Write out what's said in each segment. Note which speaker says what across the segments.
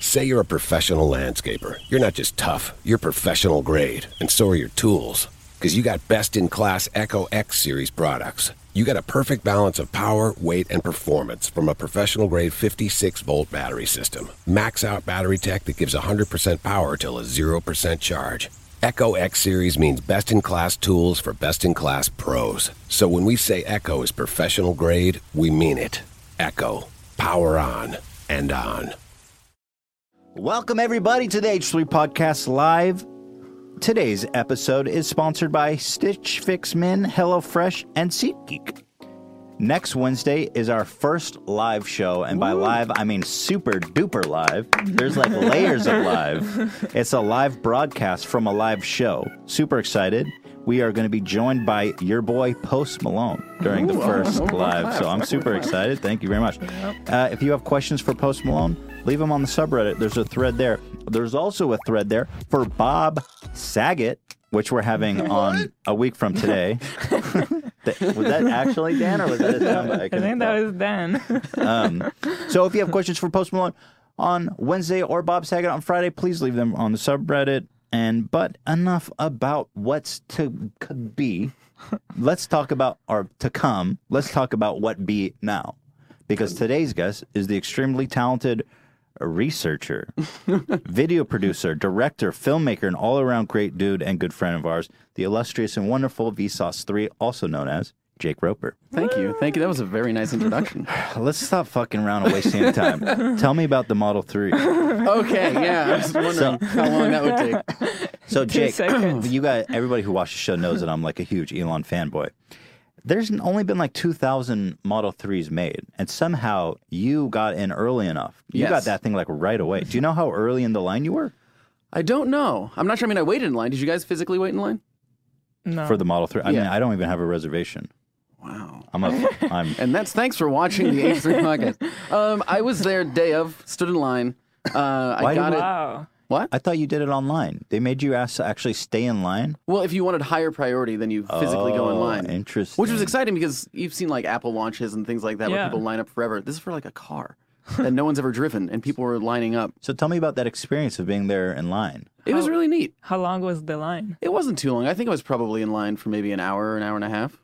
Speaker 1: Say you're a professional landscaper. You're not just tough, you're professional grade, and so are your tools. Because you got best in class Echo X series products. You got a perfect balance of power, weight, and performance from a professional grade 56 volt battery system. Max out battery tech that gives 100% power till a 0% charge. Echo X Series means best in class tools for best in class pros. So when we say Echo is professional grade, we mean it. Echo, power on and on.
Speaker 2: Welcome, everybody, to the H3 Podcast Live. Today's episode is sponsored by Stitch Fix Men, HelloFresh, and SeatGeek. Next Wednesday is our first live show, and by live, I mean super duper live. There's like layers of live. It's a live broadcast from a live show. Super excited. We are going to be joined by your boy Post Malone during the first live, so I'm super excited. Thank you very much. Uh, if you have questions for Post Malone, leave them on the subreddit. There's a thread there. There's also a thread there for Bob Saget, which we're having on a week from today. Th- was that actually Dan or was that a soundbite?
Speaker 3: I
Speaker 2: couldn't
Speaker 3: think that
Speaker 2: tell.
Speaker 3: was Dan.
Speaker 2: So if you have questions for Post Malone on Wednesday or Bob Saget on Friday, please leave them on the subreddit. And but enough about what's to could be. Let's talk about or to come. Let's talk about what be now, because today's guest is the extremely talented researcher, video producer, director, filmmaker, and all-around great dude and good friend of ours, the illustrious and wonderful Vsauce Three, also known as Jake Roper.
Speaker 4: Thank you. Thank you. That was a very nice introduction.
Speaker 2: Let's stop fucking around and wasting your time. Tell me about the Model 3.
Speaker 4: okay. Yeah. I was wondering
Speaker 2: So-
Speaker 4: how long that would take.
Speaker 2: So, Jake,
Speaker 3: seconds.
Speaker 2: you got everybody who watches the show knows that I'm like a huge Elon fanboy. There's n- only been like 2,000 Model 3s made, and somehow you got in early enough. You got
Speaker 4: Yes.
Speaker 2: that thing like right away. Do you know how early in the line you were
Speaker 4: I don't know. I'm not sure. I mean, I waited in line. Did you guys physically wait in line?
Speaker 3: No.
Speaker 2: for the Model 3? I mean,
Speaker 4: Yeah.
Speaker 2: I don't even have a reservation.
Speaker 4: Wow.
Speaker 2: I'm a, I'm,
Speaker 4: And that's thanks for watching the H3 podcast. Um, I was there day of, stood in line. Uh,
Speaker 2: Why
Speaker 4: I
Speaker 2: do
Speaker 4: got
Speaker 2: we-
Speaker 4: it.
Speaker 3: wow.
Speaker 4: What?
Speaker 2: I thought you did it online. They made you ask to actually stay in line.
Speaker 4: Well, if you wanted higher priority, then you physically go in
Speaker 2: Oh,
Speaker 4: line.
Speaker 2: Interesting.
Speaker 4: Which was exciting because you've seen like Apple launches and things like that where
Speaker 3: Yeah.
Speaker 4: people line up forever. This is for like a car that no one's ever driven, and people were lining up.
Speaker 2: So tell me about that experience of being there in line.
Speaker 4: It was
Speaker 3: How-
Speaker 4: really neat.
Speaker 3: How long was the line?
Speaker 4: It wasn't too long. I think I was probably in line for maybe an hour, an hour and a half.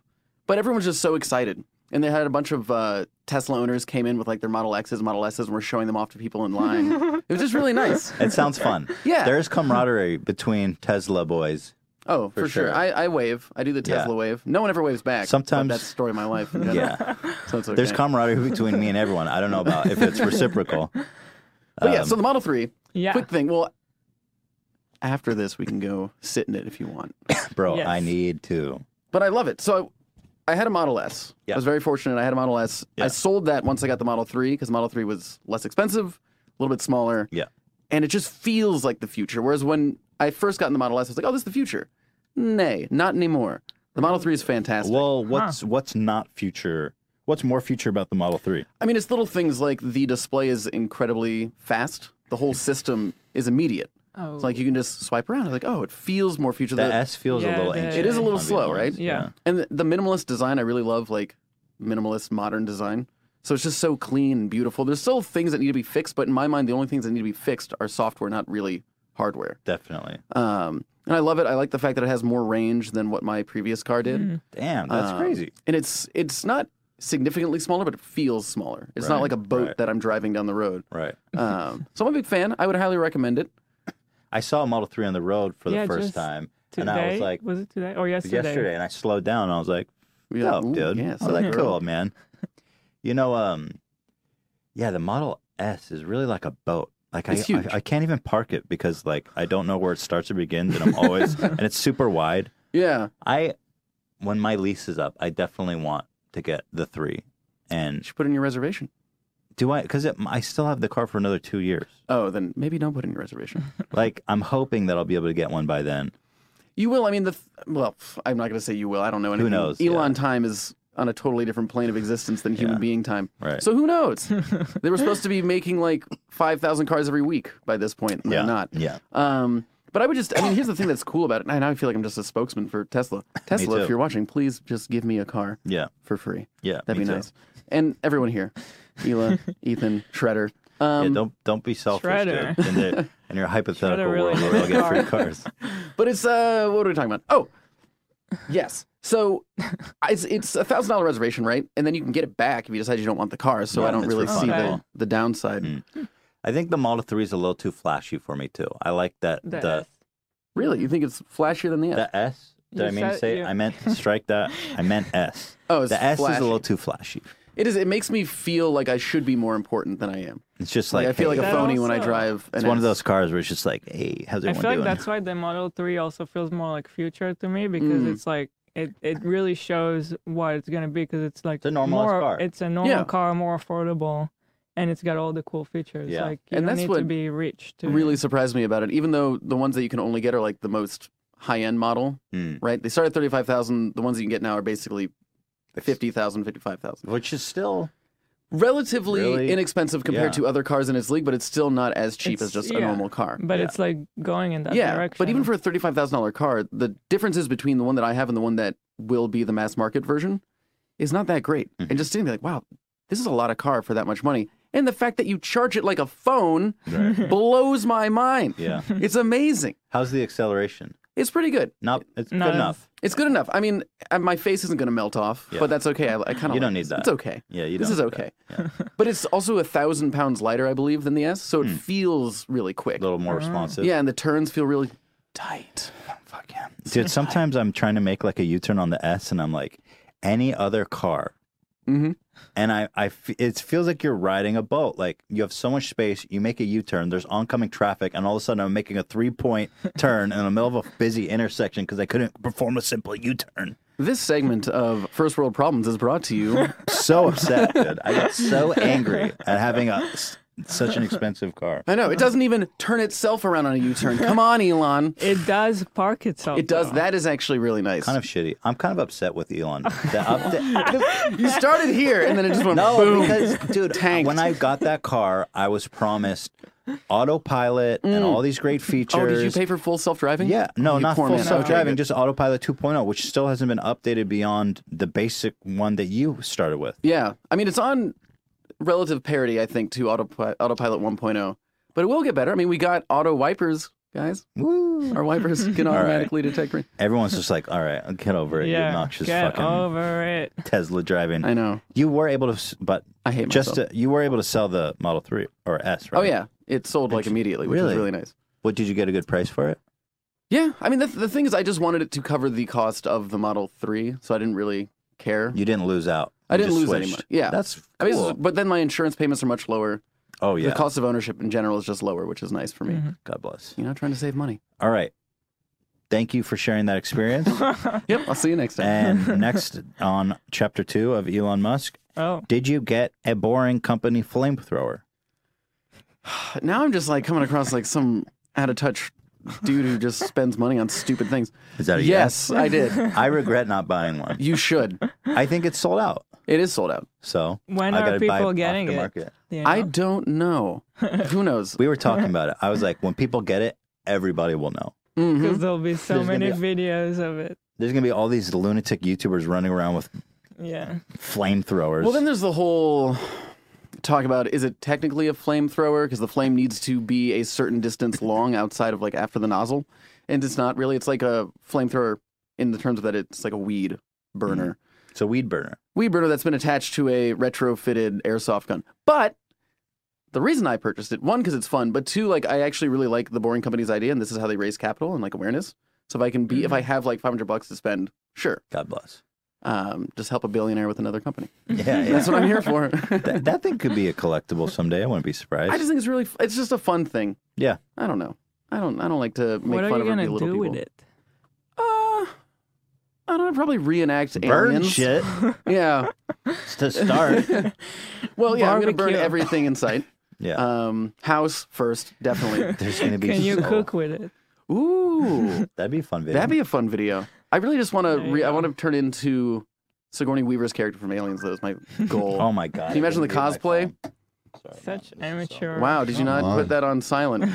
Speaker 4: But everyone's just so excited. And they had a bunch of uh, Tesla owners came in with like their Model X's, Model S's, and were showing them off to people in line. it was just really nice.
Speaker 2: It sounds fun.
Speaker 4: Yeah.
Speaker 2: There is camaraderie between Tesla boys.
Speaker 4: Oh, for,
Speaker 2: For
Speaker 4: sure.
Speaker 2: sure.
Speaker 4: I, I wave. I do the Tesla
Speaker 2: Yeah.
Speaker 4: wave. No one ever waves back. but
Speaker 2: Sometimes-
Speaker 4: that's the story of my life. in general.
Speaker 2: Yeah.
Speaker 4: So it's okay.
Speaker 2: There's camaraderie between me and everyone. I don't know about if it's reciprocal.
Speaker 4: but yeah, so
Speaker 2: um,
Speaker 4: the Model 3,
Speaker 3: Yeah.
Speaker 4: quick thing. Well, after this, we can go sit in it if you want.
Speaker 2: Bro,
Speaker 3: Yes.
Speaker 2: I need to.
Speaker 4: But I love it. So I, I had a Model S. I
Speaker 2: Yeah.
Speaker 4: was very fortunate. I had a Model S. I
Speaker 2: Yeah.
Speaker 4: sold that once I got the Model 3 because Model 3 was less expensive, a little bit smaller.
Speaker 2: Yeah.
Speaker 4: And it just feels like the future. Whereas when I first got in the Model S, I was like, oh, this is the future. Nay, not anymore. The Model 3 is fantastic.
Speaker 2: Well, what's what's not future? What's more future about the Model 3?
Speaker 4: I mean, it's little things like the display is incredibly fast, the whole system is immediate.
Speaker 3: Oh.
Speaker 4: It's like you can just swipe around. It's like, oh, it feels more future.
Speaker 2: The
Speaker 4: The-
Speaker 2: S feels a
Speaker 3: Yeah,
Speaker 2: little
Speaker 3: the-
Speaker 2: ancient.
Speaker 4: It is a little
Speaker 2: on the
Speaker 4: slow,
Speaker 2: other
Speaker 4: right?
Speaker 2: ones.
Speaker 3: Yeah.
Speaker 4: And the, the minimalist design, I really love like minimalist modern design. So it's just so clean and beautiful. There's still things that need to be fixed, but in my mind, the only things that need to be fixed are software, not really hardware.
Speaker 2: Definitely.
Speaker 4: Um, and I love it. I like the fact that it has more range than what my previous car did.
Speaker 2: Damn, Mm. that's
Speaker 4: Um,
Speaker 2: crazy.
Speaker 4: And it's it's not significantly smaller, but it feels smaller. It's not
Speaker 2: Right,
Speaker 4: like a boat
Speaker 2: right.
Speaker 4: that I'm driving down the road.
Speaker 2: Right.
Speaker 4: Um, so I'm a big fan. I would highly recommend it.
Speaker 2: I saw a Model 3 on the road for the
Speaker 3: Yeah,
Speaker 2: first
Speaker 3: just
Speaker 2: time.
Speaker 3: Today?
Speaker 2: And I was like,
Speaker 3: it today or yesterday?
Speaker 2: yesterday, and I slowed down and I was like,
Speaker 4: You're
Speaker 2: Yeah,
Speaker 4: like, "Ooh,
Speaker 2: Oh, dude.
Speaker 4: yes,
Speaker 2: I like
Speaker 4: girl."
Speaker 2: cool, man. You know, um, yeah, the Model S is really like a boat. Like I,
Speaker 4: It's huge.
Speaker 2: I, I can't even park it because like I don't know where it starts or begins, and I'm always and it's super wide.
Speaker 4: Yeah,
Speaker 2: I, when my lease is up, I definitely want to get the three.
Speaker 4: you
Speaker 2: And
Speaker 4: should put in your reservation.
Speaker 2: do I? Because I still have the car for another two years.
Speaker 4: Oh, then maybe don't put in your reservation.
Speaker 2: Like I'm hoping that I'll be able to get one by then.
Speaker 4: You will. I mean, the th- well, pff, I'm not going to say you will. I don't know anything.
Speaker 2: knows?
Speaker 4: Elon
Speaker 2: Yeah.
Speaker 4: time is on a totally different plane of existence than human
Speaker 2: Yeah.
Speaker 4: being time.
Speaker 2: Right.
Speaker 4: So who knows? they were supposed to be making like 5,000 cars every week by this point. and They're
Speaker 2: yeah.
Speaker 4: not.
Speaker 2: Yeah.
Speaker 4: Um, but I would just, I mean, here's the thing that's cool about it. And I now feel like I'm just a spokesman for Tesla. Tesla,
Speaker 2: too.
Speaker 4: if you're watching, please just give me a car
Speaker 2: Yeah.
Speaker 4: for free.
Speaker 2: Yeah.
Speaker 4: That'd
Speaker 2: me
Speaker 4: be
Speaker 2: too.
Speaker 4: nice. And everyone here, Elon, Ethan, Shredder,
Speaker 2: yeah,
Speaker 4: Um,
Speaker 2: don't don't be selfish
Speaker 3: Shredder.
Speaker 2: dude, in, the, in your hypothetical
Speaker 3: Shredder really
Speaker 2: world where
Speaker 3: needs
Speaker 2: we'll get
Speaker 3: a
Speaker 2: free
Speaker 3: car.
Speaker 2: cars.
Speaker 4: But it's uh, what are we talking about? Oh, yes. So it's it's a thousand dollar reservation, right? And then you can get it back if you decide you don't want the car. So
Speaker 2: Yeah,
Speaker 4: I don't
Speaker 2: it's
Speaker 4: really
Speaker 2: refundable.
Speaker 4: see the, the downside.
Speaker 2: Mm. I think the Model Three is a little too flashy for me too. I like that
Speaker 3: The
Speaker 2: the
Speaker 3: S.
Speaker 4: Really, you think it's flashier than the S?
Speaker 2: the S. Did
Speaker 3: You
Speaker 2: I mean to
Speaker 3: said-
Speaker 2: say? it?
Speaker 3: you-
Speaker 2: I meant strike that. I meant S.
Speaker 4: oh, it's
Speaker 2: The S is
Speaker 4: flashy.
Speaker 2: a little too flashy.
Speaker 4: It is. It makes me feel like I should be more important than I am.
Speaker 2: It's just
Speaker 4: Like,
Speaker 2: like,
Speaker 4: I feel
Speaker 2: hey,
Speaker 4: like a
Speaker 3: That
Speaker 4: phony when I
Speaker 3: also-
Speaker 4: drive. An
Speaker 2: it's one of
Speaker 4: S.
Speaker 2: those cars where it's just like, hey, how's
Speaker 3: I
Speaker 2: everyone
Speaker 3: feel like
Speaker 2: doing?
Speaker 3: that's why the Model 3 also feels more like future to me because
Speaker 4: Mm.
Speaker 3: it's like it, it really shows what it's gonna be because it's like
Speaker 2: a normalized
Speaker 3: more
Speaker 2: car.
Speaker 3: it's a normal
Speaker 4: Yeah.
Speaker 3: car, more affordable, and it's got all the cool features.
Speaker 2: Yeah.
Speaker 3: Like you
Speaker 4: And
Speaker 3: don't
Speaker 4: that's
Speaker 3: need to
Speaker 4: what
Speaker 3: be rich to
Speaker 4: Really surprised me about it. Even though the ones that you can only get are like the most high end model,
Speaker 2: Hmm.
Speaker 4: right? They start at thirty five thousand. The ones that you can get now are basically
Speaker 2: It's-
Speaker 4: 50,000, 55,000.
Speaker 2: which is still
Speaker 4: Relatively
Speaker 2: Really?
Speaker 4: inexpensive compared
Speaker 2: Yeah.
Speaker 4: to other cars in its league, but it's still not as cheap as
Speaker 3: It's-
Speaker 4: just a
Speaker 3: yeah.
Speaker 4: normal car.
Speaker 3: but
Speaker 2: Yeah.
Speaker 3: it's like going in that
Speaker 4: yeah,
Speaker 3: direction.
Speaker 4: but even for a thirty-five thousand dollar car, the differences between the one that I have and the one that will be the mass market version is not that great.
Speaker 2: Mhm.
Speaker 4: And just sitting there like, wow, this is a lot of car for that much money. And the fact that you charge it like a phone blows my mind.
Speaker 2: yeah.
Speaker 4: It's amazing.
Speaker 2: How's the acceleration?
Speaker 4: It's pretty good.
Speaker 2: Not it's
Speaker 3: Not
Speaker 2: good enough.
Speaker 4: It's good enough. I mean, uh, my face isn't going to melt off,
Speaker 2: Yeah.
Speaker 4: but that's okay. I, I kind of
Speaker 2: You don't need that.
Speaker 4: It's okay.
Speaker 2: Yeah, you
Speaker 4: This
Speaker 2: don't
Speaker 4: is
Speaker 2: need that.
Speaker 4: okay. But it's also a thousand pounds lighter, I believe, than the S, so it feels really quick.
Speaker 2: A Hmm. little more responsive.
Speaker 4: Yeah, and the turns feel really tight.
Speaker 2: Fuck yeah. Dude, sometimes I'm trying to make like a U turn on the S and I'm like, any other car. Mm-hmm.
Speaker 4: Mhm.
Speaker 2: And I, I f- it feels like you're riding a boat. Like you have so much space, you make a U turn, there's oncoming traffic, and all of a sudden I'm making a three point turn in the middle of a busy intersection because I couldn't perform a simple U turn.
Speaker 4: This segment of First World Problems is brought to you.
Speaker 2: So upset, dude. I got so angry at having a, s- such an expensive car.
Speaker 4: I know, it doesn't even turn itself around on a U turn. Come on, Elon.
Speaker 3: it does park itself.
Speaker 4: It does.
Speaker 3: though.
Speaker 4: That is actually really nice.
Speaker 2: Kind of shitty. I'm kind of upset with Elon. The upda-
Speaker 4: You started here and then it just went
Speaker 2: No,
Speaker 4: boom.
Speaker 2: because dude,
Speaker 4: Tanked.
Speaker 2: when I got that car, I was promised autopilot and all these great features.
Speaker 4: Mm. oh, did you pay for full self driving?
Speaker 2: yeah, no, not full self-driving,
Speaker 4: Just
Speaker 2: just autopilot 2.0, which still hasn't been updated beyond the basic one that you started with.
Speaker 4: yeah. I mean, it's on relative parity, I think, to autopi- autopilot 1.0, but it will get better. I mean, we got auto wipers, guys.
Speaker 2: Woo.
Speaker 4: Our wipers can
Speaker 2: right.
Speaker 4: automatically detect. rain.
Speaker 2: Everyone's just like, "All right, get over it, you
Speaker 3: yeah,
Speaker 2: obnoxious
Speaker 3: get
Speaker 2: fucking
Speaker 3: over it.
Speaker 2: Tesla driving."
Speaker 4: I know.
Speaker 2: You were able to, s- but
Speaker 4: I hate
Speaker 2: just
Speaker 4: myself.
Speaker 2: to, you were able to sell the Model 3 or S, right?
Speaker 4: oh yeah, it sold like immediately, which
Speaker 2: Really?
Speaker 4: is really nice.
Speaker 2: What did you get a good price for it?
Speaker 4: Yeah, I mean, the, the thing is, I just wanted it to cover the cost of the Model Three, so I didn't really care.
Speaker 2: You didn't lose out.
Speaker 4: I
Speaker 2: You
Speaker 4: didn't
Speaker 2: just
Speaker 4: lose any
Speaker 2: switched.
Speaker 4: money. Yeah.
Speaker 2: That's cool.
Speaker 4: I mean, it's- but then my insurance payments are much lower.
Speaker 2: oh yeah. Mm-hmm.
Speaker 4: The cost of ownership in general is just lower, which is nice for me.
Speaker 3: Mhm.
Speaker 2: God bless.
Speaker 4: You know, trying to save money.
Speaker 2: All right. Thank you for sharing that experience.
Speaker 4: Yep, I'll see you next time.
Speaker 2: and next on chapter two of Elon Musk,
Speaker 3: Oh,
Speaker 2: did you get a boring company flamethrower?
Speaker 4: But now I'm just like coming across like some out of touch dude who just spends money on stupid things.
Speaker 2: Is that a
Speaker 4: yes, I did.
Speaker 2: yes? I regret not buying one.
Speaker 4: You should.
Speaker 2: I think it's sold out.
Speaker 4: It is sold out.
Speaker 2: So
Speaker 3: when
Speaker 2: I
Speaker 3: are
Speaker 2: gotta buy
Speaker 3: people getting it?
Speaker 2: aftermarket.
Speaker 3: you
Speaker 4: I
Speaker 3: know?
Speaker 4: don't know. Who knows?
Speaker 2: We were talking about it. I was like, when people get it, everybody will know.
Speaker 4: Mhm.
Speaker 3: 'Cause there'll be so
Speaker 2: There's gonna
Speaker 3: many
Speaker 2: be
Speaker 3: videos of it.
Speaker 2: There's gonna be all these lunatic YouTubers running around with
Speaker 3: Yeah.
Speaker 2: flamethrowers.
Speaker 4: Well, then there's the whole talk about is it technically a flamethrower because the flame needs to be a certain distance long outside of like after the nozzle, and it's not really. It's like a flamethrower in the terms of that it's like a weed burner,
Speaker 2: it's a weed burner.
Speaker 4: weed burner that's been attached to a retrofitted airsoft gun. But the reason I purchased it, one, because it's fun, but two, like I actually really like the Boring Company's idea, and this is how they raise capital and like awareness. So if I can be, if I
Speaker 2: Mm-hmm.
Speaker 4: have like 500 bucks to spend, sure,
Speaker 2: God bless.
Speaker 4: um, just help a billionaire with another company.
Speaker 2: Yeah, yeah.
Speaker 4: That's what I'm here for.
Speaker 2: that, that thing could be a collectible someday. I wouldn't be surprised.
Speaker 4: I just think it's really, it's just a fun thing.
Speaker 2: Yeah.
Speaker 4: I don't know. I don't, I don't like to make
Speaker 3: what are
Speaker 4: fun
Speaker 3: you
Speaker 4: of or
Speaker 3: gonna do
Speaker 4: belittle people.
Speaker 3: with it?
Speaker 4: Uh, I don't know, probably reenact
Speaker 2: burn
Speaker 4: aliens.
Speaker 2: shit
Speaker 4: Yeah.
Speaker 2: to start.
Speaker 4: Well, yeah, I'm going to
Speaker 3: Barbecue.
Speaker 4: burn everything in sight.
Speaker 2: Yeah.
Speaker 4: Um, house first, definitely.
Speaker 2: There's gonna be
Speaker 3: Can you
Speaker 2: so-
Speaker 3: cook with it?
Speaker 4: Ooh,
Speaker 2: That'd be a fun video.
Speaker 4: that'd be a fun video. I really just want to,
Speaker 3: There you
Speaker 4: re- I
Speaker 3: go.
Speaker 4: want to turn into Sigourney Weaver's character from Aliens. That was my goal.
Speaker 2: Oh my god!
Speaker 4: Can you imagine the cosplay?
Speaker 3: Such amateur.
Speaker 4: Wow, did you not
Speaker 2: on.
Speaker 4: put that on silent?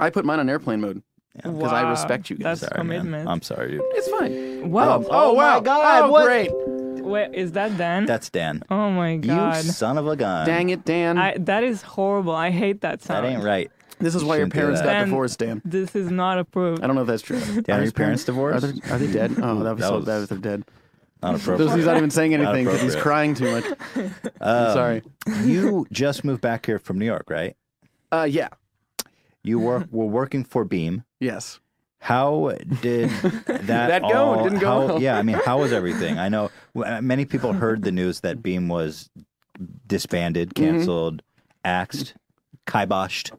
Speaker 4: I put mine on airplane mode.
Speaker 3: Because
Speaker 4: I respect you guys. Um,
Speaker 3: That's commitment.
Speaker 2: I'm sorry, dude.
Speaker 4: It's fine.
Speaker 3: Wow.
Speaker 2: Oh, my God,
Speaker 4: Oh,
Speaker 2: what-
Speaker 4: great.
Speaker 3: Wait, is that Dan?
Speaker 2: That's Dan.
Speaker 3: oh my god.
Speaker 2: You son of a gun.
Speaker 4: Dang it, Dan.
Speaker 3: I, that is horrible. I hate that
Speaker 2: That
Speaker 3: sound.
Speaker 2: ain't right.
Speaker 4: this is why your
Speaker 2: shouldn't do
Speaker 4: parents
Speaker 2: that.
Speaker 4: got
Speaker 3: Dan-
Speaker 4: divorced, Dan.
Speaker 3: This is not approved.
Speaker 4: I don't know if that's true.
Speaker 2: Yeah,
Speaker 4: Are
Speaker 2: are
Speaker 4: his
Speaker 2: your parents divorced?
Speaker 4: Are they, are they dead? Oh, that was,
Speaker 2: That
Speaker 4: so
Speaker 2: was-
Speaker 4: bad if they're dead.
Speaker 2: Not
Speaker 4: Those- He's
Speaker 2: appropriate.
Speaker 4: not even saying anything because he's
Speaker 2: appropriate.
Speaker 4: crying too much. I'm sorry.
Speaker 2: you just moved back here from New York, right?
Speaker 4: Uh, yeah.
Speaker 2: You work were working for Beam.
Speaker 4: Yes.
Speaker 2: How did that,
Speaker 4: That go-
Speaker 2: all,
Speaker 4: didn't go
Speaker 2: how-
Speaker 4: well.
Speaker 2: Yeah, I mean, how was everything? I know w- uh, many people heard the news that Beam was disbanded,
Speaker 4: Mm-hmm.
Speaker 2: canceled, axed, kiboshed.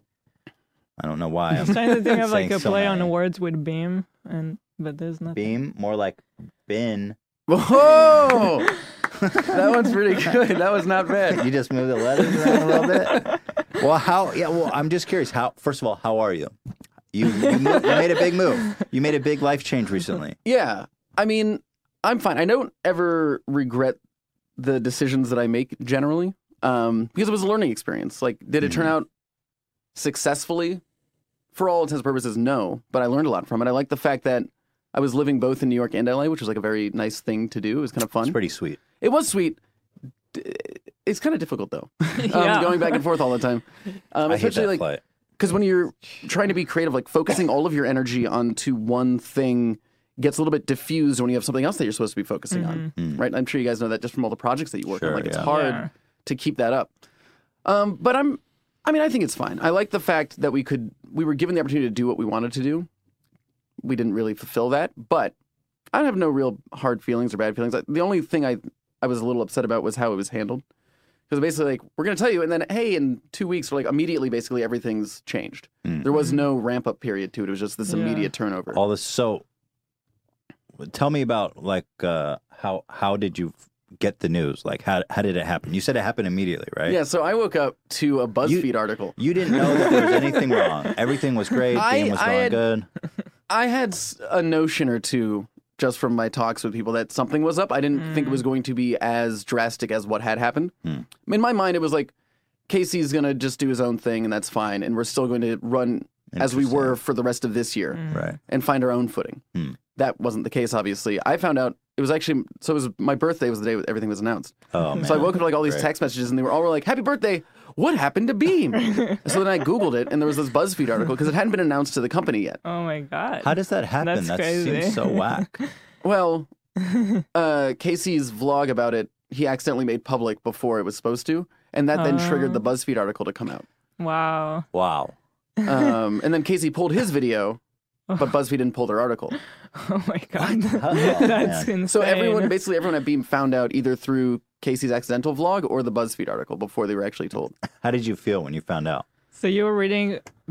Speaker 2: I don't know why.
Speaker 3: I
Speaker 2: I'm
Speaker 3: was trying to think of like
Speaker 2: saying
Speaker 3: a
Speaker 2: so
Speaker 3: play on
Speaker 2: many.
Speaker 3: words with beam, and but there's nothing.
Speaker 2: Beam, more like bin.
Speaker 4: Whoa! that one's pretty good. That was not bad.
Speaker 2: You just moved the letters around a little bit. Well, how? Yeah. Well, I'm just curious. How? First of all, how are you? You, you, moved, you made a big move. You made a big life change recently.
Speaker 4: Yeah. I mean, I'm fine. I don't ever regret the decisions that I make generally um, because it was a learning experience. Like, did it turn out successfully? For all intents and purposes, no. But I learned a lot from it. I like the fact that I was living both in New York and LA, which was like a very nice thing to do. It was kind of fun.
Speaker 2: It's pretty sweet.
Speaker 4: It was sweet. D- It's kind of difficult though, um,
Speaker 3: Yeah.
Speaker 4: going back and forth all the time. Um,
Speaker 2: I hate that
Speaker 4: especially like
Speaker 2: flight.
Speaker 4: because when you're trying to be creative, like focusing all of your energy onto one thing gets a little bit diffused when you have something else that you're supposed to be focusing on, right? I'm sure you guys know that just from all the projects that you work
Speaker 2: Mm. Sure,
Speaker 4: on. Like it's
Speaker 2: yeah.
Speaker 4: hard
Speaker 3: Yeah.
Speaker 4: to keep that up. Um, but I'm, I mean, I think it's fine. I like the fact that we could, we were given the opportunity to do what we wanted to do. We didn't really fulfill that, but I have no real hard feelings or bad feelings. Like, The only thing I, I was a little upset about was how it was handled. Because basically, like, we're going to tell you, and then, hey, in two weeks, or like immediately, basically, everything's changed.
Speaker 2: Mm.
Speaker 4: There was no ramp up period to it. It was just this
Speaker 3: Yeah.
Speaker 4: immediate turnover.
Speaker 2: all this so tell me about like uh how how did you get the news like how how did it happen you said it happened immediately right
Speaker 4: Yeah, so I woke up to a BuzzFeed article.
Speaker 2: you didn't know that there was anything wrong everything was great
Speaker 4: I-
Speaker 2: game was
Speaker 4: I
Speaker 2: going
Speaker 4: had-
Speaker 2: good
Speaker 4: I had s- a notion or two just from my talks with people that something was up. I didn't think it
Speaker 2: Mm.
Speaker 4: was going to be as drastic as what had happened.
Speaker 2: Hmm.
Speaker 4: In my mind, it was like Casey's going to just do his own thing, and that's fine. And we're still going to run as we were for the rest of this year.
Speaker 2: right
Speaker 4: and find our own footing.
Speaker 2: Mm. Hmm.
Speaker 4: That wasn't the case, obviously. I found out it was actually so it was my birthday was the day everything was announced.
Speaker 2: oh man
Speaker 4: So I woke up to like all these text messages and they were all like, "Happy birthday! What happened to Beam?" so then I googled it and there was this BuzzFeed article because it hadn't been announced to the company yet.
Speaker 3: Oh my god.
Speaker 2: how does that happen
Speaker 3: That's
Speaker 2: that
Speaker 3: crazy.
Speaker 2: seems so whack
Speaker 4: Well, uh, Casey's vlog about it he accidentally made public before it was supposed to, and that then triggered the BuzzFeed article to come out.
Speaker 3: wow.
Speaker 2: wow
Speaker 4: Um, and then Casey pulled his video, but BuzzFeed didn't pull their article.
Speaker 3: Oh my god.
Speaker 2: Oh,
Speaker 3: That's insane.
Speaker 4: So everyone, basically everyone at Beam, found out either through Casey's accidental vlog or the BuzzFeed article before they were actually told.
Speaker 2: how did you feel when you found out
Speaker 3: So you were reading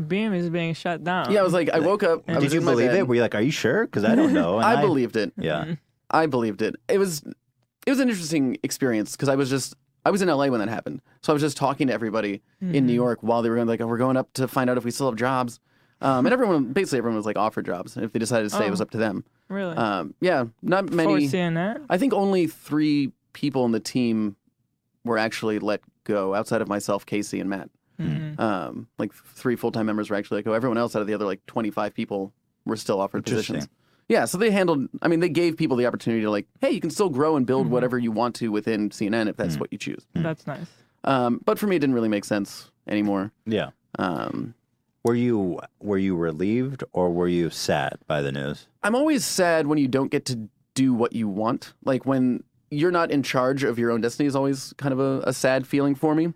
Speaker 3: Beam is being shut down.
Speaker 4: Yeah, I was like, I woke up. I was
Speaker 2: did you
Speaker 4: in my
Speaker 2: believe
Speaker 4: bed.
Speaker 2: it were you like are you sure because i don't know And
Speaker 4: I believed it.
Speaker 2: yeah
Speaker 3: Mm-hmm.
Speaker 4: I believed it. It was, it was an interesting experience because I was just, I was in LA when that happened, so I was just talking to everybody in New York while they were going like, oh, we're going up to find out if we still have jobs, um, and everyone, basically everyone was like offered jobs. If they decided to stay, it was up to them.
Speaker 3: really.
Speaker 4: Um, yeah, not
Speaker 3: For
Speaker 4: many.
Speaker 3: CNN.
Speaker 4: I think only three people in the team were actually let go outside of myself, Casey, and Matt.
Speaker 3: Hmm.
Speaker 4: Um, like three full time members were actually let go. Everyone else out of the other like 25 people were still offered positions.
Speaker 2: Interesting.
Speaker 4: Yeah, so they handled, I mean, they gave people the opportunity to, like, hey, you can still grow and build whatever you want to within CNN if that's what you choose.
Speaker 3: That's nice.
Speaker 4: Um, but for me, it didn't really make sense anymore.
Speaker 2: yeah
Speaker 4: Um,
Speaker 2: were you were you relieved or were you sad by the news
Speaker 4: I'm always sad when you don't get to do what you want. Like when you're not in charge of your own destiny is always kind of a, a sad feeling for me.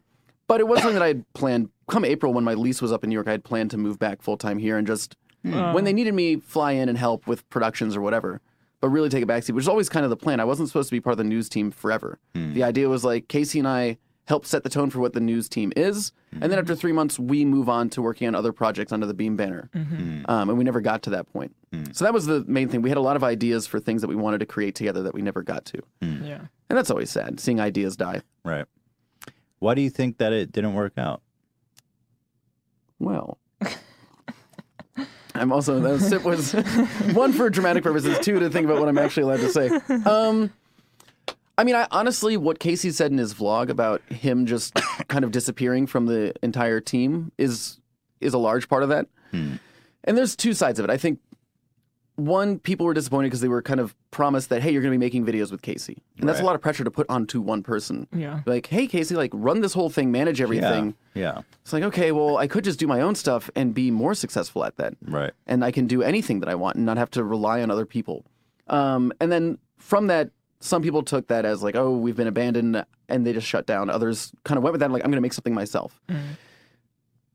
Speaker 4: But it was something that I had planned. Come April, when my lease was up in New York, I had planned to move back full time here and just Hmm. when
Speaker 3: Um,
Speaker 4: they needed me, fly in and help with productions or whatever. But really take a backseat, which is always kind of the plan. I wasn't supposed to be part of the news team forever. The idea was like Casey and I help set the tone for what the news team is, and then after three months, we move on to working on other projects under the Beam banner um, and we never got to that point. So that was the main thing. We had a lot of ideas for things that we wanted to create together that we never got to,
Speaker 3: Yeah.
Speaker 4: and that's always sad seeing ideas die.
Speaker 2: right why do you think that it didn't work out
Speaker 4: Well, I'm also that sip was one for dramatic purposes, two to think about what I'm actually allowed to say. Um, I mean, I honestly, what Casey said in his vlog about him just kind of disappearing from the entire team is is a large part of that. And there's two sides of it. I think one, people were disappointed because they were kind of promised that, hey, you're going to be making videos with Casey. And that's a
Speaker 2: Right.
Speaker 4: lot of pressure to put onto one person.
Speaker 3: Yeah.
Speaker 4: Like, hey, Casey, like, run this whole thing, manage everything.
Speaker 2: Yeah.
Speaker 4: It's like, okay, well, I could just do my own stuff and be more successful at that.
Speaker 2: Right.
Speaker 4: And I can do anything that I want and not have to rely on other people. Um, and then from that, some people took that as like, oh, we've been abandoned and they just shut down. Others kind of went with that, like, I'm going to make something myself.
Speaker 3: Hmm.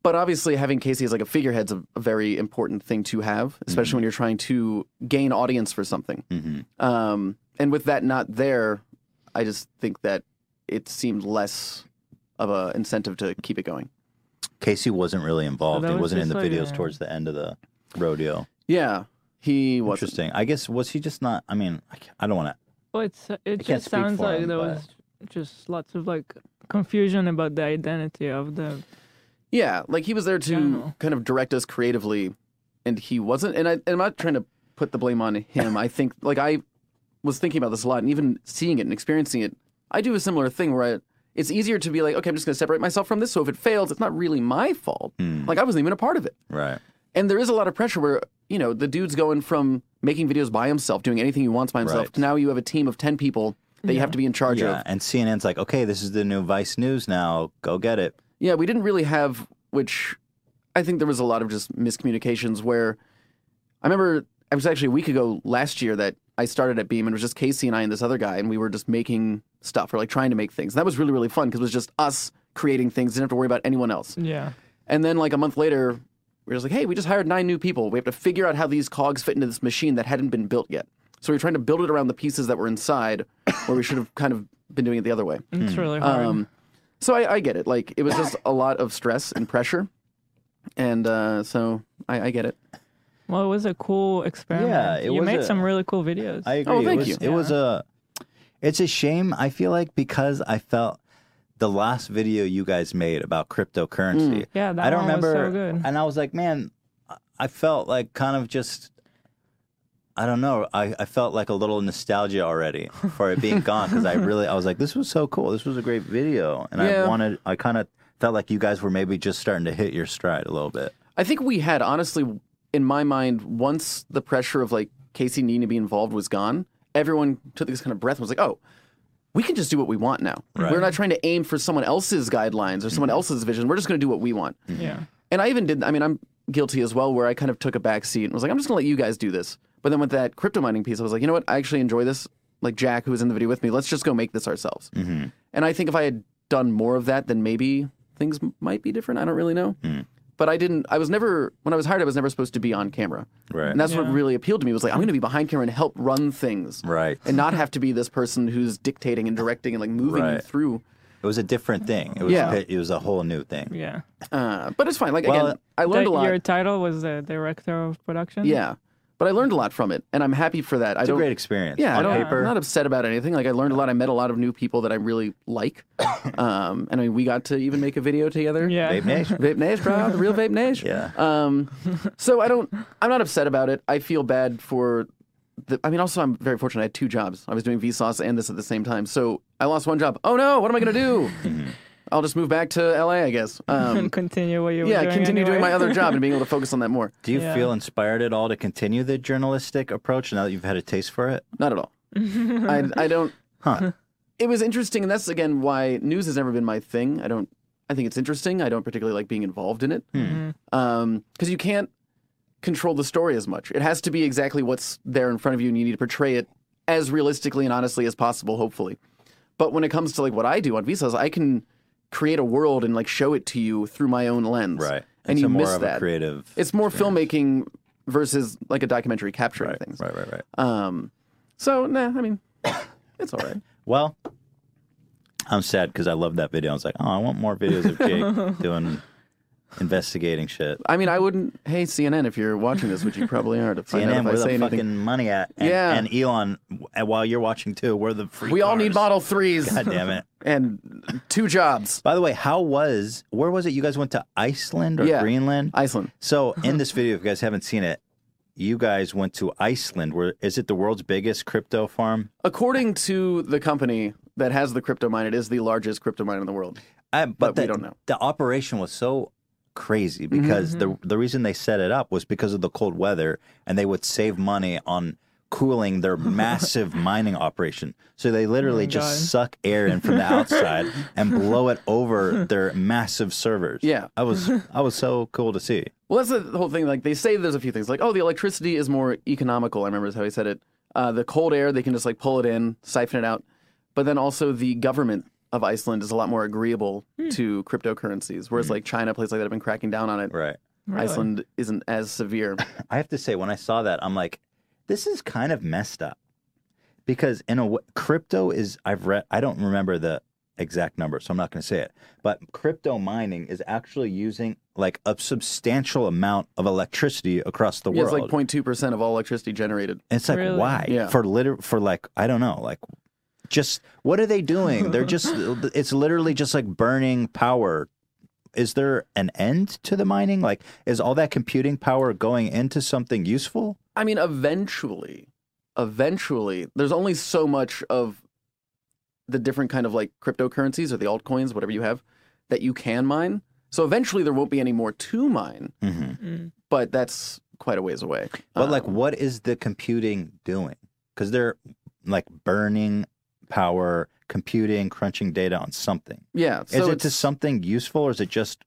Speaker 4: But obviously, having Casey as like a figurehead's a, a very important thing to have, especially when you're trying to gain audience for something.
Speaker 2: hmm
Speaker 4: Um, and with that not there, I just think that it seemed less of a incentive to keep it going.
Speaker 2: Casey wasn't really involved.
Speaker 3: that
Speaker 2: he
Speaker 3: was
Speaker 2: wasn't in
Speaker 3: just
Speaker 2: the
Speaker 3: like
Speaker 2: videos
Speaker 3: a-
Speaker 2: towards the end of the rodeo.
Speaker 4: Yeah, he was.
Speaker 2: Interesting. I guess was he just not? I mean, I, can't- I don't want to.
Speaker 3: Well, it's
Speaker 2: I
Speaker 3: it
Speaker 2: can't
Speaker 3: just
Speaker 2: speak
Speaker 3: sounds
Speaker 2: for
Speaker 3: like
Speaker 2: him,
Speaker 3: there
Speaker 2: but-
Speaker 3: was just lots of like confusion about the identity of the.
Speaker 4: Yeah, like he was there to
Speaker 3: Yeah.
Speaker 4: kind of direct us creatively, and he wasn't. And I, and I'm not trying to put the blame on him. I think like I was thinking about this a lot, and even seeing it and experiencing it, I do a similar thing where I, it's easier to be like, okay, I'm just going to separate myself from this. So if it fails, it's not really my fault.
Speaker 2: Hmm.
Speaker 4: Like I wasn't even a part of it.
Speaker 2: Right.
Speaker 4: And there is a lot of pressure where, you know, the dude's going from making videos by himself, doing anything he wants by himself,
Speaker 2: Right.
Speaker 4: to now you have a team of 10 people that you have to be in charge
Speaker 2: Yeah.
Speaker 4: of.
Speaker 2: And CNN's like, okay, this is the new Vice News now. Go get it.
Speaker 4: Yeah, we didn't really have, which I think there was a lot of just miscommunications where I remember it was actually a week ago last year that I started at Beam and it was just Casey and I and this other guy, and we were just making stuff or like trying to make things. And that was really, really fun because it was just us creating things, didn't have to worry about anyone else.
Speaker 3: Yeah.
Speaker 4: And then like a month later, we were just like, hey, we just hired nine new people. We have to figure out how these cogs fit into this machine that hadn't been built yet. So we are trying to build it around the pieces that were inside where we should have kind of been doing it the other way.
Speaker 3: It's really hard.
Speaker 4: Um, so I, I get it. Like it was just a lot of stress and pressure. And uh, so I, I get it.
Speaker 3: well, it was a cool experiment.
Speaker 2: Yeah, it
Speaker 3: you
Speaker 2: was
Speaker 3: made
Speaker 2: a-
Speaker 3: some really cool videos.
Speaker 2: I agree.
Speaker 4: Oh,
Speaker 2: it
Speaker 4: thank
Speaker 2: was,
Speaker 4: you.
Speaker 2: It was a. It's a shame. I feel like because I felt the last video you guys made about cryptocurrency.
Speaker 4: Mm.
Speaker 3: yeah, that
Speaker 2: I don't
Speaker 3: one
Speaker 2: remember.
Speaker 3: was so good.
Speaker 2: And I was like, man, I- I felt like kind of just. I don't know. I, I felt like a little nostalgia already for it being gone because I really I was like, this was so cool. This was a great video, and I
Speaker 4: Yeah.
Speaker 2: wanted. I kind of felt like you guys were maybe just starting to hit your stride a little bit.
Speaker 4: I think we had honestly, in my mind, once the pressure of like Casey needing to be involved was gone, everyone took this kind of breath and was like, oh, we can just do what we want now. We're not trying to aim for someone else's guidelines or someone else's vision. We're just going to do what we want.
Speaker 3: yeah.
Speaker 4: And I even did, I mean, I'm guilty as well, where I kind of took a back seat and was like, I'm just going to let you guys do this. But then with that crypto mining piece, I was like, you know what? I actually enjoy this. Like Jack, who was in the video with me, let's just go make this ourselves.
Speaker 2: Mm-hmm.
Speaker 4: And I think if I had done more of that, then maybe things m- might be different. I don't really know.
Speaker 2: Mm.
Speaker 4: But I didn't, I was never, when I was hired, I was never supposed to be on camera.
Speaker 2: Right.
Speaker 4: And that's what really appealed to me was like, I'm going to be behind camera and help run things.
Speaker 2: Right.
Speaker 4: And not have to be this person who's dictating and directing and like moving you
Speaker 2: Right.
Speaker 4: through.
Speaker 2: It was a different thing. It was
Speaker 4: Yeah.
Speaker 2: it was a whole new thing.
Speaker 3: Yeah.
Speaker 4: Uh, but it's fine. Like,
Speaker 2: Well,
Speaker 4: again, I learned
Speaker 3: That-
Speaker 4: a lot.
Speaker 3: Your title was the director of production.
Speaker 4: Yeah, but I learned a lot from it, and I'm happy for that. I
Speaker 2: It's a
Speaker 4: don't.
Speaker 2: great experience.
Speaker 4: yeah, I
Speaker 2: on
Speaker 4: don't,
Speaker 2: paper.
Speaker 4: I'm not upset about anything. Like I learned a lot. I met a lot of new people that I really like. um, and I mean, we got to even make a video together.
Speaker 3: Yeah.
Speaker 2: Babe Nation.
Speaker 4: Vape Nash, bro, the real Vape Nash.
Speaker 2: Yeah.
Speaker 4: Um, so I don't. I'm not upset about it. I feel bad for. The, I mean, also I'm very fortunate. I had two jobs. I was doing Vsauce and this at the same time. So I lost one job. Oh no, what am I gonna do? I'll just move back to LA, I guess. Um,
Speaker 3: and continue what you were
Speaker 4: yeah,
Speaker 3: doing
Speaker 4: continue doing
Speaker 3: anyway.
Speaker 4: my other job and being able to focus on that more.
Speaker 2: Do you
Speaker 3: Yeah.
Speaker 2: feel inspired at all to continue the journalistic approach now that you've had a taste for it?
Speaker 4: Not at all. I, I don't.
Speaker 2: Huh.
Speaker 4: It was interesting, and that's again why news has never been my thing. I don't. I think it's interesting. I don't particularly like being involved in it because
Speaker 2: Hmm.
Speaker 4: you can't control the story as much. It has to be exactly what's there in front of you, and you need to portray it as realistically and honestly as possible, hopefully. But when it comes to like what I do on Visas, I can create a world and like show it to you through my own lens. and
Speaker 2: it's
Speaker 4: you
Speaker 2: a more
Speaker 4: miss
Speaker 2: of
Speaker 4: that.
Speaker 2: a creative.
Speaker 4: it's more filmmaking versus like a documentary capturing
Speaker 2: right,
Speaker 4: things.
Speaker 2: right, right, right.
Speaker 4: Um, so nah, I mean, it's all right.
Speaker 2: Well, I'm sad because I love that video. I was like, oh, I want more videos of Jake doing investigating shit.
Speaker 4: I mean, I wouldn't. Hey, CNN, if you're watching this, which you probably are, to find
Speaker 2: CNN,
Speaker 4: out
Speaker 2: where
Speaker 4: if I say
Speaker 2: the
Speaker 4: anything.
Speaker 2: fucking money at? And,
Speaker 4: Yeah.
Speaker 2: And Elon, w- and while you're watching too, where the free
Speaker 4: we all need
Speaker 2: cars?
Speaker 4: Model Threes
Speaker 2: God damn it.
Speaker 4: and two jobs.
Speaker 2: By the way, how was, where was it? You guys went to Iceland or
Speaker 4: Yeah.
Speaker 2: Greenland?
Speaker 4: Iceland.
Speaker 2: So
Speaker 3: Uh-huh.
Speaker 2: in this video, if you guys haven't seen it, you guys went to Iceland. Where is it the world's biggest crypto farm?
Speaker 4: According to the company that has the crypto mine, it is the largest crypto mine in the world.
Speaker 2: I,
Speaker 4: But
Speaker 2: the,
Speaker 4: we don't know.
Speaker 2: The operation was so crazy because
Speaker 3: Mm-hmm.
Speaker 2: the the reason they set it up was because of the cold weather and they would save money on cooling their massive mining operation. So they literally
Speaker 3: Oh my
Speaker 2: just
Speaker 3: God.
Speaker 2: suck air in from the outside and blow it over their massive servers.
Speaker 4: Yeah.
Speaker 2: I was I was so cool to see.
Speaker 4: Well, that's the whole thing. Like they say, there's a few things like, oh, the electricity is more economical. I remember is how he said it. Uh, the cold air, they can just like pull it in, siphon it out. But then also the government of Iceland is a lot more agreeable to cryptocurrencies,
Speaker 2: Hmm.
Speaker 4: whereas like China, places like that have been cracking down on it.
Speaker 2: Right.
Speaker 3: Really?
Speaker 4: Iceland isn't as severe.
Speaker 2: I have to say, when I saw that, I'm like, this is kind of messed up because in a way, crypto is I've read I don't remember the exact number, so I'm not going to say it. But crypto mining is actually using like a substantial amount of electricity across the
Speaker 4: Yeah, it's
Speaker 2: world.
Speaker 4: like 0.2 percent of all electricity generated.
Speaker 2: And it's like
Speaker 3: Really?
Speaker 2: why
Speaker 4: Yeah.
Speaker 2: for liter for like I don't know like just what are they doing? They're just it's literally just like burning power. Is there an end to the mining? Like, is all that computing power going into something useful?
Speaker 4: I mean, eventually, eventually, there's only so much of the different kind of like cryptocurrencies or the altcoins, whatever you have, that you can mine. So eventually, there won't be any more to mine,
Speaker 2: Mm-hmm.
Speaker 3: Mm.
Speaker 4: but that's quite a ways away.
Speaker 2: But
Speaker 4: Um,
Speaker 2: like, what is the computing doing? Because they're like burning power, computing, crunching data on something.
Speaker 4: yeah, so
Speaker 2: is it
Speaker 4: it's-
Speaker 2: to something useful, or is it just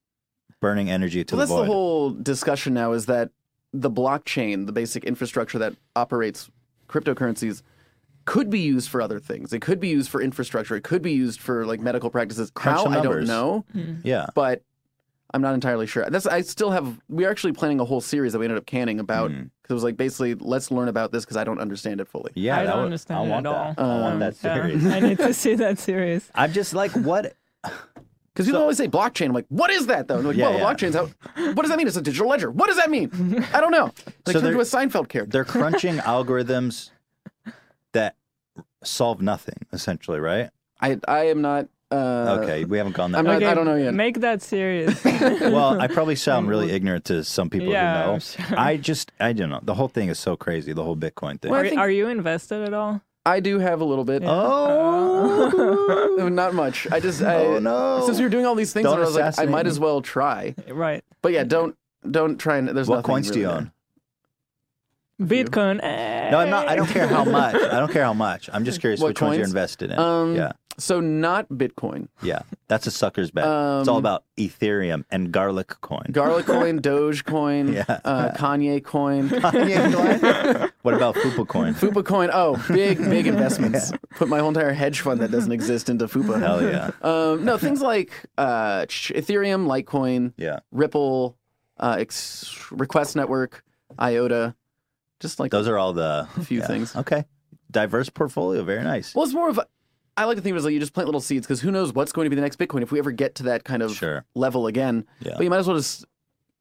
Speaker 2: burning energy to
Speaker 4: well, that's
Speaker 2: the void?
Speaker 4: the whole discussion now is that the blockchain, the basic infrastructure that operates cryptocurrencies, could be used for other things. It could be used for infrastructure. It could be used for like medical practices.
Speaker 2: Crunch
Speaker 4: How
Speaker 2: the
Speaker 4: I don't
Speaker 2: numbers.
Speaker 4: know.
Speaker 3: Mm.
Speaker 2: yeah.
Speaker 4: but I'm not entirely sure. That's I still have. We are actually planning a whole series that we ended up canning about because
Speaker 2: Mm.
Speaker 4: it was like basically let's learn about this because I don't understand it fully.
Speaker 2: Yeah,
Speaker 3: I
Speaker 2: that
Speaker 3: don't
Speaker 2: would-
Speaker 3: understand
Speaker 2: I
Speaker 3: it
Speaker 2: want
Speaker 3: at
Speaker 2: that.
Speaker 3: all. Um,
Speaker 2: I want that
Speaker 3: Yeah,
Speaker 2: series.
Speaker 3: I need to see that series.
Speaker 2: I'm just like, what?
Speaker 4: Because people always say blockchain. I'm like, what is that though? And they're like,
Speaker 2: Yeah,
Speaker 4: well,
Speaker 2: yeah.
Speaker 4: blockchain's out. What does that mean? It's a digital ledger. What does that mean? I don't know. Like
Speaker 2: So
Speaker 4: turned
Speaker 2: there-
Speaker 4: into a Seinfeld character.
Speaker 2: They're crunching algorithms that solve nothing, essentially, right?
Speaker 4: I I am not. Uh,
Speaker 2: Okay, we haven't gone
Speaker 4: I'm
Speaker 2: that.
Speaker 4: not-
Speaker 2: far.
Speaker 4: I don't know yet.
Speaker 3: Make that series.
Speaker 2: well, I probably sound really ignorant to some people
Speaker 3: Yeah,
Speaker 2: who know.
Speaker 3: I'm sure.
Speaker 2: I just, I don't know. The whole thing is so crazy. The whole Bitcoin thing.
Speaker 4: Well, I
Speaker 3: are,
Speaker 4: think-
Speaker 3: are you invested at all?
Speaker 4: I do have a little bit.
Speaker 2: Oh,
Speaker 4: Uh, Not much. I just. I,
Speaker 2: Oh, no.
Speaker 4: Since we were doing all these things,
Speaker 2: Don't
Speaker 4: and I was like, I
Speaker 2: assassinate
Speaker 4: might
Speaker 2: me.
Speaker 4: as well try.
Speaker 3: Right.
Speaker 4: But yeah, don't don't try and. There's
Speaker 2: what
Speaker 4: nothing
Speaker 2: coins do
Speaker 4: really
Speaker 2: you
Speaker 4: there.
Speaker 2: own?
Speaker 3: Bitcoin. eh.
Speaker 2: No, I'm not. I don't care how much. I don't care how much. I'm just curious
Speaker 4: What
Speaker 2: which ones you're
Speaker 4: coins?
Speaker 2: invested in.
Speaker 4: Um,
Speaker 2: yeah,
Speaker 4: So not Bitcoin.
Speaker 2: yeah. That's a sucker's bet. it's all
Speaker 4: um,
Speaker 2: about Ethereum and garlic coin.
Speaker 4: Garlic coin, Doge coin,
Speaker 2: Yeah.
Speaker 4: uh, Kanye coin,
Speaker 2: what about Fupa coin?
Speaker 4: Fupa coin. Oh, big, big investments. Put my whole entire hedge fund that doesn't exist into Fupa.
Speaker 2: Hell yeah.
Speaker 4: Um, no, things like uh, ch- Ethereum, Litecoin,
Speaker 2: Yeah.
Speaker 4: Ripple, uh, ex- Request Network, IOTA, just like
Speaker 2: Those are all the
Speaker 4: a few things.
Speaker 2: Okay. Diverse portfolio. Very nice.
Speaker 4: Well, it's more of a- I like to think of it as like you just plant little seeds because who knows what's going to be the next Bitcoin if we ever get to that kind of
Speaker 2: Sure.
Speaker 4: level again.
Speaker 2: Yeah.
Speaker 4: But you might as well just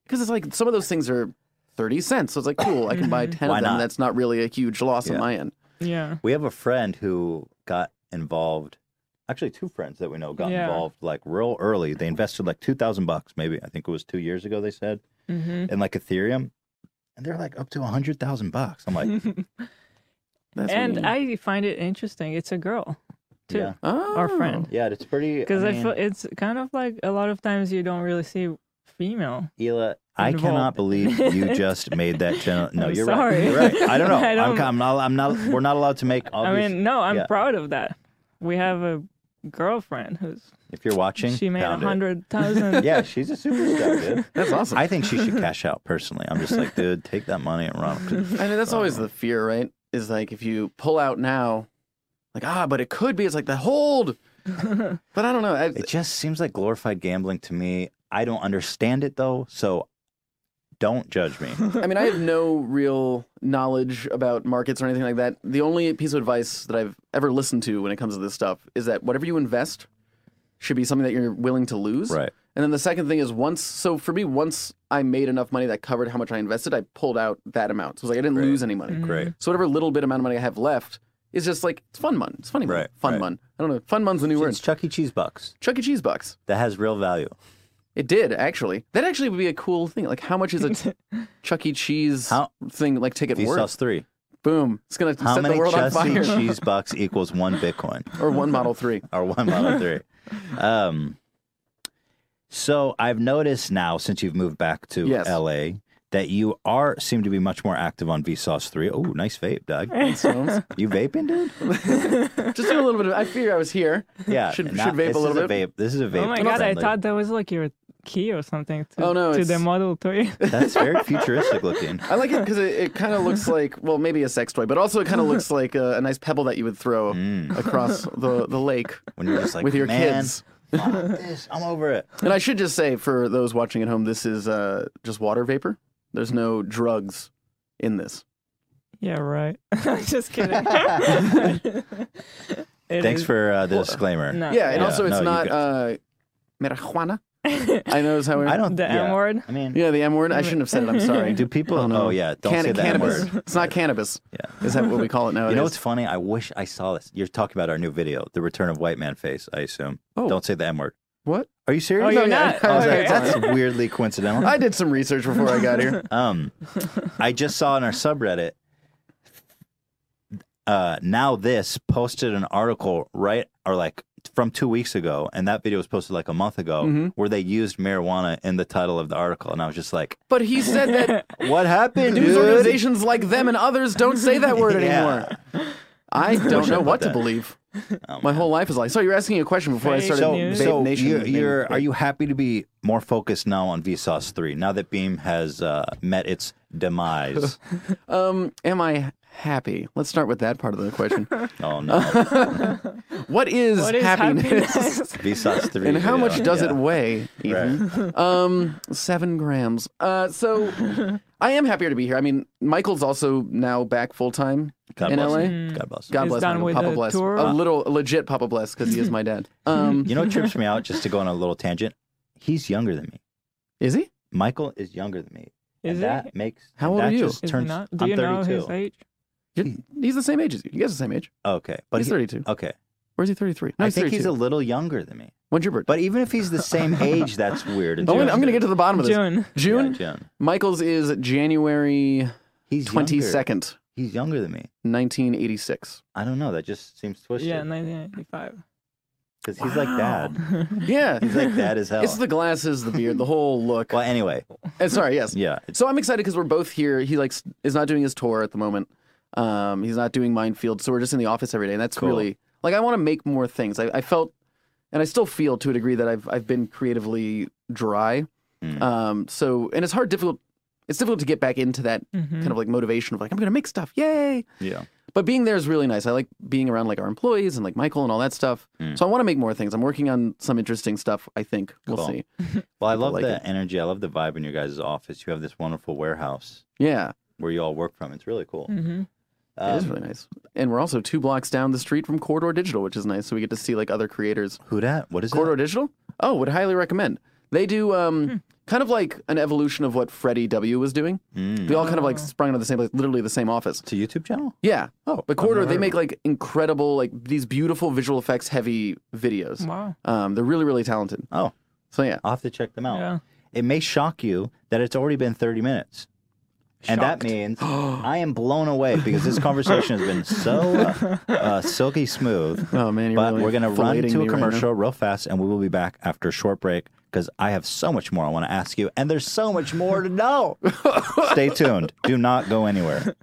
Speaker 4: because it's like some of those things are thirty cents, so it's like cool. I can buy ten
Speaker 2: Why
Speaker 4: of them.
Speaker 2: not?
Speaker 4: That's not really a huge loss
Speaker 2: Yeah.
Speaker 4: on my end.
Speaker 3: Yeah.
Speaker 2: We have a friend who got involved. Actually, two friends that we know got
Speaker 3: Yeah.
Speaker 2: involved like real early. They invested like 2000 bucks, maybe. I think it was two years ago, they said,
Speaker 3: hmm
Speaker 2: in like Ethereum. And they're like up to 100,000 bucks. I'm like,
Speaker 4: That's
Speaker 3: and
Speaker 4: weird.
Speaker 3: I find it interesting. It's a girl, too,
Speaker 2: yeah.
Speaker 4: oh.
Speaker 3: our friend.
Speaker 2: Yeah, it's pretty.
Speaker 3: Because I,
Speaker 2: mean,
Speaker 3: feel it's kind of like a lot of times you don't really see female.
Speaker 2: Hila, I
Speaker 3: involved.
Speaker 2: cannot believe you just made that channel. No,
Speaker 3: I'm
Speaker 2: you're right.
Speaker 3: sorry.
Speaker 2: You're right. I don't know.
Speaker 3: I
Speaker 2: I'm,
Speaker 3: don't-
Speaker 2: I'm not. I'm not. We're not allowed to make.
Speaker 3: I
Speaker 2: Obvious,
Speaker 3: mean, no, I'm
Speaker 2: yeah.
Speaker 3: proud of that. We have a girlfriend who's
Speaker 2: if you're watching,
Speaker 3: she made a
Speaker 2: pound it.
Speaker 3: hundred thousand.
Speaker 2: Yeah, she's a superstar, dude.
Speaker 4: That's awesome. I,
Speaker 2: I think she should cash out personally. I'm just like, dude, take that money and run.
Speaker 4: mean, that's always
Speaker 2: Uh.
Speaker 4: the fear, right? Is like if you pull out now, like ah, but it could be. It's like the hold. but I don't know. I,
Speaker 2: It just seems like glorified gambling to me. I don't understand it though, so don't judge me.
Speaker 4: I mean, I have no real knowledge about markets or anything like that. The only piece of advice that I've ever listened to when it comes to this stuff is that whatever you invest should be something that you're willing to lose.
Speaker 2: Right.
Speaker 4: And then the second thing is once, so for me, once I made enough money that covered how much I invested, I pulled out that amount. So it was like I didn't lose any money.
Speaker 3: Mm-hmm.
Speaker 2: Great.
Speaker 4: So whatever little bit amount of money I have left is just like, it's fun money. It's funny money.
Speaker 2: Right,
Speaker 4: Fun
Speaker 2: right.
Speaker 4: money. I don't know. Fun money's the new word.
Speaker 2: It's Chuck E. Cheese bucks
Speaker 4: Chuck E. Cheese bucks.
Speaker 2: that has real value.
Speaker 4: It did actually. That actually would be a cool thing. Like, how much is a Chuck E. Cheese
Speaker 2: How-
Speaker 4: thing like ticket worth?
Speaker 2: Vsauce three.
Speaker 4: Boom. It's going to
Speaker 2: How
Speaker 4: set the
Speaker 2: many
Speaker 4: world on
Speaker 2: Chuck E.
Speaker 4: fire.
Speaker 2: Cheese bucks equals one Bitcoin
Speaker 4: or one Model 3.
Speaker 2: or one Model Three? Um, So I've noticed now since you've moved back to
Speaker 4: Yes.
Speaker 2: LA that you are seem to be much more active on Vsauce 3. Oh, nice vape, Doug.
Speaker 4: So,
Speaker 2: You vaping, dude?
Speaker 4: just do a little bit of. I figure I was here.
Speaker 2: Yeah.
Speaker 4: Should-
Speaker 2: and
Speaker 4: should vape a
Speaker 2: this
Speaker 4: little
Speaker 2: is
Speaker 4: bit.
Speaker 2: Vape. This is a vape.
Speaker 3: Oh my god, I
Speaker 2: friendly.
Speaker 3: thought that was like your key or something to,
Speaker 4: Oh, no,
Speaker 3: to the
Speaker 4: it's-
Speaker 3: Model 3.
Speaker 2: that's very futuristic looking.
Speaker 4: I like it because it, it kind of looks like, well, maybe a sex toy, but also it kind of looks like a, a nice pebble that you would throw across the, the lake.
Speaker 2: When you're just Mm. like
Speaker 4: With your
Speaker 2: Man,
Speaker 4: kids."
Speaker 2: fuck this. I'm over it.
Speaker 4: And I should just say for those watching at home, this is uh, just water vapor. There's no drugs in this.
Speaker 3: yeah, right. Just kidding. It
Speaker 2: Thanks
Speaker 3: is-
Speaker 2: for uh, the disclaimer.
Speaker 3: No,
Speaker 4: Yeah, and
Speaker 2: Yeah,
Speaker 4: also it's
Speaker 2: no, you
Speaker 4: not
Speaker 2: got-
Speaker 4: uh, marijuana. I know is how we're.
Speaker 2: I don't
Speaker 3: the
Speaker 2: yeah.
Speaker 3: M word.
Speaker 2: I mean,
Speaker 4: Yeah, the M word. I shouldn't have said it. I'm sorry.
Speaker 2: do people?
Speaker 4: no.
Speaker 2: Oh yeah, don't
Speaker 4: Can-
Speaker 2: say that
Speaker 4: cannabis.
Speaker 2: word.
Speaker 4: It's not cannabis.
Speaker 2: Yeah.
Speaker 4: Is that what we call it nowadays?
Speaker 2: You know what's funny? I wish I saw this. You're talking about our new video, the return of white man face. I assume.
Speaker 4: Oh.
Speaker 2: Don't say the M word.
Speaker 4: what?
Speaker 2: Are you serious?
Speaker 3: Oh, you're
Speaker 4: yeah,
Speaker 3: not.
Speaker 4: yeah.
Speaker 2: I was
Speaker 3: Okay.
Speaker 2: like, that's weirdly coincidental.
Speaker 4: I did some research before I got here.
Speaker 2: Um, I just saw in our subreddit. Uh, now this posted an article right or like from two weeks ago, and that video was posted like a month ago,
Speaker 4: Mm-hmm.
Speaker 2: where they used marijuana in the title of the article, and I was just like,
Speaker 4: But he said that
Speaker 2: "What happened,
Speaker 4: news
Speaker 2: dude?"
Speaker 4: organizations like them and others don't say that word
Speaker 2: Yeah.
Speaker 4: anymore. I don't know
Speaker 2: about
Speaker 4: what to
Speaker 2: that.
Speaker 4: believe.
Speaker 2: Oh,
Speaker 4: My whole life is like. So you're asking a question before I
Speaker 3: Fake
Speaker 4: started.
Speaker 2: So,
Speaker 3: Vape
Speaker 2: so
Speaker 4: Vape Nation
Speaker 2: you're,
Speaker 4: thing.
Speaker 2: you're, are you happy to be more focused now on Vsauce three now that Beam has uh, met its demise?
Speaker 4: Um, am I happy? Let's start with that part of the question.
Speaker 2: oh no,
Speaker 4: What is,
Speaker 3: What is
Speaker 4: happiness?
Speaker 3: happiness?
Speaker 2: Vsauce three.
Speaker 4: And how
Speaker 2: video,
Speaker 4: much does
Speaker 2: yeah.
Speaker 4: it weigh? Ethan? Um, seven grams. Uh, so I am happier to be here. I mean, Michael's also now back full time
Speaker 2: God
Speaker 4: in
Speaker 2: bless
Speaker 4: LA.
Speaker 2: him.
Speaker 3: Mm.
Speaker 2: God bless. him.
Speaker 4: God
Speaker 3: He's
Speaker 4: bless
Speaker 3: done
Speaker 4: Michael.
Speaker 3: with
Speaker 4: Papa
Speaker 3: the
Speaker 4: bless.
Speaker 3: tour.
Speaker 4: A little a legit Papa bless because he is my dad. Um,
Speaker 2: You know what trips me out just to go on a little tangent? He's younger than me.
Speaker 4: is he?
Speaker 2: Michael is younger than me. and
Speaker 3: Is
Speaker 2: that
Speaker 3: it?
Speaker 2: makes
Speaker 4: How old
Speaker 2: that
Speaker 4: are you?
Speaker 2: Just
Speaker 3: Is
Speaker 2: turns,
Speaker 3: it not? Do
Speaker 2: I'm
Speaker 3: you know
Speaker 2: 32.
Speaker 3: his age?
Speaker 4: You're- he's the same age as you. You guys are the same age.
Speaker 2: Okay, but
Speaker 4: he's
Speaker 2: he-
Speaker 4: 32.
Speaker 2: Okay,
Speaker 4: Or is he 33? No,
Speaker 2: I
Speaker 4: he's
Speaker 2: think
Speaker 4: 32.
Speaker 2: he's a little younger than me.
Speaker 4: When's your birthday?
Speaker 2: But even if he's the same age, that's weird.
Speaker 4: Oh, wait, I'm going to get to the bottom of this.
Speaker 3: June.
Speaker 4: June?
Speaker 2: Yeah, June.
Speaker 4: Michael's is January
Speaker 2: He's younger.
Speaker 4: 22nd,
Speaker 2: He's younger than me.
Speaker 4: 1986.
Speaker 2: I don't know. That just seems twisted.
Speaker 3: Yeah, 1995.
Speaker 2: because he's like dad.
Speaker 4: Yeah.
Speaker 2: He's like dad as hell.
Speaker 4: It's the glasses, the beard, the whole look.
Speaker 2: well, anyway,
Speaker 4: Uh, sorry, yes.
Speaker 2: yeah. It's,
Speaker 4: So I'm excited because we're both here. He like s- is not doing his tour at the moment. Um, he's not doing minefield, so we're just in the office every day, and that's
Speaker 2: Cool.
Speaker 4: really like I want to make more things. I, I felt, and I still feel to a degree that I've I've been creatively dry.
Speaker 2: Mm.
Speaker 4: Um, so and it's hard, difficult. It's difficult to get back into that
Speaker 3: Mhm.
Speaker 4: kind of like motivation of like I'm gonna make stuff, yay!
Speaker 2: yeah.
Speaker 4: But being there is really nice. I like being around like our employees and like Michael and all that stuff.
Speaker 2: Mm.
Speaker 4: So I want to make more things. I'm working on some interesting stuff. I think we'll
Speaker 2: Cool.
Speaker 4: see.
Speaker 2: Well, I love
Speaker 4: like
Speaker 2: the
Speaker 4: it.
Speaker 2: energy. I love the vibe in your guys' office. You have this wonderful warehouse
Speaker 4: Yeah,
Speaker 2: where you all work from. It's really cool.
Speaker 3: Mhm.
Speaker 2: Um,
Speaker 4: it Mm. is really nice. And we're also two blocks down the street from Corridor Digital, which is nice. So we get to see like other creators.
Speaker 2: Who dat? What is
Speaker 4: Corridor
Speaker 2: it?
Speaker 4: Digital? Oh, would highly recommend. They do um,
Speaker 2: Hmm.
Speaker 4: kind of like an evolution of what Freddie W was doing. They all kind of like sprung out of the same, like literally the same office.
Speaker 2: Mm. It's a YouTube channel.
Speaker 4: Yeah.
Speaker 2: Ah. Oh,
Speaker 4: But
Speaker 2: I've
Speaker 4: Corridor,
Speaker 2: never
Speaker 4: they
Speaker 2: heard
Speaker 4: make like incredible, like these beautiful visual effects heavy videos.
Speaker 3: Wow.
Speaker 4: Um, they're really, really talented.
Speaker 2: Oh,
Speaker 4: So yeah.
Speaker 2: I'll have to check them out.
Speaker 3: Yeah.
Speaker 2: It may shock you that it's already been 30 minutes. And that
Speaker 3: Shocked.
Speaker 2: means I am blown away because this conversation has been so uh, uh, silky smooth.
Speaker 4: Oh man, you're
Speaker 2: But
Speaker 4: really
Speaker 2: we're going to run
Speaker 4: filleting
Speaker 2: to
Speaker 4: me
Speaker 2: a
Speaker 4: right now.
Speaker 2: commercial real fast and we will be back after a short break because I have so much more I want to ask you. And there's so much more to know. Stay tuned. Do not go anywhere.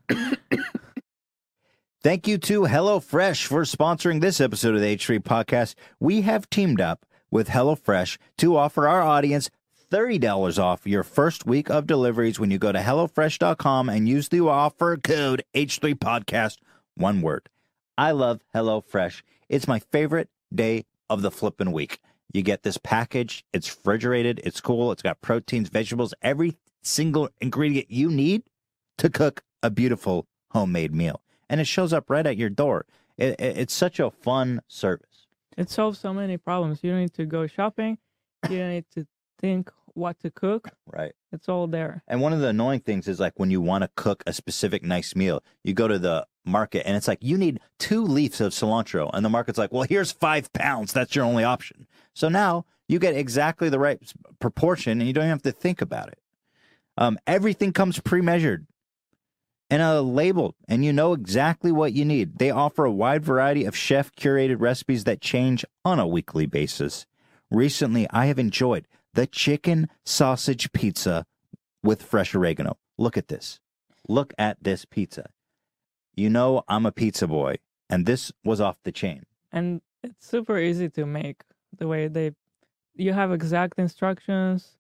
Speaker 2: Thank you to HelloFresh for sponsoring this episode of the H Street Podcast. We have teamed up with HelloFresh to offer our audience $30 off your first week of deliveries when you go to HelloFresh.com and use the offer code H3Podcast, one word. I love HelloFresh. It's my favorite day of the flippin' week. You get this package, it's refrigerated, it's cool, it's got proteins, vegetables, every single ingredient you need to cook a beautiful homemade meal. And it shows up right at your door. It, it- it's such a fun service.
Speaker 3: It solves so many problems. You don't need to go shopping. You don't need to think what to cook.
Speaker 2: Right.
Speaker 3: It's all there.
Speaker 2: And one of the annoying things is like when you want to cook a specific nice meal, you go to the market and it's like, you need two leaves of cilantro. And the market's like, well, here's five pounds. That's your only option. So now you get exactly the right s- proportion and you don't even have to think about it. Um, everything comes pre measured and a label, and you know exactly what you need. They offer a wide variety of chef curated recipes that change on a weekly basis. Recently, I have enjoyed the chicken sausage pizza with fresh oregano. Look at this. Look at this pizza. You know I'm a pizza boy, and this was off the chain.
Speaker 3: and it's super easy to make the way they you have exact instructions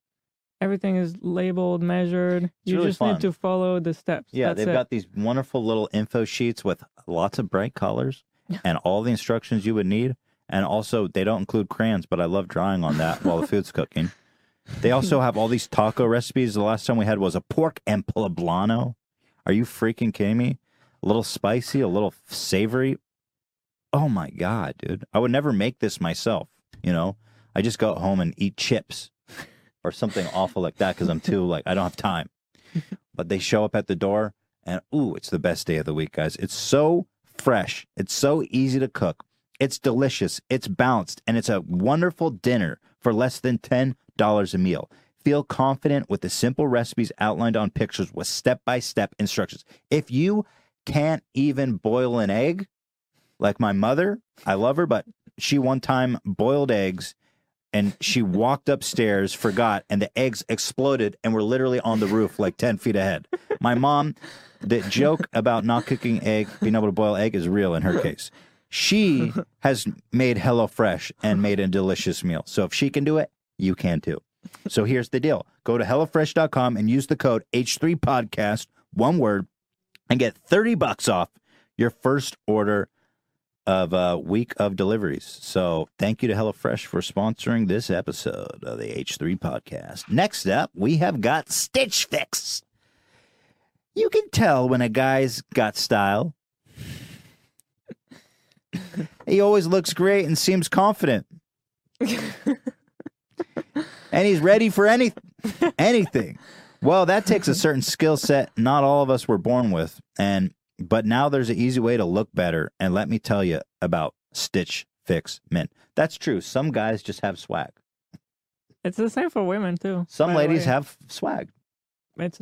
Speaker 3: everything is labeled measured you
Speaker 2: really
Speaker 3: just
Speaker 2: fun.
Speaker 3: need to follow the steps
Speaker 2: Yeah,
Speaker 3: that's
Speaker 2: they've
Speaker 3: it
Speaker 2: got these wonderful little info sheets with lots of bright colors and all the instructions you would need. And also, they don't include crayons, but I love drawing on that while the food's cooking. They also have all these taco recipes. The last time we had was a pork and poblano. Are you freaking kidding me? A little spicy, a little savory. Oh my God, dude. I would never make this myself. You know, I just go home and eat chips or something awful like that because I'm too, like, I don't have time but they show up at the door and ooh, it's the best day of the week, guys. It's so fresh. It's so easy to cook. It's delicious. It's balanced and it's a wonderful dinner for less than $10 a meal. Feel confident with the simple recipes outlined on pictures with step-by-step instructions. If you can't even boil an egg, like my mother, I love her, but she one time boiled eggs and she walked upstairs, forgot, and the eggs exploded and were literally on the roof like 10 feet ahead. My mom, the joke about not cooking egg, being able to boil egg is real in her case. She has made HelloFresh and made a delicious meal. So if she can do it, you can too. So here's the deal go to HelloFresh.com and use the code H3Podcast, one word, and get 30 bucks off your first order of a week of deliveries. So thank you to HelloFresh for sponsoring this episode of the H3 podcast. Next up, we have got Stitch Fix. You can tell when a guy's got style. he always looks great and seems confident. and he's ready for any anything. Well, that takes a certain skill set not all of us were born with. And but now there's an easy way to look better. And let me tell you about Stitch Fix Men. That's true. Some guys just have swag.
Speaker 3: it's the same for women too
Speaker 2: Some
Speaker 3: by the
Speaker 2: ladies
Speaker 3: way.
Speaker 2: have swag.
Speaker 3: it's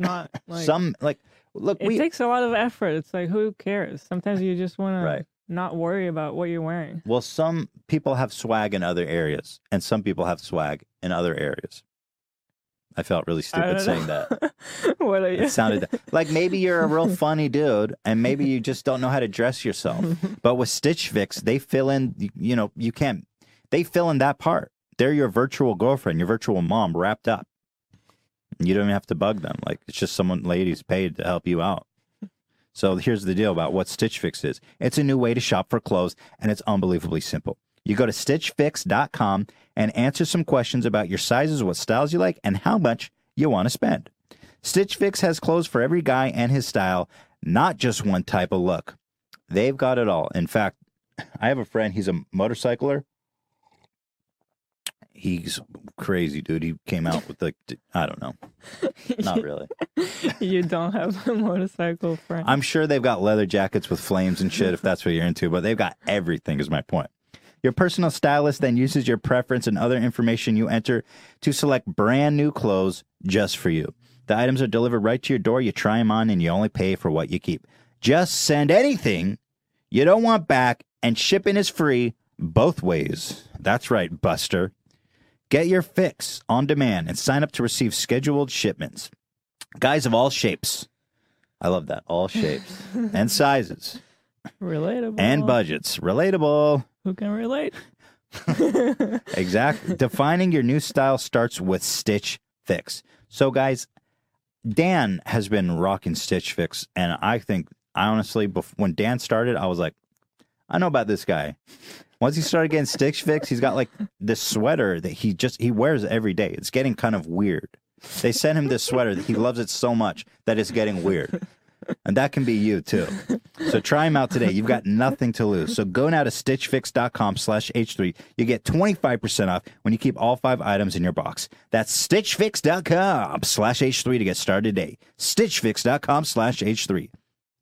Speaker 3: not like
Speaker 2: Some like look
Speaker 3: it
Speaker 2: we
Speaker 3: takes a lot of effort it's like who cares sometimes you just want
Speaker 2: Right.
Speaker 3: to not worry about what you're wearing
Speaker 2: well some people have swag in other areas and some people have swag in other areas. I felt really
Speaker 3: I
Speaker 2: stupid
Speaker 3: don't
Speaker 2: saying that.
Speaker 3: know. what are you
Speaker 2: It sounded like maybe you're a real funny dude and maybe you just don't know how to dress yourself. But with Stitch Fix, they fill in, you know, you can't, they fill in that part. They're your virtual girlfriend, your virtual mom wrapped up. You don't even have to bug them. Like it's just someone, ladies paid to help you out. So here's the deal about what Stitch Fix is it's a new way to shop for clothes, and it's unbelievably simple. You go to stitchfix.com and answer some questions about your sizes, what styles you like, and how much you want to spend. Stitch Fix has clothes for every guy and his style, not just one type of look. They've got it all. In fact, I have a friend, he's a motorcycler. He's crazy, dude. He came out with like, d- I don't know, not really.
Speaker 3: you don't have a motorcycle friend
Speaker 2: I'm sure they've got leather jackets with flames and shit if that's what you're into, but they've got everything, is my point. Your personal stylist then uses your preference and other information you enter to select brand new clothes just for you. The items are delivered right to your door. You try them on and you only pay for what you keep. Just send anything you don't want back, and shipping is free both ways. That's right, Buster. Get your fix on demand and sign up to receive scheduled shipments. Guys of all shapes. I love that. All shapes and sizes
Speaker 3: relatable
Speaker 2: and budgets. Relatable.
Speaker 3: who can relate
Speaker 2: Exactly. Defining your new style starts with Stitch Fix. So, guys, Dan has been rocking Stitch Fix. And I think, I honestly, bef- when Dan started, I was like, I know about this guy. Once he started getting Stitch Fix, he's got like this sweater that he just, he wears every day. It's getting kind of weird. They sent him this sweater. He loves it so much that it's getting weird. And that can be you too. So try them out today. You've got nothing to lose. So go now to stitchfix.com slash H3. You get 25% off when you keep all five items in your box. That's stitchfix.com slash H3 to get started today. Stitchfix.com slash H3.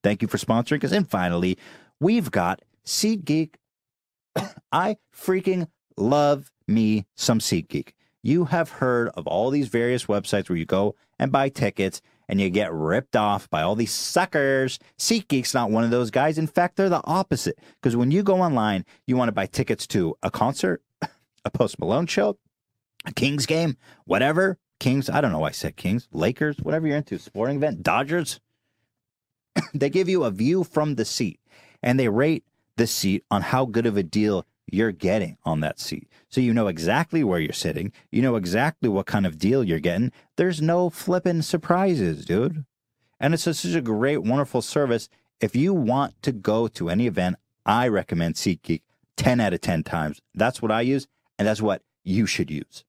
Speaker 2: Thank you for sponsoring us. And finally, we've got SeatGeek. I freaking love me some SeatGeek. You have heard of all these various websites where you go and buy tickets and you get ripped off by all these suckers. SeatGeek's not one of those guys. In fact, they're the opposite. Because when you go online, you want to buy tickets to a concert, a Post Malone show, Kings game, whatever. Kings, I don't know why I said Kings, Lakers, whatever you're into, sporting event, Dodgers. they give you a view from the seat and they rate the seat on how good of a deal you're getting on that seat. So you know exactly where you're sitting, you know exactly what kind of deal you're getting. There's no flippin' surprises, dude. And it's just such a great, wonderful service. If you want to go to any event, I recommend SeatGeek 10 out of 10 times. That's what I use, and that's what you should use.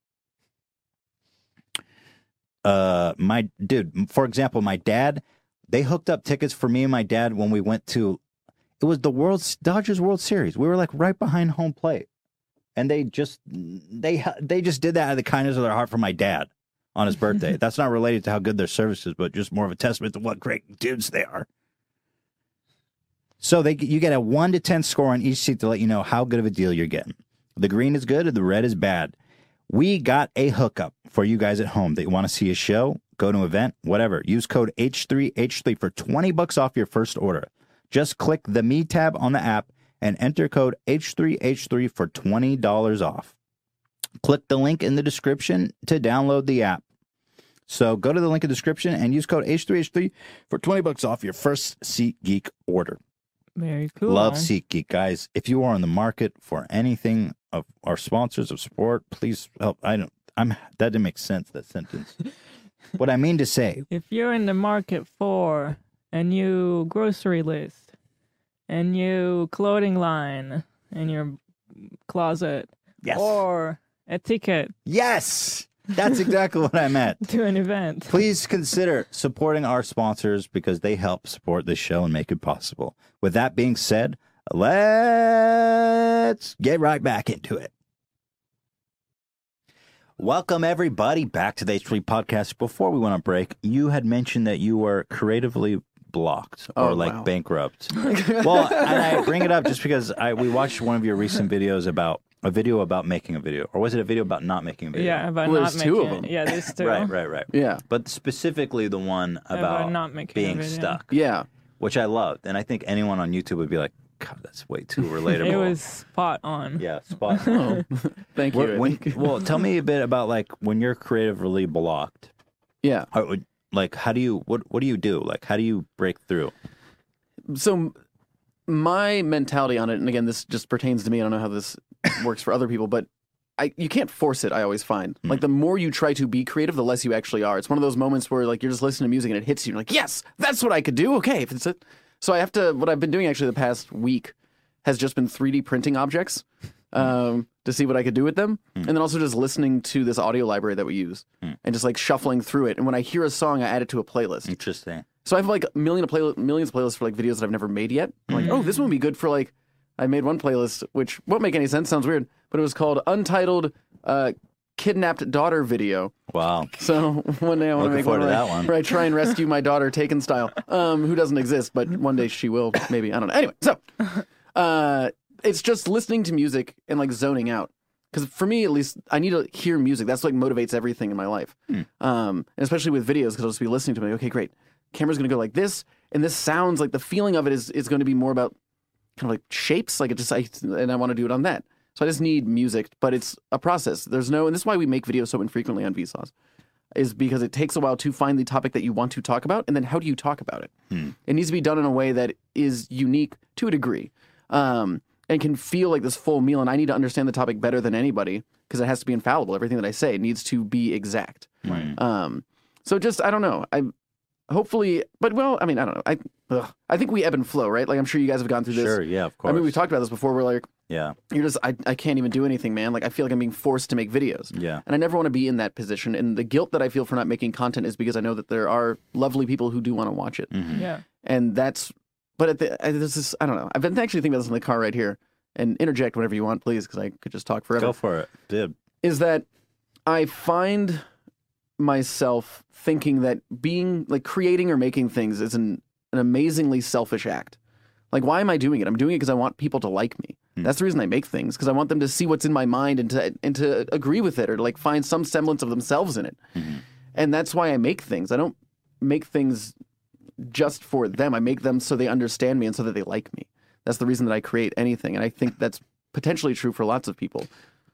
Speaker 2: Uh, my dude, for example, my dad, they hooked up tickets for me and my dad when we went to it was the World Dodgers World Series. We were like right behind home plate, and they just they they just did that out of the kindness of their heart for my dad on his birthday. That's not related to how good their service is, but just more of a testament to what great dudes they are. So they you get a one to ten score on each seat to let you know how good of a deal you're getting. The green is good, and the red is bad. We got a hookup for you guys at home that want to see a show, go to an event, whatever. Use code H3H3 for 20 bucks off your first order. Just click the Me tab on the app and enter code H3H3 for $20 off. Click the link in the description to download the app. So go to the link in the description and use code H3H3 for 20 bucks off your first SeatGeek order.
Speaker 3: Very cool.
Speaker 2: Love SeatGeek, guys. If you are in the market for anything of our sponsors of sport, please help. I don't. I'm that didn't make sense. That sentence. what I mean to say,
Speaker 3: If you're in the market for a new grocery list, a new clothing line in your closet,
Speaker 2: Yes.
Speaker 3: or a ticket
Speaker 2: yes, that's exactly what I meant.
Speaker 3: to an event,
Speaker 2: Please consider supporting our sponsors because they help support this show and make it possible. With that being said, let's get right back into it. Welcome, everybody, back to the H3 podcast. Before we went on break, you had mentioned that you were creatively blocked or
Speaker 4: Oh,
Speaker 2: like
Speaker 4: wow.
Speaker 2: bankrupt. well, and I bring it up just because I we watched one of your recent videos about a video about making a video, or was it a video about not making a video?
Speaker 3: yeah, about
Speaker 4: Well,
Speaker 3: not
Speaker 4: there's two
Speaker 3: making
Speaker 4: of
Speaker 3: it.
Speaker 4: them.
Speaker 3: Yeah, there's two.
Speaker 2: Right, right, right
Speaker 4: Yeah.
Speaker 2: but specifically the one about,
Speaker 3: not making a
Speaker 2: being
Speaker 3: video.
Speaker 2: stuck,
Speaker 4: Yeah.
Speaker 2: which I loved, and I think anyone on YouTube would be like, "God, that's way too relatable."
Speaker 3: It was spot on.
Speaker 2: yeah, spot. on.
Speaker 4: Oh, thank you.
Speaker 2: Wh-
Speaker 4: I
Speaker 2: when-
Speaker 4: think.
Speaker 2: well, tell me a bit about like when you're creatively blocked.
Speaker 4: yeah.
Speaker 2: how would- like, how do you what What do you do? Like, how do you break through?
Speaker 4: so m- my mentality on it and again this just pertains to me i don't know how this works for other people but I, you can't force it i always find like the more you try to be creative the less you actually are it's one of those moments where like you're just listening to music and it hits you and you're like yes that's what i could do okay if it's it so i have to what i've been doing actually the past week has just been 3d printing objects um, to see what i could do with them and then also just listening to this audio library that we use and just like shuffling through it and when i hear a song i add it to a playlist
Speaker 2: Interesting.
Speaker 4: so I have like a million of play- millions of playlists for like videos that I've never made yet. I'm like, oh, this one would be good for like. I made one playlist which won't make any sense. Sounds weird, but it was called "Untitled uh, Kidnapped Daughter Video."
Speaker 2: Wow.
Speaker 4: So one day I want
Speaker 2: Looking
Speaker 4: to make
Speaker 2: forward
Speaker 4: one,
Speaker 2: to
Speaker 4: where, I-
Speaker 2: that one.
Speaker 4: where I try and rescue my daughter, Taken style, um, who doesn't exist, but one day she will. Maybe I don't know. Anyway, so uh, it's just listening to music and like zoning out. Because for me, at least, I need to hear music. That's like motivates everything in my life,
Speaker 2: Hmm.
Speaker 4: um, and especially with videos, because I'll just be listening to it. Like, okay, great. Camera's gonna go like this, and this sounds like the feeling of it is is going to be more about kind of like shapes. Like it just, I, and I want to do it on that. So I just need music, but it's a process. There's no, and this is why we make videos so infrequently on Vsauce, is because it takes a while to find the topic that you want to talk about, and then how do you talk about it?
Speaker 2: Hmm.
Speaker 4: It needs to be done in a way that is unique to a degree, um, and can feel like this full meal. And I need to understand the topic better than anybody because it has to be infallible. Everything that I say needs to be exact.
Speaker 2: Right.
Speaker 4: Um, so just I don't know. I hopefully, but well, I mean, I don't know. I ugh, I think we ebb and flow, right? Like I'm sure you guys have gone through this.
Speaker 2: Sure. Yeah. Of course.
Speaker 4: I mean, we've talked about this before. We're like,
Speaker 2: Yeah.
Speaker 4: you're just I, I can't even do anything, man. Like I feel like I'm being forced to make videos.
Speaker 2: Yeah.
Speaker 4: And I never want to be in that position. And the guilt that I feel for not making content is because I know that there are lovely people who do want to watch it.
Speaker 2: Mm-hmm.
Speaker 3: Yeah.
Speaker 4: And that's but at the I, this is I don't know. I've been actually thinking about this in the car right here. And interject whenever you want, please, because I could just talk forever
Speaker 2: Go for it, dude.
Speaker 4: is that I find myself thinking that being like creating or making things is an, an amazingly selfish act. Like, why am I doing it? I'm doing it because I want people to like me. That's the reason I make things because I want them to see what's in my mind and to and to agree with it or like find some semblance of themselves in it. And that's why I make things. I don't make things just for them. I make them so they understand me and so that they like me. That's the reason that I create anything. And I think that's potentially true for lots of people.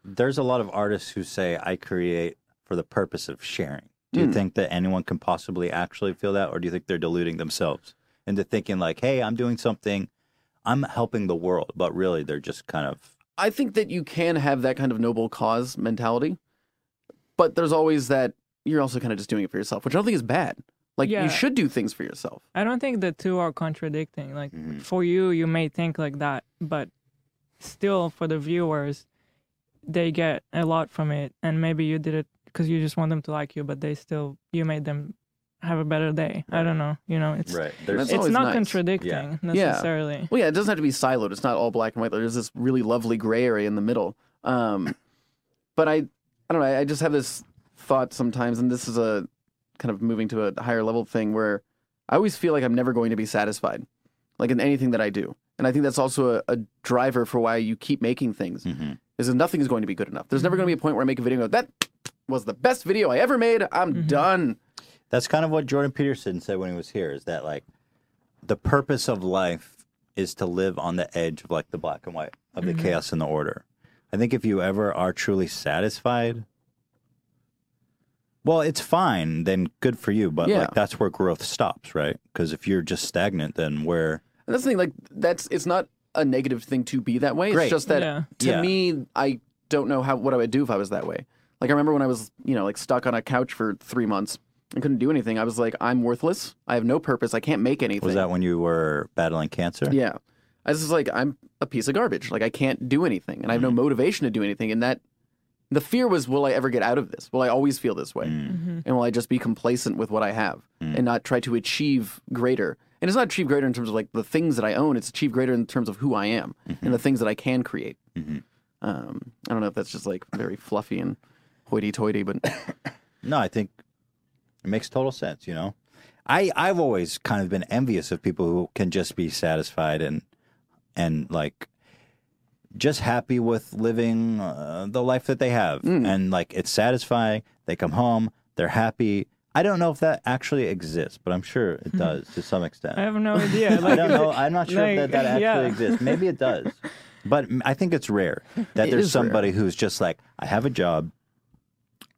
Speaker 2: there's a lot of artists who say I create for the purpose of sharing. Do you
Speaker 4: Hmm.
Speaker 2: think that anyone can possibly actually feel that, or do you think they're deluding themselves into thinking like, "Hey, I'm doing something, I'm helping the world," but really they're just kind of
Speaker 4: I think that you can have that kind of noble cause mentality, but there's always that you're also kind of just doing it for yourself, which I don't think is bad. Like
Speaker 3: Yeah.
Speaker 4: you should do things for yourself.
Speaker 3: I don't think the two are contradicting. Like
Speaker 2: Mhm.
Speaker 3: for you, you may think like that, but still for the viewers, they get a lot from it, and maybe you did it because you just want them to like you, but they still you made them have a better day. I don't know. You know, it's
Speaker 2: right. There's
Speaker 4: That's
Speaker 3: it's
Speaker 4: always
Speaker 3: not
Speaker 4: nice.
Speaker 3: contradicting
Speaker 2: Yeah.
Speaker 3: necessarily.
Speaker 4: Well, yeah, it doesn't have to be siloed. It's not all black and white. There's this really lovely gray area in the middle. Um, but I, I don't know. I, I just have this thought sometimes, and this is a kind of moving to a higher level thing where I always feel like I'm never going to be satisfied, like in anything that I do. And I think that's also a, a driver for why you keep making things.
Speaker 2: Mhm.
Speaker 4: is that nothing is going to be good enough. There's never going to be a point where I make a video and go, that was the best video I ever made. I'm done.
Speaker 2: That's kind of what Jordan Peterson said when he was here is that like the purpose of life is to live on the edge of like the black and white of
Speaker 4: Mm-hmm.
Speaker 2: the chaos and the order. I think if you ever are truly satisfied, well, it's fine, then good for you, but
Speaker 4: Yeah.
Speaker 2: like that's where growth stops, right? Because if you're just stagnant, then where
Speaker 4: And that's the thing, like, that's, it's not a negative thing to be that way.
Speaker 2: Great.
Speaker 4: It's just that
Speaker 3: Yeah.
Speaker 4: to
Speaker 2: Yeah.
Speaker 4: me, I don't know how, what I would do if I was that way. Like, I remember when I was, you know, like stuck on a couch for three months and couldn't do anything. I was like, I'm worthless. I have no purpose. I can't make anything.
Speaker 2: was that when you were battling cancer?
Speaker 4: Yeah. I was just like, I'm a piece of garbage. Like, I can't do anything and I have no motivation to do anything. And that, the fear was, will I ever get out of this? Will I always feel this
Speaker 2: Mm.
Speaker 4: way?
Speaker 3: Mm-hmm.
Speaker 4: And will I just be complacent with what I have and not try to achieve greater? And it's not achieve greater in terms of like the things that I own, it's achieve greater in terms of who I am and the things that I can create. Um, I don't know if that's just like very fluffy and hoity toity, but
Speaker 2: No, I think it makes total sense, you know. I I've always kind of been envious of people who can just be satisfied and and like just happy with living uh, the life that they have and like it's satisfying. They come home, they're happy. I don't know if that actually exists, but I'm sure it does to some extent.
Speaker 3: I have no idea.
Speaker 2: I
Speaker 3: Like,
Speaker 2: don't know. I'm not sure if
Speaker 3: Like,
Speaker 2: that, that actually
Speaker 3: yeah.
Speaker 2: exists. Maybe it does. But m- I think it's rare that
Speaker 4: It
Speaker 2: there's
Speaker 4: is rare.
Speaker 2: somebody who's just like, I have a job.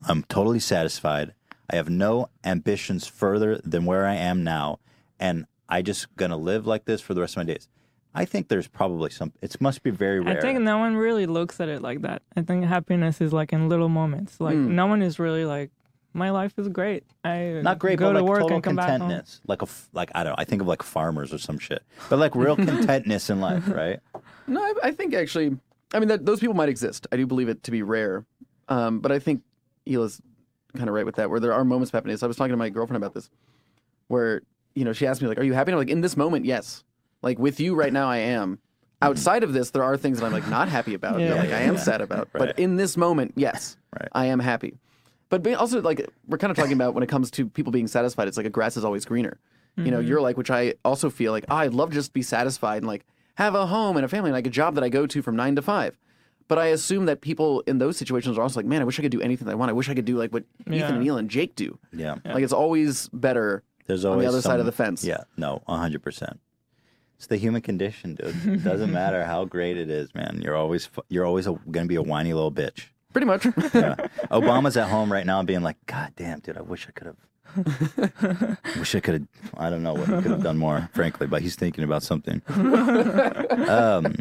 Speaker 2: I'm totally satisfied. I have no ambitions further than where I am now. And I just going to live like this for the rest of my days. I think there's probably some, it must be very rare.
Speaker 3: I think no one really looks at it like that. I think happiness is like in little moments. Like
Speaker 2: Hmm.
Speaker 3: no one is really like, my life is great. I
Speaker 2: not great,
Speaker 3: go
Speaker 2: but
Speaker 3: to
Speaker 2: like
Speaker 3: work
Speaker 2: total
Speaker 3: and come back home.
Speaker 2: contentness. Like a, f- like I don't. know. I think of like farmers or some shit, but like real contentness in life, right?
Speaker 4: No, I, I think actually, I mean, that, those people might exist. I do believe it to be rare. Um, but I think Hila's kind of right with that, where there are moments of happiness. I was talking to my girlfriend about this, where, you know, she asked me, like, are you happy? And I'm like, in this moment, yes. Like, with you right now, I am. Outside of this, there are things that I'm like not happy about,
Speaker 3: Yeah.
Speaker 4: that, like I am sad about. But in this moment, yes,
Speaker 2: Right.
Speaker 4: I am happy. But being also like we're kind of talking about when it comes to people being satisfied, it's like a grass is always greener. You
Speaker 2: Mm-hmm.
Speaker 4: know, you're like, which I also feel like "Ah, I'd love to just be satisfied and like have a home and a family and like a job that I go to from nine to five. But I assume that people in those situations are also like, man, I wish I could do anything that I want. I wish I could do like what Ethan
Speaker 3: Yeah.
Speaker 4: and Neil and Jake do.
Speaker 2: Yeah.
Speaker 4: Like it's always better.
Speaker 2: There's
Speaker 4: on
Speaker 2: always
Speaker 4: the other side
Speaker 2: some-
Speaker 4: of the fence.
Speaker 2: Yeah, no, hundred percent. It's the human condition, dude. It doesn't matter how great it is, man. You're always fu- you're always a, gonna be a whiny little bitch.
Speaker 4: Pretty much.
Speaker 2: Yeah. Obama's at home right now, being like, "God damn, dude, I wish I could have. wish I could have. I don't know what I could have done more, frankly." But he's thinking about something. um,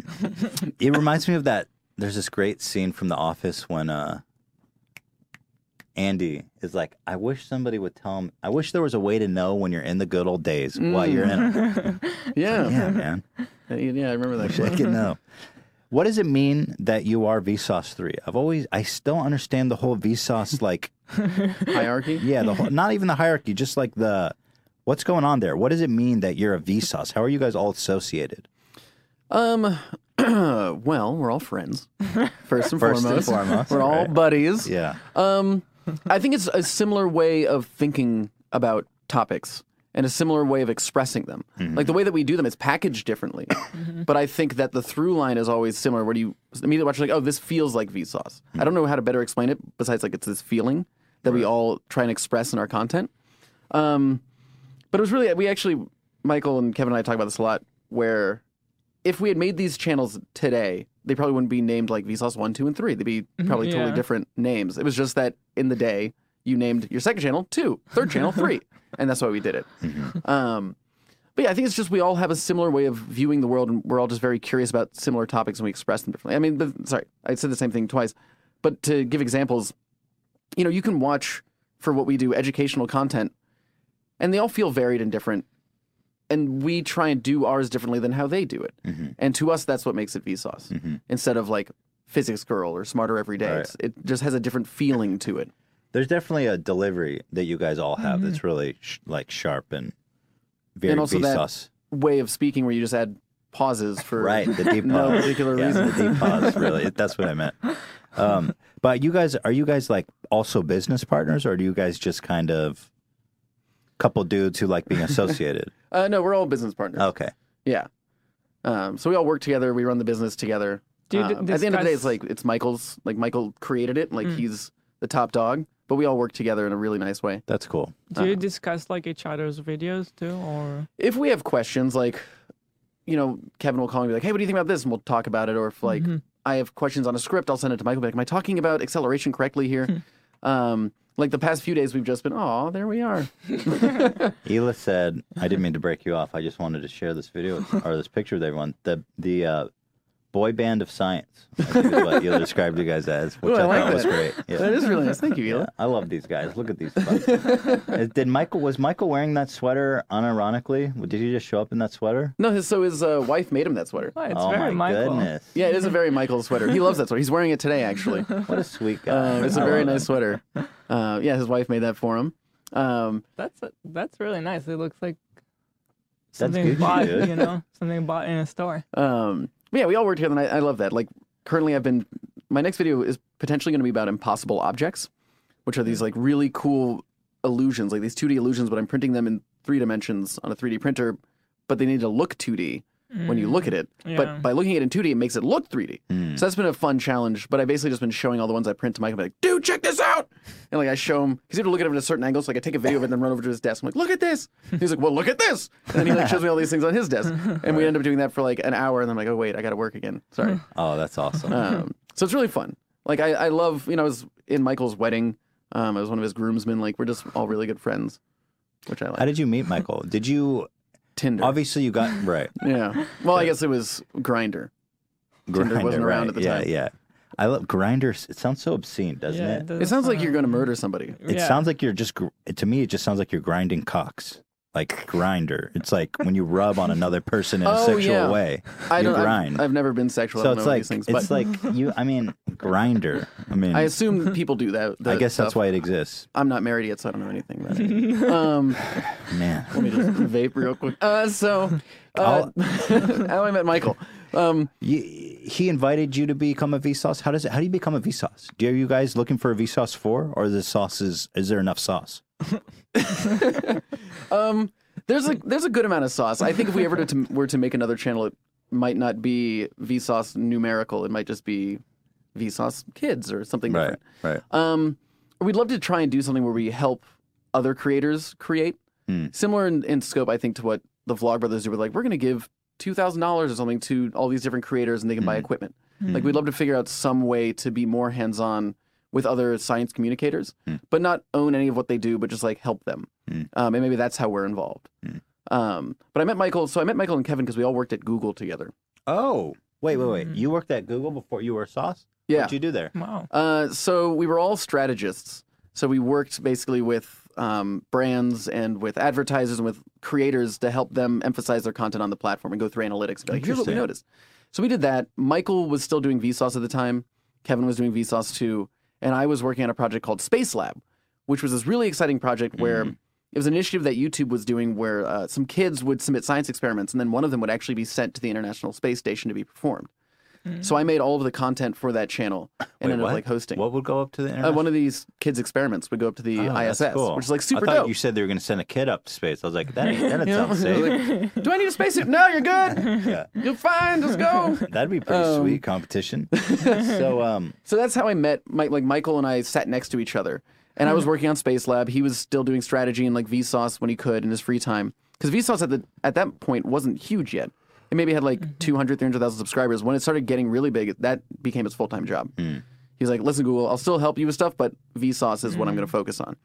Speaker 2: it reminds me of that. There's this great scene from The Office when uh, Andy is like, "I wish somebody would tell him. I wish there was a way to know when you're in the good old days while you're in 'em."
Speaker 4: yeah.
Speaker 2: Yeah, man.
Speaker 4: Uh, yeah. Yeah, I remember that.
Speaker 2: Wish I
Speaker 4: clip.
Speaker 2: could know. What does it mean that you are Vsauce three? I've always, I still don't understand the whole Vsauce like
Speaker 4: Hierarchy.
Speaker 2: yeah, the whole, not even the hierarchy, just like the what's going on there. What does it mean that you're a Vsauce? How are you guys all associated?
Speaker 4: Um, well, we're all friends. First and
Speaker 2: First and
Speaker 4: foremost,
Speaker 2: foremost,
Speaker 4: we're all
Speaker 2: right.
Speaker 4: buddies.
Speaker 2: Yeah.
Speaker 4: Um, I think it's a similar way of thinking about topics and a similar way of expressing them. Like the way that we do them is packaged differently, but I think that the through line is always similar. Where do you immediately watch like, oh, this feels like Vsauce. I don't know how to better explain it besides like it's this feeling that we all try and express in our content. Um, but it was really we actually Michael and Kevin and I talk about this a lot. Where if we had made these channels today, they probably wouldn't be named like Vsauce one, two, and three. They'd be probably totally
Speaker 3: yeah.
Speaker 4: different names. It was just that in the day you named your second channel two, third channel three, and that's why we did it. Um, but yeah, I think it's just we all have a similar way of viewing the world, and we're all just very curious about similar topics, and we express them differently. I mean, the, sorry, I said the same thing twice, but to give examples, you know, you can watch for what we do educational content, and they all feel varied and different, and we try and do ours differently than how they do it.
Speaker 2: Mm-hmm.
Speaker 4: And to us, that's what makes it Vsauce instead of like Physics Girl or Smarter Every Day.
Speaker 2: Right.
Speaker 4: It's, it just has a different feeling to it.
Speaker 2: There's definitely a delivery that you guys all have that's really sh- like sharp and very
Speaker 4: And also that-
Speaker 2: Vsauce.
Speaker 4: Way of speaking where you just add pauses for
Speaker 2: Right, the deep
Speaker 4: no
Speaker 2: pause.
Speaker 4: particular
Speaker 2: yeah,
Speaker 4: reason.
Speaker 2: the deep pause. Really, that's what I meant. Um, but you guys, are you guys like also business partners, or do you guys just kind of couple dudes who like being associated?
Speaker 4: Uh, no, we're all business partners.
Speaker 2: okay,
Speaker 4: Yeah. Um, so we all work together. We run the business together.
Speaker 3: Do you d-
Speaker 4: Um, at the end of the day, it's
Speaker 3: discuss-
Speaker 4: like it's Michael's. Like Michael created it.
Speaker 2: Mm.
Speaker 4: Like he's the top dog. But we all work together in a really nice way.
Speaker 2: that's cool.
Speaker 3: Do you discuss like each other's videos too, or
Speaker 4: If we have questions, like you know, Kevin will call me be like, "Hey, what do you think about this?" and we'll talk about it. Or if like
Speaker 2: Mm-hmm.
Speaker 4: I have questions on a script, I'll send it to Michael. Be like, "Am I talking about acceleration correctly here?"
Speaker 2: Hmm.
Speaker 4: um, like the past few days, we've just been, "Oh, there we are."
Speaker 2: Ela said, "I didn't mean to break you off. I just wanted to share this video with- or this picture with everyone. The the uh, boy band of science. I think is what Ela described you guys as, which
Speaker 4: Ooh,
Speaker 2: I,
Speaker 4: I like
Speaker 2: thought was
Speaker 4: that.
Speaker 2: great. Yeah.
Speaker 4: That is really nice. Thank you, Ela.
Speaker 2: Yeah, I love these guys. Look at these. fucks. Uh, Did Michael was Michael wearing that sweater unironically? Did he just show up in that sweater?
Speaker 4: No, his, so his uh, wife made him that sweater.
Speaker 3: oh, it's
Speaker 2: oh
Speaker 3: very
Speaker 2: my
Speaker 3: Michael.
Speaker 2: goodness!
Speaker 4: Yeah, it is a very Michael sweater. He loves that sweater. He's wearing it today, actually.
Speaker 2: What a sweet guy. Oh,
Speaker 4: Um, it's a
Speaker 2: I
Speaker 4: very
Speaker 2: love
Speaker 4: nice
Speaker 2: him.
Speaker 4: sweater. Uh, yeah, his wife made that for him. Um,
Speaker 3: That's that's really nice. It looks like
Speaker 2: That's
Speaker 3: something
Speaker 2: Gucci,
Speaker 3: bought,
Speaker 2: dude.
Speaker 3: you know, something bought in a store.
Speaker 4: um, but yeah, we all work together, and I, I love that. Like currently, I've been my next video is potentially going to be about impossible objects, which are these like really cool illusions, like these two D illusions, but I'm printing them in three dimensions on a three D printer, but they need to look two D when you look at it.
Speaker 3: yeah.
Speaker 4: But by looking at it in two D, it makes it look three D. So that's been a fun challenge. But I basically just been showing all the ones I print to Mike. I'm like, dude, check this out. And like I show him, he's able to look at it at a certain angle. So like I take a video of it and then run over to his desk. I'm like, look at this. And he's like, well, look at this. And then he like shows me all these things on his desk. And we end up doing that for like an hour. And then I'm like, oh wait, I got to work again. Sorry.
Speaker 2: Oh, that's awesome.
Speaker 4: Um, so it's really fun. Like I, I love, you know, I was in Michael's wedding. Um, I was one of his groomsmen. Like we're just all really good friends, which I like.
Speaker 2: How did you meet Michael? Did you
Speaker 4: Tinder.
Speaker 2: obviously you got right?
Speaker 4: yeah. Well, I guess it was Grinder. Tinder wasn't
Speaker 2: Grindr,
Speaker 4: around at the
Speaker 2: yeah,
Speaker 4: time.
Speaker 2: Yeah, I love grinders. It sounds so obscene, doesn't
Speaker 3: yeah,
Speaker 2: it?
Speaker 4: It sounds like you're going to
Speaker 2: Um,
Speaker 4: murder somebody.
Speaker 2: It sounds like you're just gr- to me. It just sounds like you're grinding cocks, like grinder. It's like when you rub on another person in a
Speaker 4: Oh,
Speaker 2: sexual
Speaker 4: yeah.
Speaker 2: way.
Speaker 4: I
Speaker 2: you
Speaker 4: don't. I've-
Speaker 2: grind.
Speaker 4: I've, never been sexual.
Speaker 2: so
Speaker 4: I don't
Speaker 2: it's
Speaker 4: know
Speaker 2: like
Speaker 4: these things, but
Speaker 2: it's like you. I mean, grinder. I mean,
Speaker 4: I
Speaker 2: I,
Speaker 4: assume that people do that. that
Speaker 2: guess that's
Speaker 4: stuff.
Speaker 2: why it exists.
Speaker 4: I'm not married yet, so I don't know anything about it. um,
Speaker 2: Man,
Speaker 4: let me just vape real quick. Uh, so, uh, how I met Michael. Um,
Speaker 2: you, he invited you to become a Vsauce. How does it? How do you become a Vsauce? Do are you guys looking for a Vsauce four, or the sauce is? Is there enough sauce?
Speaker 4: there's a there's a good amount of sauce. I think if we ever to, were to make another channel, it might not be Vsauce numerical. It might just be Vsauce Kids or something different.
Speaker 2: right.
Speaker 4: Um, we'd love to try and do something where we help other creators create, similar in, in scope, I think, to what the Vlogbrothers do. We're like, we're going to give two thousand dollars or something to all these different creators, and they can buy equipment. Like, we'd love to figure out some way to be more hands-on with other science communicators, but not own any of what they do, but just like help them. Um, and maybe that's how we're involved. Um, but I met Michael, so I met Michael and Kevin because we all worked at Google together.
Speaker 2: Oh, wait, wait, wait. You worked at Google before you were a sauce.
Speaker 4: Yeah.
Speaker 2: What'd you do there?
Speaker 3: wow.
Speaker 4: Uh, so we were all strategists. So we worked basically with um, brands and with advertisers and with creators to help them emphasize their content on the platform and go through analytics. And be like, here's what we
Speaker 2: Interesting.
Speaker 4: noticed. So we did that. Michael was still doing Vsauce at the time. Kevin was doing Vsauce too, and I was working on a project called Space Lab, which was this really exciting project where
Speaker 2: Mm-hmm.
Speaker 4: it was an initiative that YouTube was doing where uh, some kids would submit science experiments, and then one of them would actually be sent to the International Space Station to be performed. So I made all of the content for that channel and
Speaker 2: Mm. Wait,
Speaker 4: ended
Speaker 2: what?
Speaker 4: up like hosting.
Speaker 2: What would go up to the
Speaker 4: Uh,
Speaker 2: internet?
Speaker 4: one of these kids' experiments would go up to the
Speaker 2: Oh, that's
Speaker 4: ISS,
Speaker 2: cool.
Speaker 4: which is like super
Speaker 2: I thought
Speaker 4: dope.
Speaker 2: you said they were going to send a kid up to space. I was like, that ain't, that
Speaker 4: You know?
Speaker 2: sounds safe.
Speaker 4: Like, Do I need a spacesuit? No, you're good.
Speaker 2: Yeah.
Speaker 4: You're fine. Let's go.
Speaker 2: That'd be pretty sweet competition. so, um,
Speaker 4: um, So that's how I met Mike. Like Michael and I sat next to each other, and I was
Speaker 2: Hmm.
Speaker 4: working on Space Lab. He was still doing strategy and like Vsauce when he could in his free time, because Vsauce at the at that point wasn't huge yet. It maybe had like
Speaker 2: Mm-hmm.
Speaker 4: 200, 300,000 subscribers. When it started getting really big, that became his full time job.
Speaker 2: Hmm.
Speaker 4: He's like, listen, Google, I'll still help you with stuff, but Vsauce is what I'm going
Speaker 2: Hmm.
Speaker 4: to focus on.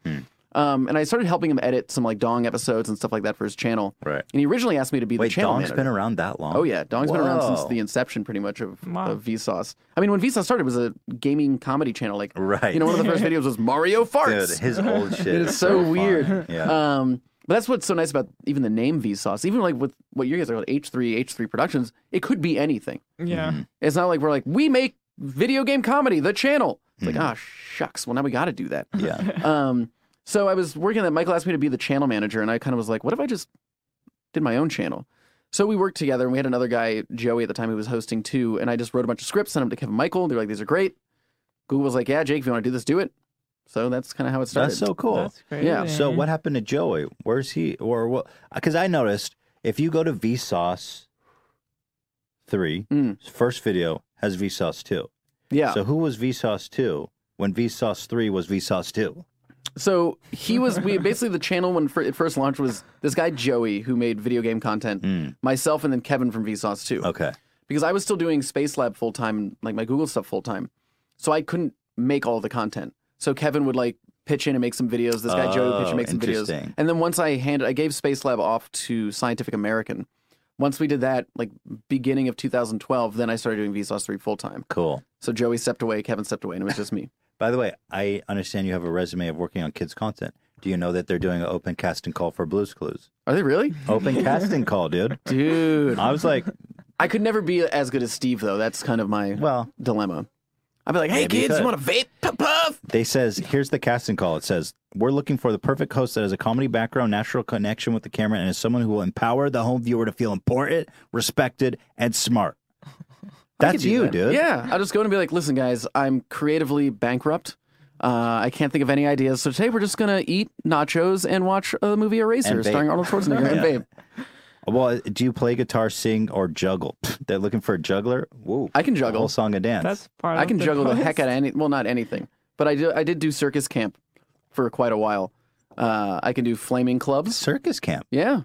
Speaker 4: Um, and I started helping him edit some like Dong episodes and stuff like that for his channel.
Speaker 5: Right.
Speaker 4: And he originally asked me to be
Speaker 2: Wait,
Speaker 4: the channel
Speaker 2: Dong's
Speaker 4: manager.
Speaker 2: been around that long?
Speaker 4: Oh yeah, Dong's been around since
Speaker 2: Whoa.
Speaker 4: the inception, pretty much of,
Speaker 3: Wow.
Speaker 4: of Vsauce. I mean, when Vsauce started, it was a gaming comedy channel. Like,
Speaker 2: Right.
Speaker 4: you know, one of the first videos was Mario
Speaker 2: Dude,
Speaker 4: farts.
Speaker 2: his old shit.
Speaker 4: It is
Speaker 2: is
Speaker 4: so
Speaker 2: fun.
Speaker 4: weird.
Speaker 2: Yeah.
Speaker 4: Um, but that's what's so nice about even the name Vsauce. Even like with what you guys are called H three H three Productions, it could be anything.
Speaker 3: Yeah.
Speaker 2: Mm-hmm.
Speaker 4: It's not like we're like we make video game comedy, the channel. It's
Speaker 2: Hmm.
Speaker 4: like ah shucks. Well now we got to do that.
Speaker 2: yeah.
Speaker 4: um, so I was working that Michael asked me to be the channel manager, and I kind of was like, what if I just did my own channel? So we worked together, and we had another guy, Joey, at the time who was hosting too, and I just wrote a bunch of scripts, sent them to Kevin Michael. They were like, these are great. Google was like, yeah, Jake, if you want to do this, do it. So that's kind of how it started.
Speaker 2: That's so cool.
Speaker 3: That's crazy.
Speaker 4: Yeah.
Speaker 2: So what happened to Joey? Where's he? Or what? Because I noticed if you go to Vsauce three,
Speaker 4: Mm.
Speaker 2: first video has Vsauce two.
Speaker 4: yeah.
Speaker 2: So who was Vsauce two when Vsauce three was Vsauce two?
Speaker 4: So he was we basically the channel when fir- it first launched was this guy Joey who made video game content, myself, and then Kevin from Vsauce too.
Speaker 2: Mm. Okay.
Speaker 4: Because I was still doing Space Lab full time, like my Google stuff full time, so I couldn't make all the content. So Kevin would like pitch in and make some videos. This guy Joey would pitch
Speaker 2: Oh,
Speaker 4: and make some videos.
Speaker 2: interesting.
Speaker 4: And then once I handed, I gave Space Lab off to Scientific American. Once we did that, like beginning of 2012, then I started doing Vsauce three full time.
Speaker 2: Cool.
Speaker 4: So Joey stepped away, Kevin stepped away, and it was just me.
Speaker 2: By the way, I understand you have a resume of working on kids' content. Do you know that they're doing an open casting call for Blues Clues?
Speaker 4: Are they really,
Speaker 2: Open casting call, dude.
Speaker 4: dude?
Speaker 2: I was like,
Speaker 4: I could never be as good as Steve, though. That's kind of my
Speaker 2: well,
Speaker 4: dilemma. I'd be like, hey,
Speaker 2: Maybe you
Speaker 4: kids, you
Speaker 2: could.
Speaker 4: want a vape? Puff, puff.
Speaker 2: they says here's the casting call. It says we're looking for the perfect host that has a comedy background, natural connection with the camera, and is someone who will empower the home viewer to feel important, respected, and smart. That's you, dude.
Speaker 4: Yeah. I'll just go in and be like, listen, guys, I'm creatively bankrupt. Uh, I can't think of any ideas. So today we're just going to eat nachos and watch the movie Eraser
Speaker 2: And vape.
Speaker 4: starring Arnold Schwarzenegger and
Speaker 2: Yeah.
Speaker 4: Babe.
Speaker 2: Well, do you play guitar, sing, or juggle? They're looking for a juggler. Whoa,
Speaker 4: I can
Speaker 2: a whole
Speaker 4: juggle.
Speaker 2: song and dance.
Speaker 3: That's part.
Speaker 4: I
Speaker 3: of
Speaker 4: can
Speaker 3: the
Speaker 4: juggle the heck
Speaker 3: process.
Speaker 4: out of any, well, not anything, but I, do, I did do circus camp for quite a while. Uh, I can do flaming clubs.
Speaker 2: circus camp.
Speaker 4: Yeah.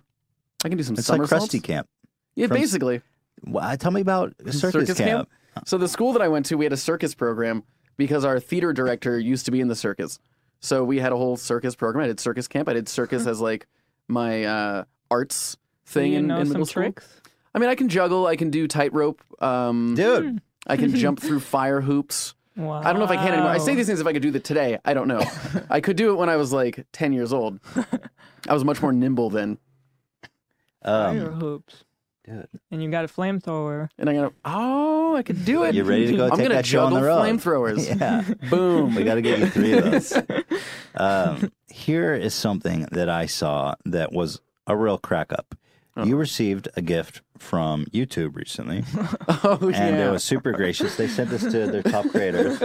Speaker 4: I can do some
Speaker 2: It's like
Speaker 4: somersaults.
Speaker 2: Krusty Camp.
Speaker 4: yeah,
Speaker 2: from-
Speaker 4: basically.
Speaker 2: Well, tell me about circus, camp.
Speaker 4: So the school that I went to, we had a circus program because our theater director used to be in the circus. So we had a whole circus program. I did circus camp. I did circus as like my uh, arts
Speaker 3: Do
Speaker 4: thing
Speaker 3: Hmm. you
Speaker 4: in,
Speaker 3: know
Speaker 4: in
Speaker 3: some
Speaker 4: middle school.
Speaker 3: tricks?
Speaker 4: I mean, I can juggle. I can do tightrope. Um,
Speaker 2: Dude,
Speaker 4: I can jump through fire hoops.
Speaker 3: Wow.
Speaker 4: I don't know if I can anymore. I say these things if I could do that today. I don't know. I could do it when I was like 10 years old. I was much more nimble then. Hmm.
Speaker 3: Fire
Speaker 2: um,
Speaker 3: hoops. And you got a flamethrower.
Speaker 4: And I got, oh, I could do it.
Speaker 2: you ready to go
Speaker 4: I'm
Speaker 2: take
Speaker 4: gonna
Speaker 2: that show on
Speaker 4: juggle
Speaker 2: the road?
Speaker 4: flamethrowers.
Speaker 2: yeah.
Speaker 4: Boom.
Speaker 2: We got to get you three of those. Um, here is something that I saw that was a real crack up. You received a gift from YouTube recently,
Speaker 4: Oh,
Speaker 2: and
Speaker 4: yeah.
Speaker 2: it was super gracious. They sent this to their top creators,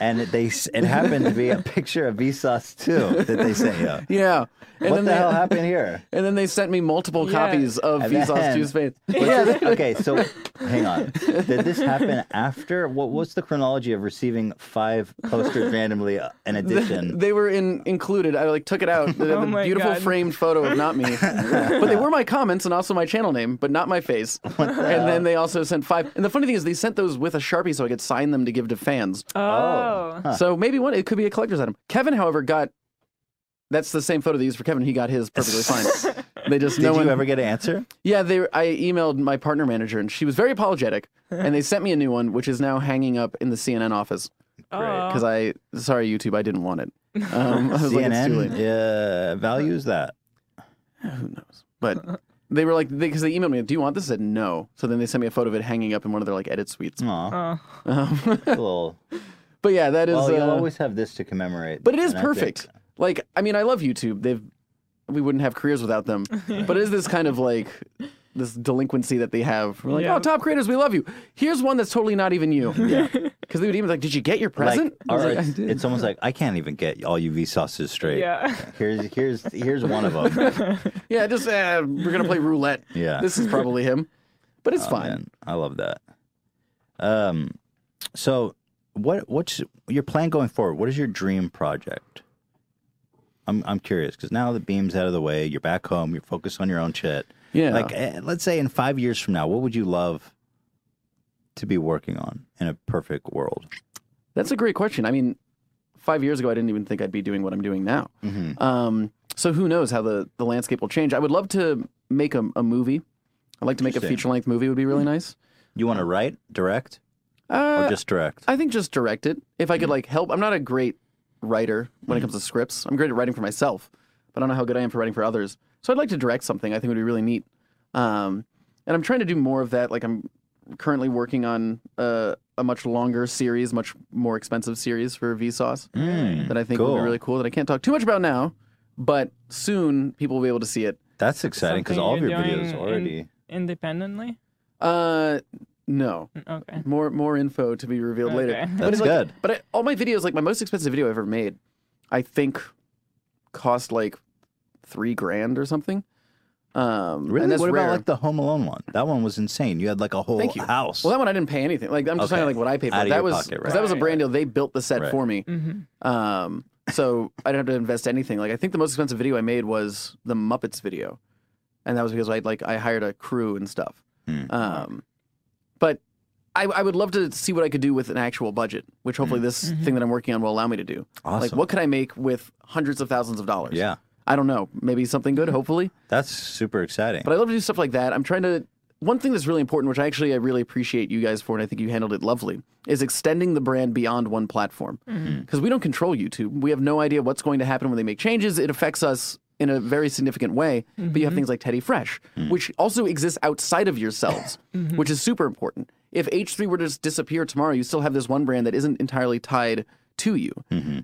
Speaker 2: and it, they s- it happened to be a picture of Vsauce too that they sent you.
Speaker 4: Yeah. And
Speaker 2: what the
Speaker 4: then they,
Speaker 2: hell happened here?
Speaker 4: And then they sent me multiple
Speaker 3: Yeah.
Speaker 4: copies of
Speaker 2: And
Speaker 4: Vsauce
Speaker 2: then-
Speaker 4: Two Spades.
Speaker 2: Was
Speaker 4: Yeah.
Speaker 2: this- okay, so hang on. Did this happen after? What was the chronology of receiving five posters randomly uh, in addition?
Speaker 4: They were in included. I like took it out. They have
Speaker 3: Oh
Speaker 4: a
Speaker 3: my
Speaker 4: beautiful
Speaker 3: God.
Speaker 4: framed photo of not me, but they were my comments and also my channel name, but not my face. and then they also sent five. And the funny thing is, they sent those with a sharpie so I could sign them to give to fans.
Speaker 3: Oh.
Speaker 4: So maybe one it could be a collector's item. Kevin, however, got that's the same photo they used for Kevin. He got his perfectly fine. They just
Speaker 2: Did
Speaker 4: no
Speaker 2: you
Speaker 4: one
Speaker 2: ever get an answer?
Speaker 4: Yeah, they. I emailed my partner manager, and she was very apologetic. and they sent me a new one, which is now hanging up in the CNN office
Speaker 3: Oh.
Speaker 4: because I. Sorry, YouTube, I didn't want it. Um, I was like, it's too
Speaker 2: CNN
Speaker 4: late.
Speaker 2: uh, values that.
Speaker 4: Who knows? But they were like, because they, emailed me, do you want this? I said no. So then they sent me a photo of it hanging up in one of their like edit suites.
Speaker 2: Aw,
Speaker 3: Oh.
Speaker 4: Um,
Speaker 2: cool.
Speaker 4: but yeah, that is.
Speaker 2: Well, you'll
Speaker 4: uh,
Speaker 2: always have this to commemorate.
Speaker 4: but it is
Speaker 2: and I think-
Speaker 4: perfect. Like, I mean, I love YouTube. They've. We wouldn't have careers without them. but it is this kind of like. This delinquency that they have. We're like,
Speaker 3: Yeah.
Speaker 4: oh, top creators, we love you. Here's one that's totally not even you. Yeah. Because they would even like, did you get your
Speaker 2: Like,
Speaker 4: present? I
Speaker 2: or
Speaker 4: was like,
Speaker 2: it's,
Speaker 4: "I did."
Speaker 2: it's almost like I can't even get all you Vsauces straight.
Speaker 3: Yeah.
Speaker 2: Here's here's here's one of them.
Speaker 4: Yeah, just uh, we're gonna play roulette.
Speaker 2: Yeah. Oh,
Speaker 4: this is probably him, but it's fine.
Speaker 2: Man, I love that. Um, so what what's your plan going forward? What is your dream project? I'm I'm curious because now the beam's out of the way. You're back home. You're focused on your own shit.
Speaker 4: Yeah.
Speaker 2: Like, eh, let's say in five years from now, what would you love to be working on in a perfect world?
Speaker 4: That's a great question. I mean, five years ago, I didn't even think I'd be doing what I'm doing now. Um, so who knows how the, the landscape will change? I would love to make a, a movie. I'd like to make a
Speaker 2: Interesting.
Speaker 4: feature length movie. Would be really nice.
Speaker 2: You want to write, direct,
Speaker 4: Uh,
Speaker 2: or just direct?
Speaker 4: I think just direct it. If I
Speaker 2: Mm-hmm.
Speaker 4: could like help, I'm not a great writer when it comes to scripts. I'm great at writing for myself, but I don't know how good I am for writing for others. So I'd like to direct something. I think would be really neat. Um, and I'm trying to do more of that. Like I'm currently working on uh, a much longer series, much more expensive series for Vsauce
Speaker 2: Mm,
Speaker 4: that I think would
Speaker 2: cool.
Speaker 4: be really cool. That I can't talk too much about now, but soon people will be able to see it.
Speaker 2: That's exciting because
Speaker 3: Something
Speaker 2: all of your
Speaker 3: you're doing
Speaker 2: videos
Speaker 3: in-
Speaker 2: already.
Speaker 3: independently.
Speaker 4: Uh, no.
Speaker 3: Mm, Okay.
Speaker 4: More more info to be revealed later.
Speaker 3: Okay.
Speaker 4: But
Speaker 2: That's
Speaker 4: it's like-
Speaker 2: good.
Speaker 4: But I, all my videos, like my most expensive video I've ever made, I think cost like three grand or something. Um,
Speaker 2: Really?
Speaker 4: And that's
Speaker 2: what
Speaker 4: rare.
Speaker 2: about like the Home Alone one? That one was insane. You had like a whole
Speaker 4: Thank you.
Speaker 2: house.
Speaker 4: well, that one I didn't pay anything. Like I'm just
Speaker 2: Okay.
Speaker 4: talking like what I paid for.
Speaker 2: Out of
Speaker 4: that
Speaker 2: your
Speaker 4: was
Speaker 2: pocket, right.
Speaker 4: 'cause that was a brand deal. They built the set
Speaker 2: Right.
Speaker 4: for me,
Speaker 3: hmm
Speaker 4: um, so I didn't have to invest anything. Like I think the most expensive video I made was the Muppets video, and that was because I like I hired a crew and stuff.
Speaker 2: Hmm.
Speaker 4: Um, but I, I would love to see what I could do with an actual budget, which
Speaker 2: Hmm.
Speaker 4: hopefully this thing that I'm working on will allow me to do.
Speaker 2: awesome.
Speaker 4: Like, what could I make with hundreds of thousands of dollars?
Speaker 2: yeah,
Speaker 4: I don't know. Maybe something good, hopefully.
Speaker 2: that's super exciting.
Speaker 4: But I love to do stuff like that. I'm trying to. One thing that's really important, which I actually I really appreciate you guys for, and I think you handled it lovely, is extending the brand beyond one platform. Because we don't control YouTube. We have no idea what's going to happen when they make changes. It affects us in a very significant way. But you have things like Teddy Fresh,
Speaker 2: Mm.
Speaker 4: which also exists outside of yourselves, which is super important. If H3 were to just disappear tomorrow, you still have this one brand that isn't entirely tied to you,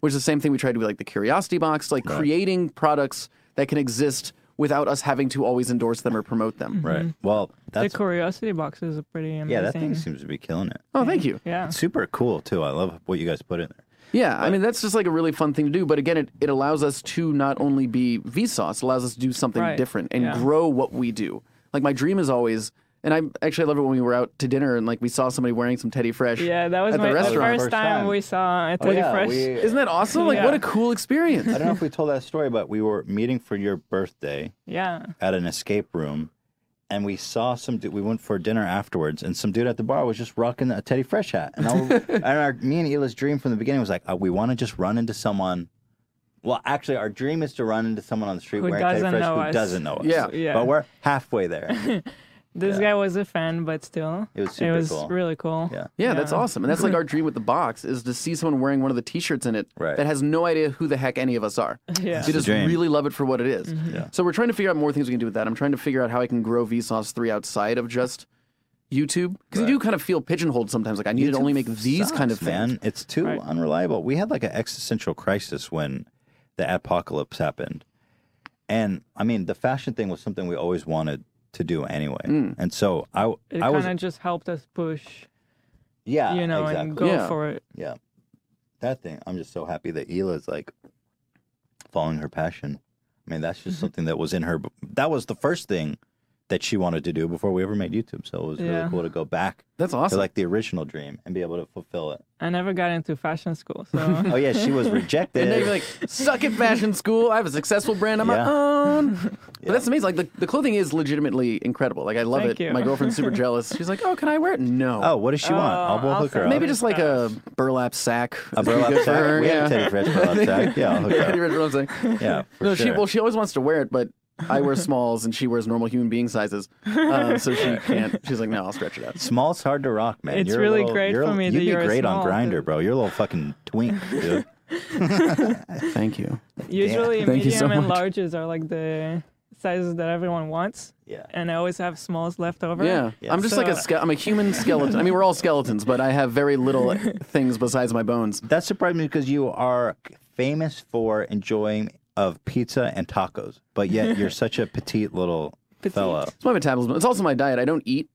Speaker 4: which is the same thing we try to do with like the Curiosity Box, like creating products that can exist without us having to always endorse them or promote them.
Speaker 3: Mm-hmm.
Speaker 2: right. Well,
Speaker 3: The
Speaker 2: that's
Speaker 3: curiosity box is a pretty amazing.
Speaker 2: yeah. That thing seems to be killing it.
Speaker 4: Oh, thank you.
Speaker 3: Yeah.
Speaker 2: Super cool too. I love what you guys put in there.
Speaker 4: Yeah, I mean that's just like a really fun thing to do. But again, it, it allows us to not only be Vsauce, it allows us to do something
Speaker 3: Right,
Speaker 4: different and
Speaker 3: yeah.
Speaker 4: grow what we do. Like my dream is always, and I actually I love it when we were out to dinner and like we saw somebody wearing some Teddy Fresh.
Speaker 3: Yeah, that was
Speaker 4: at
Speaker 3: my
Speaker 4: the restaurant.
Speaker 3: first
Speaker 2: First
Speaker 3: time,
Speaker 2: time. Oh,
Speaker 3: we saw a Teddy Fresh.
Speaker 4: Isn't that awesome? Like what
Speaker 3: Yeah.
Speaker 4: a cool experience.
Speaker 2: I don't know if we told that story, but we were meeting for your birthday
Speaker 3: Yeah.
Speaker 2: at an escape room, and we saw some. dude We went for dinner afterwards, and some dude at the bar was just rocking a Teddy Fresh hat. And, I, and our, me and Hila's dream from the beginning was like, uh, we want to just run into someone. Well, actually, our dream is to run into someone on the street
Speaker 3: Who
Speaker 2: wearing Teddy
Speaker 3: doesn't
Speaker 2: Fresh
Speaker 3: know
Speaker 2: who
Speaker 3: us.
Speaker 2: doesn't know us.
Speaker 4: Yeah.
Speaker 3: Yeah.
Speaker 2: but we're halfway there.
Speaker 3: This guy was a fan, but still,
Speaker 2: It was super
Speaker 3: was
Speaker 2: cool.
Speaker 3: really cool.
Speaker 2: Yeah.
Speaker 4: Yeah, that's
Speaker 3: Yeah.
Speaker 4: awesome. And that's like our dream with the box is to see someone wearing one of the t-shirts in it
Speaker 2: Right.
Speaker 4: that has no idea who the heck any of us are.
Speaker 3: Yeah. Mm-hmm.
Speaker 4: They
Speaker 2: the
Speaker 4: just
Speaker 2: dream.
Speaker 4: really love it for what it is.
Speaker 2: Yeah.
Speaker 4: So we're trying to figure out more things we can do with that. I'm trying to figure out how I can grow Vsauce 3 outside of just YouTube. Because you do kind of feel pigeonholed sometimes. Like, I need to
Speaker 2: YouTube
Speaker 4: only make these
Speaker 2: sucks,
Speaker 4: kind of things.
Speaker 2: Man, it's too unreliable. We had like an existential crisis when the apocalypse happened, and I mean, the fashion thing was something we always wanted to do anyway.
Speaker 4: Mm.
Speaker 2: And so I,
Speaker 3: It
Speaker 2: I
Speaker 3: kind
Speaker 2: was,
Speaker 3: of just helped us push,
Speaker 2: yeah,
Speaker 3: you know,
Speaker 2: exactly.
Speaker 3: and go
Speaker 4: Yeah.
Speaker 3: for it.
Speaker 2: yeah, that thing. I'm just so happy that Hila's like following her passion. I mean, that's just something that was in her. That was the first thing that she wanted to do before we ever made YouTube. So it was really
Speaker 3: Yeah.
Speaker 2: cool to go back
Speaker 4: That's
Speaker 2: to
Speaker 4: awesome.
Speaker 2: like the original dream and be able to fulfill it.
Speaker 3: I never got into fashion school, so
Speaker 2: Oh yeah, she was rejected.
Speaker 4: and then you're like, suck it, fashion school. I have a successful brand on my
Speaker 2: eh. Yeah.
Speaker 4: own. But that's amazing. Like, the, the clothing is legitimately incredible. Like, I love
Speaker 3: Thank
Speaker 4: it.
Speaker 3: you.
Speaker 4: My girlfriend's super jealous. She's like, oh, can I wear it? No.
Speaker 2: Oh, what does she want? I'll, we'll
Speaker 3: I'll
Speaker 2: hook her
Speaker 3: send
Speaker 2: up.
Speaker 3: it.
Speaker 4: Maybe just like a burlap sack.
Speaker 2: a burlap
Speaker 4: Good for
Speaker 2: sack.
Speaker 4: her,
Speaker 2: we have
Speaker 4: yeah.
Speaker 2: a Teddy Fresh burlap sack. Yeah, I'll hook
Speaker 4: Pretty
Speaker 2: her
Speaker 4: much what I'm saying.
Speaker 2: up. Yeah, for
Speaker 4: no,
Speaker 2: sure.
Speaker 4: she well, she always wants to wear it, but I wear smalls and she wears normal human being sizes, uh, so she can't. She's like, no, I'll stretch it out.
Speaker 2: Small's hard to rock, man.
Speaker 3: It's
Speaker 2: You're a
Speaker 3: really
Speaker 2: little-
Speaker 3: great
Speaker 2: you're a-
Speaker 3: for me
Speaker 2: You'd
Speaker 3: that
Speaker 2: be
Speaker 3: you're a
Speaker 2: great on
Speaker 3: small,
Speaker 2: Grinder,
Speaker 3: dude.
Speaker 2: bro. You're a little fucking twink, dude.
Speaker 4: Thank you.
Speaker 3: usually
Speaker 4: Thank you
Speaker 3: medium
Speaker 4: so
Speaker 3: and
Speaker 4: much.
Speaker 3: larges are like the sizes that everyone wants,
Speaker 2: yeah.
Speaker 3: and I always have smalls left over.
Speaker 4: Yeah, I'm just like a
Speaker 3: So-
Speaker 4: ske- I'm a human skeleton. I mean, we're all skeletons, but I have very little things besides my bones.
Speaker 2: That surprised me because you are famous for enjoying of pizza and tacos, but yet you're such a petite little fellow.
Speaker 4: It's my metabolism. It's also my diet. I don't eat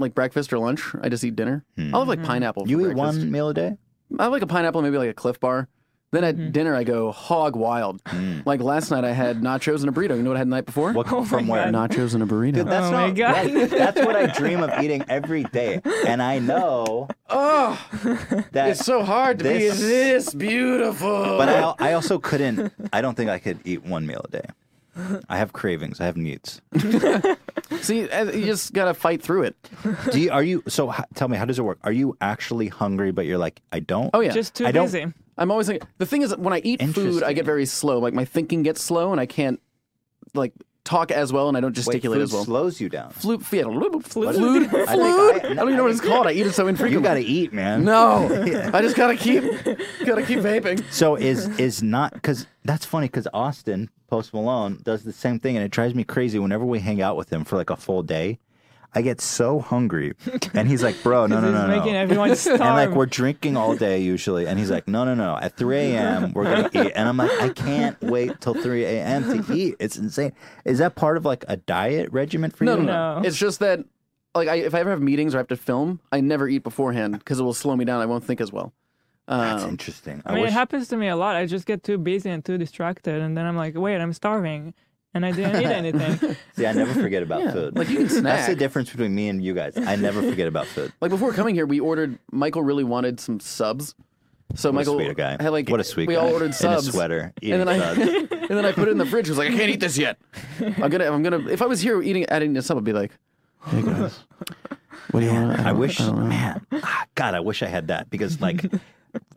Speaker 4: like breakfast or lunch.
Speaker 2: Hmm.
Speaker 4: I just eat dinner. I love like pineapple.
Speaker 2: You
Speaker 4: for
Speaker 2: eat
Speaker 4: breakfast.
Speaker 2: one meal a day?
Speaker 4: I like a pineapple, maybe like a Cliff Bar. Then at dinner, I go hog wild. Like last night, I had nachos and a burrito. You know what I had the night before?
Speaker 2: Hmm. What, from where?
Speaker 4: Nachos and a burrito.
Speaker 2: Dude, that's
Speaker 3: Oh my
Speaker 2: not
Speaker 3: God.
Speaker 2: right. That's what I dream of eating every day, and I know
Speaker 4: oh,
Speaker 2: that.
Speaker 4: it's so hard to
Speaker 2: This-
Speaker 4: be this beautiful.
Speaker 2: but I, I also couldn't. I don't think I could eat one meal a day. I have cravings. I have needs.
Speaker 4: See, uh, you just gotta fight through it.
Speaker 2: Do you, are you? So h- tell me, how does it work? Are you actually hungry, but you're like, I don't.
Speaker 4: Oh yeah.
Speaker 3: Just too
Speaker 2: I don't-
Speaker 3: busy.
Speaker 4: I'm always like the thing is that when I eat food, I
Speaker 2: Interesting.
Speaker 4: get very slow. Like my thinking gets slow, and I can't like talk as well, and I don't
Speaker 2: Wait,
Speaker 4: gesticulate
Speaker 2: food
Speaker 4: as well.
Speaker 2: slows you down.
Speaker 4: Flute, yeah, flute, flute,
Speaker 2: What
Speaker 4: flute.
Speaker 2: I think I-
Speaker 4: I don't even know what it's called. I eat it so
Speaker 2: You
Speaker 4: infrequently.
Speaker 2: got to eat, man.
Speaker 4: No, I just gotta keep, gotta keep vaping.
Speaker 2: So is is not because that's funny because Austin Post Malone does the same thing and it drives me crazy whenever we hang out with him for like a full day. I get so hungry, and he's like, "Bro, no, no,
Speaker 3: This
Speaker 2: no,
Speaker 3: is
Speaker 2: no."
Speaker 3: making everyone starve.
Speaker 2: and like we're drinking all day usually, and he's like, "No, no, no." At 3 a.m. we're gonna eat, and I'm like, "I can't wait till 3 a.m. to eat." It's insane. Is that part of like a diet regimen for
Speaker 4: No,
Speaker 2: you?
Speaker 4: no, no.
Speaker 3: No.
Speaker 4: It's just that, like, I, if I ever have meetings or I have to film, I never eat beforehand because it will slow me down. I won't think as well.
Speaker 2: That's
Speaker 4: Um,
Speaker 2: interesting.
Speaker 3: I mean, it happens to me a lot. I just get too busy and too distracted, and then I'm like, wait, I'm starving, and I didn't eat anything.
Speaker 2: See, I never forget about food.
Speaker 4: like, you can
Speaker 2: That's the
Speaker 4: snack.
Speaker 2: difference between me and you guys. I never forget about food.
Speaker 4: Like before coming here, we ordered. Michael really wanted some subs, so
Speaker 2: What
Speaker 4: Michael
Speaker 2: a sweet guy.
Speaker 4: had like
Speaker 2: what a sweet
Speaker 4: We
Speaker 2: guy.
Speaker 4: all ordered subs.
Speaker 2: In a sweater. Eating
Speaker 4: And then, I,
Speaker 2: subs.
Speaker 4: and then I put it in the fridge. I was like, I can't eat this yet. I'm gonna, I'm gonna. If I was here eating, adding a sub, I'd be like, Hey guys, what do you want?
Speaker 2: I wish, man, ah, God, I wish I had that because, like,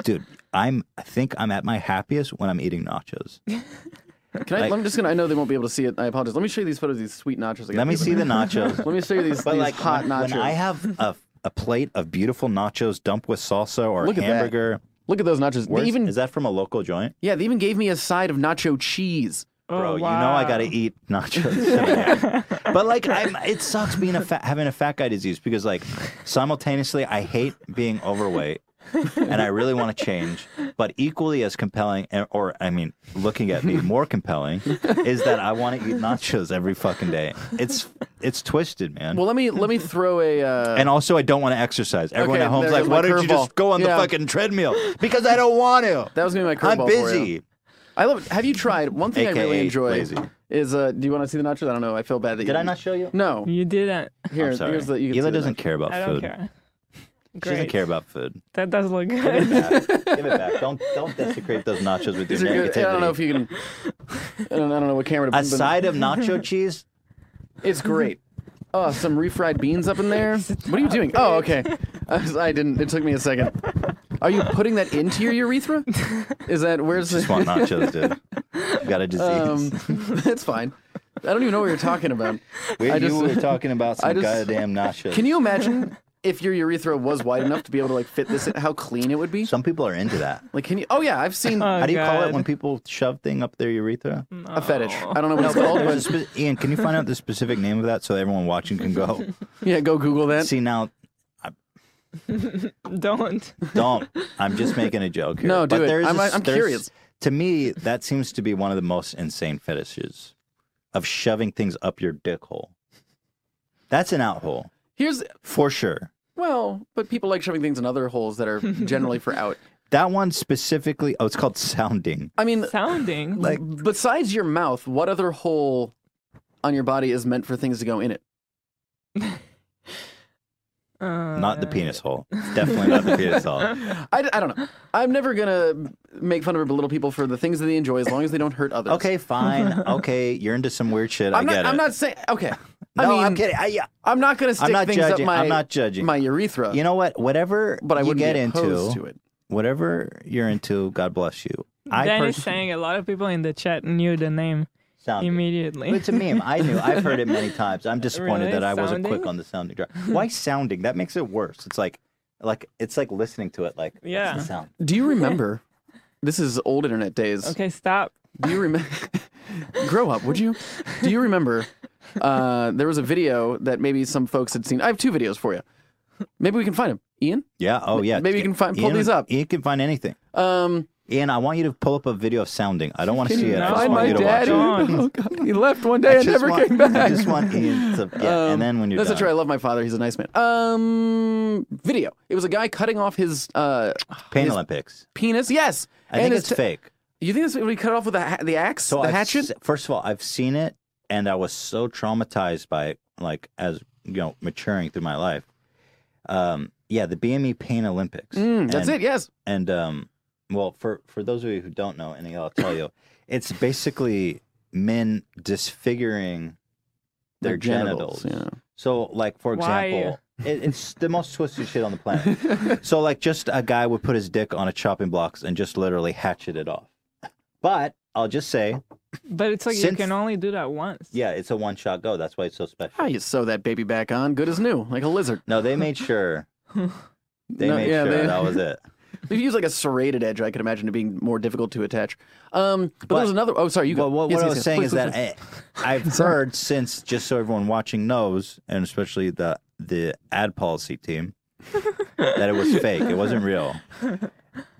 Speaker 2: dude, I'm. I think I'm at my happiest when I'm eating nachos.
Speaker 4: Can I?
Speaker 2: like-
Speaker 4: I'm just gonna. I know they won't be able to see it. I apologize. Let me show you these photos. of These sweet nachos. I got
Speaker 2: Let me
Speaker 4: for
Speaker 2: see
Speaker 4: you.
Speaker 2: the nachos.
Speaker 4: Let me show you these,
Speaker 2: But
Speaker 4: these
Speaker 2: like
Speaker 4: hot
Speaker 2: when,
Speaker 4: nachos.
Speaker 2: when I have a, a plate of beautiful nachos dumped with salsa or
Speaker 4: Look at that.
Speaker 2: hamburger,
Speaker 4: Look at those nachos. They
Speaker 2: where's-
Speaker 4: even
Speaker 2: is that from a local joint?
Speaker 4: yeah, they even gave me a side of nacho cheese.
Speaker 3: Oh,
Speaker 2: Bro,
Speaker 3: wow.
Speaker 2: you know I gotta eat nachos. tonight. but like, I'm, it sucks being a fat, having a fat guy disease because like, simultaneously, I hate being overweight, and I really want to change. But equally as compelling, and- or I mean, looking at me more compelling, is that I want to eat nachos every fucking day. It's it's twisted, man.
Speaker 4: Well, let me let me throw a. Uh,
Speaker 2: and also, I don't want to exercise. Everyone
Speaker 4: Okay,
Speaker 2: at home's
Speaker 4: there
Speaker 2: like,
Speaker 4: goes my
Speaker 2: "Why don't you just
Speaker 4: curveball."
Speaker 2: go on
Speaker 4: Yeah.
Speaker 2: the fucking treadmill?" Because I don't want to.
Speaker 4: that was gonna be my curveball.
Speaker 2: I'm
Speaker 4: for you.
Speaker 2: busy.
Speaker 4: I love it. Have you tried one thing I really
Speaker 2: AKA
Speaker 4: enjoy?
Speaker 2: lazy.
Speaker 4: Is uh, do you want to see the nachos? I don't know. I feel bad that you
Speaker 2: Did I not show you?
Speaker 4: No.
Speaker 3: You didn't.
Speaker 4: Here,
Speaker 2: I'm sorry.
Speaker 4: here's the. You can see
Speaker 2: Hila
Speaker 4: the
Speaker 2: doesn't
Speaker 4: nachos.
Speaker 2: care about
Speaker 3: I don't
Speaker 2: food.
Speaker 3: care. Great.
Speaker 2: She doesn't care about food.
Speaker 3: That does look good.
Speaker 2: Give it back. Don't don't desecrate those nachos with your
Speaker 4: These are good.
Speaker 2: negativity.
Speaker 4: I don't know if you can. I don't, I don't know what camera to.
Speaker 2: a
Speaker 4: but
Speaker 2: side of nacho cheese.
Speaker 4: It's great. Oh, some refried beans up in there. What are you doing? Oh, okay. I, was- I didn't. It took me a second. Are you putting that into your urethra? Is that where's
Speaker 2: Just
Speaker 4: the?
Speaker 2: want nachos, dude. You got a disease.
Speaker 4: Um, that's fine. I don't even know what you're talking about.
Speaker 2: we,
Speaker 4: I
Speaker 2: you
Speaker 4: just-
Speaker 2: were talking about some
Speaker 4: I just-
Speaker 2: goddamn nachos.
Speaker 4: Can you imagine if your urethra was wide enough to be able to like fit this? in, How clean it would be?
Speaker 2: Some people are into that.
Speaker 4: Like, can you? Oh yeah, I've seen
Speaker 3: Oh,
Speaker 2: How do you call it
Speaker 3: God.
Speaker 2: when people shove thing up their urethra?
Speaker 4: a fetish. I don't know what it's called,
Speaker 2: There's a
Speaker 4: but
Speaker 2: spe- Ian, can you find out the specific name of that so everyone watching can go
Speaker 4: yeah, go Google that.
Speaker 2: see now?
Speaker 3: Don't.
Speaker 2: Don't. I'm just making a joke here.
Speaker 4: No, do
Speaker 2: but
Speaker 4: it.
Speaker 2: There's
Speaker 4: I'm-
Speaker 2: a s-
Speaker 4: I'm
Speaker 2: there's-
Speaker 4: curious.
Speaker 2: To me, that seems to be one of the most insane fetishes of shoving things up your dick hole. That's an out hole
Speaker 4: Here's
Speaker 2: for sure.
Speaker 4: well, but people like shoving things in other holes that are generally for out.
Speaker 2: That one specifically. Oh, it's called sounding.
Speaker 4: I mean,
Speaker 3: Sounding.
Speaker 2: Like
Speaker 4: besides your mouth, what other hole on your body is meant for things to go in it?
Speaker 3: Uh,
Speaker 2: not the penis hole. Definitely not the penis hole.
Speaker 4: I, I don't know. I'm never gonna make fun of or belittle people for the things that they enjoy as long as they don't hurt others.
Speaker 2: Okay, fine. Okay, you're into some weird shit.
Speaker 4: I'm
Speaker 2: I
Speaker 4: not.
Speaker 2: get it.
Speaker 4: I'm not saying. Okay.
Speaker 2: No,
Speaker 4: I mean,
Speaker 2: I'm kidding. I, yeah,
Speaker 4: I'm not gonna stick
Speaker 2: I'm not
Speaker 4: things
Speaker 2: judging.
Speaker 4: up my
Speaker 2: I'm not judging.
Speaker 4: my urethra.
Speaker 2: you know what? Whatever
Speaker 4: but I
Speaker 2: you
Speaker 4: wouldn't
Speaker 2: get
Speaker 4: be
Speaker 2: into,
Speaker 4: opposed to it.
Speaker 2: whatever you're into, God bless you. I
Speaker 3: Dan is
Speaker 2: personally-
Speaker 3: saying a lot of people in the chat knew the name
Speaker 2: sounding.
Speaker 3: immediately.
Speaker 2: It's a meme. I knew. I've heard it many times. I'm disappointed
Speaker 3: Really?
Speaker 2: that I wasn't
Speaker 3: Sounding?
Speaker 2: quick on the sounding drive. Why sounding? That makes it worse. It's like, like it's like listening to it. Like, what's the
Speaker 3: Yeah.
Speaker 2: sound?
Speaker 4: Do you remember? this is old internet days.
Speaker 3: okay, stop.
Speaker 4: Do you remember? grow up, would you? Do you remember? Uh, there was a video that maybe some folks had seen. I have two videos for you. Maybe we can find them, Ian.
Speaker 2: Yeah. Oh, yeah.
Speaker 4: Maybe you can find- pull
Speaker 2: Ian-
Speaker 4: these up.
Speaker 2: Ian can find anything.
Speaker 4: Um,
Speaker 2: Ian, I want you to pull up a video of sounding. I don't want to see it. I just
Speaker 3: Find
Speaker 2: want
Speaker 3: my
Speaker 2: you to
Speaker 3: daddy.
Speaker 2: watch it.
Speaker 3: John.
Speaker 4: Oh, God. He left one
Speaker 2: I
Speaker 4: day and
Speaker 2: just
Speaker 4: never
Speaker 2: want-
Speaker 4: came back.
Speaker 2: I just want Ian to. Yeah,
Speaker 4: Um,
Speaker 2: and then when you're
Speaker 4: that's
Speaker 2: done.
Speaker 4: not true. I love my father. He's a nice man. Um, video. It was a guy cutting off his uh
Speaker 2: Pain
Speaker 4: his
Speaker 2: Olympics.
Speaker 4: penis. Yes,
Speaker 2: I think
Speaker 4: his
Speaker 2: it's
Speaker 4: t-
Speaker 2: fake.
Speaker 4: You think that's what he cut off with the, ha- the axe,
Speaker 2: So
Speaker 4: the
Speaker 2: I've
Speaker 4: hatchet?
Speaker 2: se- first of all, I've seen it, and I was so traumatized by it, like as you know, maturing through my life. Um, yeah, the BME Pain Olympics.
Speaker 4: Mm, that's
Speaker 2: And-
Speaker 4: it. Yes.
Speaker 2: And um, well, for for those of you who don't know, and I'll tell you, it's basically men disfiguring their, genitals. So, like for
Speaker 3: Why?
Speaker 2: example, it, it's the most twisted shit on the planet. so, like, just a guy would put his dick on a chopping block and just literally hatchet it off. But I'll just say,
Speaker 3: But it's like you
Speaker 2: Since-
Speaker 3: can only do that once.
Speaker 2: yeah, it's a one shot go. That's why it's so special.
Speaker 4: How you sew that baby back on, good as new, like a lizard.
Speaker 2: No, they made sure. They
Speaker 4: No,
Speaker 2: made
Speaker 4: yeah,
Speaker 2: sure
Speaker 4: they-
Speaker 2: that was it.
Speaker 4: If you use like a serrated edge, I could imagine it being more difficult to attach. Um, but, there was another. Oh, sorry. You go.
Speaker 2: Well, what,
Speaker 4: Yes,
Speaker 2: what I
Speaker 4: yes,
Speaker 2: was
Speaker 4: yes.
Speaker 2: saying
Speaker 4: Please,
Speaker 2: is
Speaker 4: please,
Speaker 2: that
Speaker 4: please.
Speaker 2: I, I've heard since, just so everyone watching knows, and especially the the ad policy team, that it was fake. It wasn't real.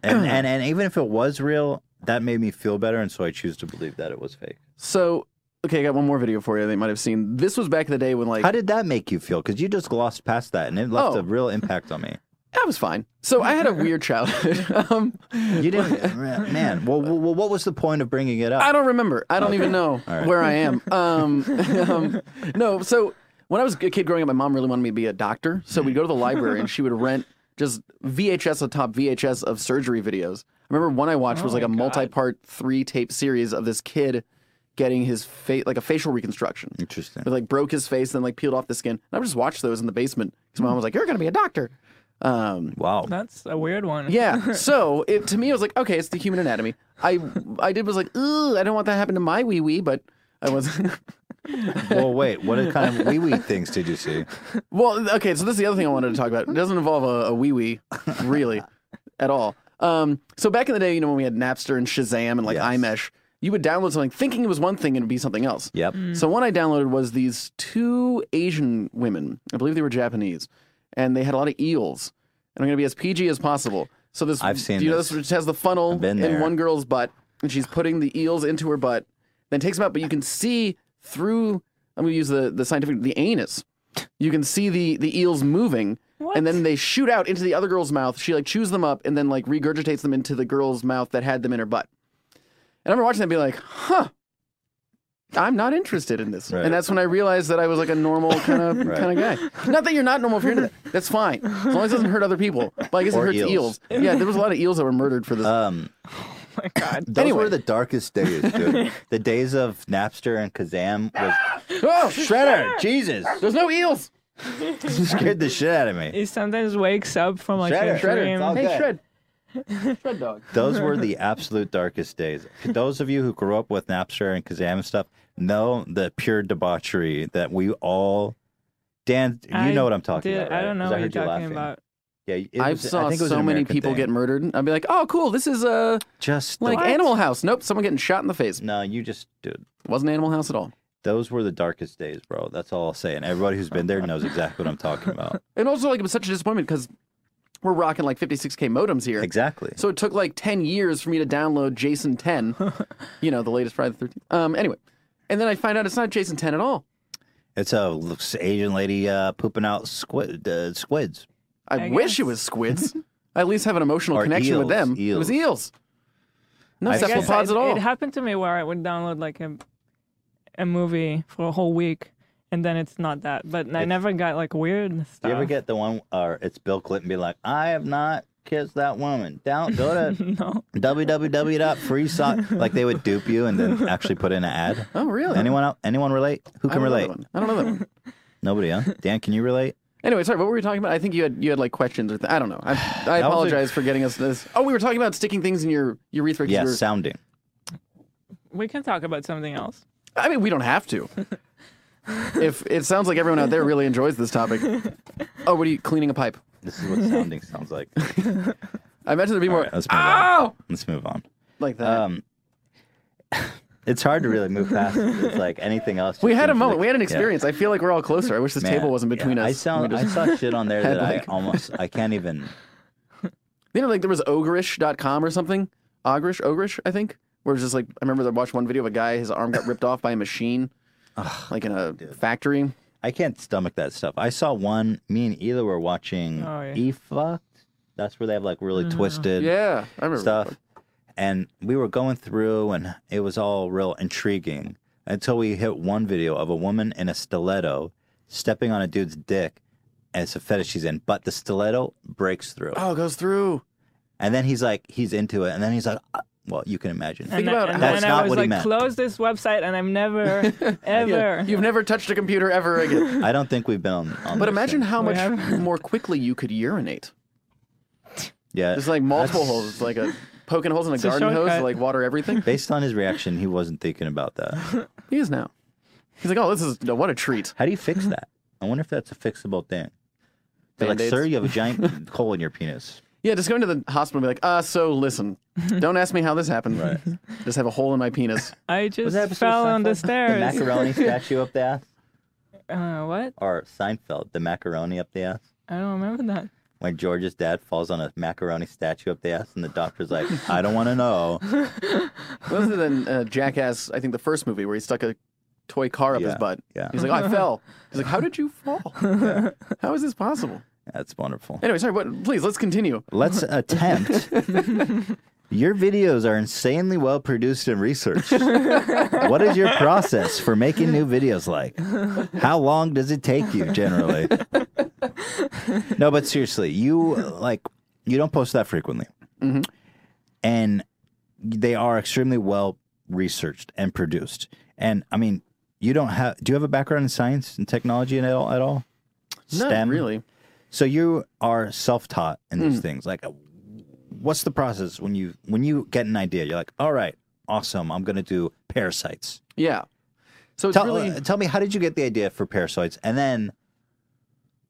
Speaker 2: And, and and even if it was real, that made me feel better, and so I choose to believe that it was fake.
Speaker 4: So, okay, I got one more video for you. They might have seen. This was back in the day when like
Speaker 2: How did that make you feel? Because you just glossed past that, and it left
Speaker 4: Oh.
Speaker 2: a real impact on me.
Speaker 4: I was fine. So I had a weird childhood. um,
Speaker 2: You didn't, man. Well, well, what was the point of bringing it up?
Speaker 4: I don't remember. I don't even know
Speaker 2: right.
Speaker 4: where I am. Um, um, no, so when I was a kid growing up, my mom really wanted me to be a doctor. So we'd go to
Speaker 2: Mm-hmm.
Speaker 4: the library and she would rent just VHS atop VHS of surgery videos. I remember one I watched
Speaker 2: Oh
Speaker 4: was like a multi-part three-tape series of this kid getting his face like a facial reconstruction.
Speaker 2: Interesting.
Speaker 4: It like broke his face, then like peeled off the skin. And I would just watch those in the basement because
Speaker 2: Hmm.
Speaker 4: my mom was like, "You're gonna be a doctor." Um,
Speaker 2: Wow.
Speaker 3: That's a weird one.
Speaker 4: yeah. So it to me, it was like, okay, it's the human anatomy. I I did was like, ooh, I don't want that to happen to my wee wee, but I was.
Speaker 2: Well, wait. What kind of wee wee things did you see?
Speaker 4: well, okay. So this is the other thing I wanted to talk about. It doesn't involve a, a wee wee, really, at all. Um. So back in the day, you know, when we had Napster and Shazam and like
Speaker 2: Yes.
Speaker 4: iMesh, you would download something thinking it was one thing and it'd be something else.
Speaker 2: Yep.
Speaker 3: Mm.
Speaker 4: So one I downloaded was these two Asian women. I believe they were Japanese, and they had a lot of eels. And I'm gonna be as PG as possible. So this
Speaker 2: I've seen
Speaker 4: do you know
Speaker 2: this.
Speaker 4: this which has the funnel
Speaker 2: I've been
Speaker 4: in
Speaker 2: there.
Speaker 4: one girl's butt, and she's putting the eels into her butt, then takes them out, but you can see through I'm gonna use the, the scientific the anus. You can see the the eels moving.
Speaker 3: What?
Speaker 4: And then they shoot out into the other girl's mouth. She like chews them up and then like regurgitates them into the girl's mouth that had them in her butt. And I remember watching that and be like, huh. I'm not interested in this.
Speaker 2: Right.
Speaker 4: And that's when I realized that I was like a normal kind of
Speaker 2: Right.
Speaker 4: kind of guy. Not that you're not normal if you're into that. That's fine. As long as it doesn't hurt other people. But I guess
Speaker 2: Or
Speaker 4: it hurts
Speaker 2: eels.
Speaker 4: eels. Yeah, there was a lot of eels that were murdered for this.
Speaker 2: Um,
Speaker 3: Oh my God.
Speaker 2: Those
Speaker 4: Anyway.
Speaker 2: were the darkest days, dude. the days of Napster and Kazam was
Speaker 4: oh,
Speaker 2: Shredder. Jesus,
Speaker 4: there's no eels.
Speaker 2: scared the shit out of me.
Speaker 3: He sometimes wakes up from like
Speaker 2: Shredder,
Speaker 3: a
Speaker 2: Shredder,
Speaker 3: dream.
Speaker 2: it's all
Speaker 4: Hey,
Speaker 2: Okay.
Speaker 4: Shred. Shred dog.
Speaker 2: Those were the absolute darkest days. Those of you who grew up with Napster and Kazam and stuff know the pure debauchery that we all. Dan, you
Speaker 3: I
Speaker 2: know what I'm talking
Speaker 3: Dude,
Speaker 2: about. Right?
Speaker 3: I don't know
Speaker 2: 'Cause
Speaker 3: what you're
Speaker 2: heard you
Speaker 3: talking
Speaker 2: laughing.
Speaker 3: about.
Speaker 2: Yeah, it
Speaker 4: I
Speaker 2: was-
Speaker 4: saw
Speaker 2: think it was
Speaker 4: so
Speaker 2: an
Speaker 4: many
Speaker 2: American
Speaker 4: people
Speaker 2: thing.
Speaker 4: get murdered. I'd be like, oh, cool. This is uh,
Speaker 2: just the-
Speaker 4: like Animal House. Nope, someone getting shot in the face.
Speaker 2: No, you just dude.
Speaker 4: Wasn't Animal House at all.
Speaker 2: Those were the darkest days, bro. That's all I'll say. And everybody who's been there knows exactly what I'm talking about.
Speaker 4: And also, like, it was such a disappointment because we're rocking like 56K modems here.
Speaker 2: Exactly.
Speaker 4: So it took like 10 years for me to download Jason 10, you know, the latest Friday the 13th. Um, anyway, and then I find out it's not Jason 10 at all.
Speaker 2: It's a l- Asian lady uh, pooping out squid, uh, squids.
Speaker 4: I,
Speaker 3: I
Speaker 4: wish it
Speaker 3: guess.
Speaker 4: was squids. I at least have an emotional
Speaker 2: Or
Speaker 4: connection with
Speaker 2: eels,
Speaker 4: them. It was eels. No
Speaker 2: I guess
Speaker 3: Guess
Speaker 4: cephalopods
Speaker 3: I-
Speaker 4: at all.
Speaker 3: It happened to me where I would download like a a movie for a whole week, and then it's not that. But I never got like weird
Speaker 2: Do
Speaker 3: stuff.
Speaker 4: Uh-huh.
Speaker 2: you ever get the one, or it's Bill Clinton be like, I have not kissed that woman. Down, go to
Speaker 3: no?
Speaker 2: www.freesock. Like they would dupe you and then actually put in an ad.
Speaker 4: oh, really?
Speaker 2: Anyone out? Anyone relate? Who
Speaker 4: I
Speaker 2: can
Speaker 4: don't know that
Speaker 2: relate?
Speaker 4: one. I don't know that one.
Speaker 2: Nobody, huh? Dan, can you relate?
Speaker 4: Anyway, sorry, what were we talking about? I think you had you had like questions or th- I don't know. I, I
Speaker 2: a-
Speaker 4: apologize for getting us this. Oh, we were talking about sticking things in your urethra. 'cause
Speaker 2: Yes,
Speaker 4: you're-
Speaker 2: sounding.
Speaker 3: We can talk about something else.
Speaker 4: I mean, we don't have to. if it sounds like everyone out there really enjoys this topic. Oh, what are you cleaning a pipe?
Speaker 2: This is what sounding sounds like.
Speaker 4: I imagine there'd be more
Speaker 2: All right, let's move on. Let's move on.
Speaker 4: like that.
Speaker 2: Um, it's hard to really move past. It's like anything else.
Speaker 4: we
Speaker 2: just
Speaker 4: had a
Speaker 2: seems
Speaker 4: moment.
Speaker 2: like-
Speaker 4: We had an
Speaker 2: Yeah.
Speaker 4: experience. I feel like we're all closer. I wish this
Speaker 2: Man,
Speaker 4: table wasn't between
Speaker 2: yeah.
Speaker 4: us.
Speaker 2: I saw,
Speaker 4: We just-
Speaker 2: I saw shit on there
Speaker 4: had,
Speaker 2: that
Speaker 4: like-
Speaker 2: I almost I can't even.
Speaker 4: you know, like there was ogreish.com or something Ogrish, Ogrish, I think. Where it's just like I remember I watched one video of a guy, his arm got ripped off by a machine, like in a factory.
Speaker 2: I can't stomach that stuff. I saw one. Me and Ela were watching
Speaker 3: Oh, yeah.
Speaker 2: E Fucked. That's where they have like really twisted
Speaker 4: Uh-huh. Yeah, I remember
Speaker 2: stuff. And we were going through, and it was all real intriguing until we hit one video of a woman in a stiletto stepping on a dude's dick as a fetish she's in, but the stiletto breaks through.
Speaker 4: Oh, it goes through.
Speaker 2: And then he's like, he's into it. And then he's like, "Ah," well, you can imagine.
Speaker 3: And,
Speaker 4: about
Speaker 3: I,
Speaker 4: how-
Speaker 3: and
Speaker 4: That's
Speaker 3: then I
Speaker 2: not
Speaker 3: was
Speaker 2: what he
Speaker 3: like,
Speaker 2: meant.
Speaker 3: close this website, and I'm never,
Speaker 4: Yeah,
Speaker 3: ever.
Speaker 4: you've never touched a computer ever again.
Speaker 2: I don't think we've been on. on
Speaker 4: But
Speaker 2: this
Speaker 4: imagine
Speaker 2: thing.
Speaker 4: how
Speaker 3: We
Speaker 4: much
Speaker 3: have-
Speaker 4: more quickly you could urinate.
Speaker 2: Yeah.
Speaker 4: It's like multiple
Speaker 2: That's-
Speaker 4: holes. It's like a poking holes in a
Speaker 3: a
Speaker 4: garden hose to
Speaker 3: shortcut.
Speaker 4: like water everything.
Speaker 2: Based on his reaction, he wasn't thinking about that.
Speaker 4: He is now. He's like, oh, this is what a treat.
Speaker 2: How do you fix that? I wonder if that's a fixable thing. They're like,
Speaker 4: Band-Aids.
Speaker 2: sir, you have a giant hole in your penis.
Speaker 4: Yeah, just going to the hospital and be like, uh, so listen, don't ask me how this happened.
Speaker 2: Right.
Speaker 4: Just have a hole in my penis.
Speaker 3: I
Speaker 2: Was that
Speaker 3: just
Speaker 2: episode
Speaker 3: fell on the
Speaker 2: Seinfeld?
Speaker 3: stairs.
Speaker 2: The macaroni statue up the ass?
Speaker 3: uh, what?
Speaker 2: Or Seinfeld, the macaroni up the ass?
Speaker 3: I don't remember that.
Speaker 2: When George's dad falls on a macaroni statue up the ass, and the doctor's like, I don't want to know.
Speaker 4: Other than uh, Jackass, I think the first movie where he stuck a toy car up his
Speaker 2: Yeah,
Speaker 4: butt.
Speaker 2: yeah.
Speaker 4: He's like, oh, I fell. He's like, how did you fall? How is this possible?
Speaker 2: That's wonderful.
Speaker 4: Anyway, sorry, but please, let's continue.
Speaker 2: Let's attempt. your videos are insanely well produced and researched. what is your process for making new videos like? How long does it take you generally? no, but seriously, you like you don't post that frequently.
Speaker 4: Mm-hmm.
Speaker 2: And they are extremely well researched and produced. And I mean, you don't have do you have a background in science and technology at all at all?
Speaker 4: Not
Speaker 2: STEM?
Speaker 4: really.
Speaker 2: So you are self-taught in
Speaker 4: Hmm.
Speaker 2: these things. Like, uh, what's the process when you when you get an idea? You're like, all right, awesome. I'm gonna do parasites.
Speaker 4: Yeah. So it's
Speaker 2: Tell
Speaker 4: really
Speaker 2: uh, tell me how did you get the idea for parasites, and then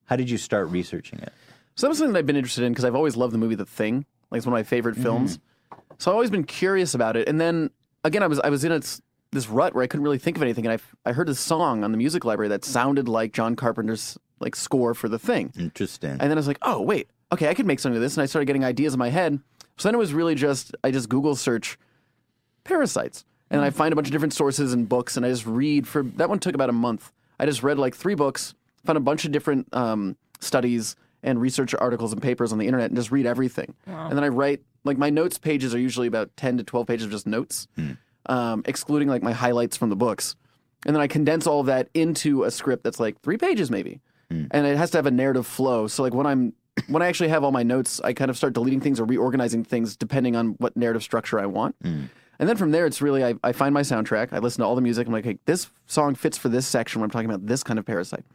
Speaker 2: how did you start researching it?
Speaker 4: So that was something that I've been interested in because I've always loved the movie The Thing. Like it's one of my favorite films. So I've always been curious about it. And then again, I was I was in a, this rut where I couldn't really think of anything, and I I heard this song on the music library that sounded like John Carpenter's like score for The Thing.
Speaker 2: Interesting.
Speaker 4: And then I was like, oh wait, okay, I could make something of this. And I started getting ideas in my head. So then it was really just I just Google search parasites, and I find a bunch of different sources and books, and I just read for that one took about a month. I just read like three books, found a bunch of different um, studies and research articles and papers on the internet, and just read everything. And then I write like my notes pages are usually about ten to twelve pages of just notes, um, excluding like my highlights from the books. And then I condense all of that into a script that's like three pages maybe, and it has to have a narrative flow. So like when I'm when I actually have all my notes, I kind of start deleting things or reorganizing things depending on what narrative structure I want. And then from there, it's really I, I find my soundtrack. I listen to all the music. I'm like, hey, this song fits for this section when I'm talking about this kind of parasite.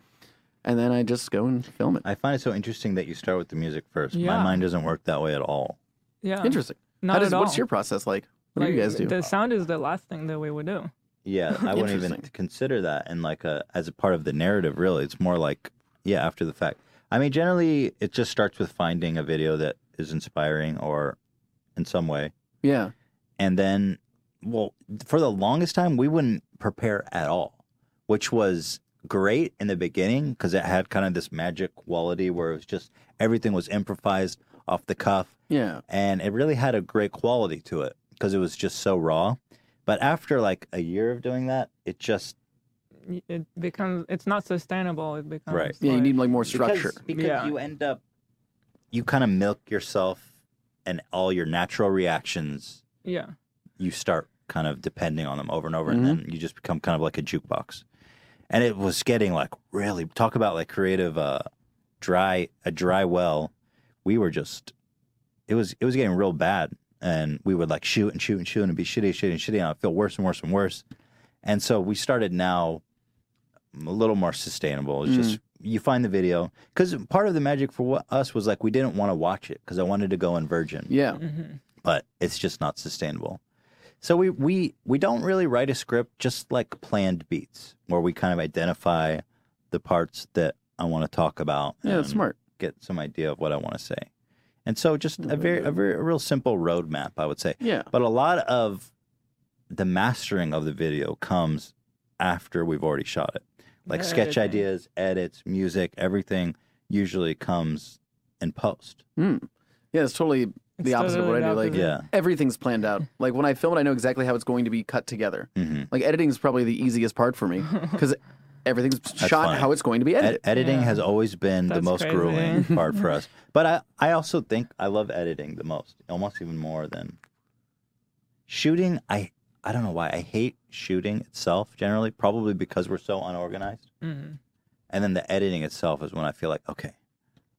Speaker 4: And then I just go and film it.
Speaker 2: I find it so interesting that you start with the music first. My
Speaker 3: Yeah.
Speaker 2: mind doesn't work that way at all.
Speaker 3: Yeah.
Speaker 4: Interesting. How
Speaker 3: Uh, Not
Speaker 4: does,
Speaker 3: at
Speaker 4: what's
Speaker 3: all.
Speaker 4: your process like? What do you
Speaker 3: Like,
Speaker 4: guys do?
Speaker 3: The sound is the last thing that we would do.
Speaker 2: Yeah, I wouldn't even
Speaker 4: Interesting.
Speaker 2: consider that in like a as a part of the narrative. Really, it's more like yeah, after the fact. I mean, generally, it just starts with finding a video that is inspiring or in some way,
Speaker 4: yeah.
Speaker 2: and then, well, for the longest time, we wouldn't prepare at all, which was great in the beginning because it had kind of this magic quality where it was just everything was improvised off the cuff
Speaker 4: Yeah.
Speaker 2: and it really had a great quality to it because it was just so raw. But after like a year of doing that, it just
Speaker 3: Y- It becomes. It's not sustainable. It becomes.
Speaker 2: Right.
Speaker 4: Yeah. You
Speaker 3: like-
Speaker 4: need like more structure.
Speaker 2: because, because
Speaker 3: Yeah.
Speaker 2: you end up you kind of milk yourself and all your natural reactions.
Speaker 3: Yeah.
Speaker 2: You start kind of depending on them over and over,
Speaker 4: Mhm.
Speaker 2: and then you just become kind of like a jukebox. And it was getting like really talk about like creative, uh, dry a dry well. We were just it was it was getting real bad, and we would like shoot and shoot and shoot and be shitty, shitty, and shitty, and it feel worse and worse and worse. And so we started now a little more sustainable. It's just you find the video because part of the magic for wha- us was like we didn't want to watch it because I wanted to go in Virgin,
Speaker 4: yeah.
Speaker 3: Mm-hmm.
Speaker 2: but it's just not sustainable. So we we we don't really write a script, just like planned beats where we kind of identify the parts that I want to talk about.
Speaker 4: Yeah. That's
Speaker 2: and
Speaker 4: smart.
Speaker 2: Get some idea of what I want to say, and so just a very a very a real simple roadmap, I would say.
Speaker 4: Yeah.
Speaker 2: But a lot of the mastering of the video comes after we've already shot it. Like sketch
Speaker 3: Editing.
Speaker 2: ideas, edits, music, everything usually comes in post.
Speaker 4: Mm. Hmm. Yeah. It's totally the opposite of what I do. Like
Speaker 2: Yeah.
Speaker 4: everything's planned out. Like when I film it, I know exactly how it's going to be cut together.
Speaker 2: mm-hmm.
Speaker 4: Like editing is probably the easiest part for me because everything's shot
Speaker 2: funny.
Speaker 4: how it's going to be
Speaker 2: Ed-
Speaker 4: edited.
Speaker 2: editing has always been the
Speaker 3: That's
Speaker 2: most
Speaker 3: crazy.
Speaker 2: grueling part for us. But I, I also think I love editing the most, almost even more than shooting. I, I don't know why. I hate shooting itself generally, probably because we're so unorganized.
Speaker 3: Mhm.
Speaker 2: And then the editing itself is when I feel like, okay,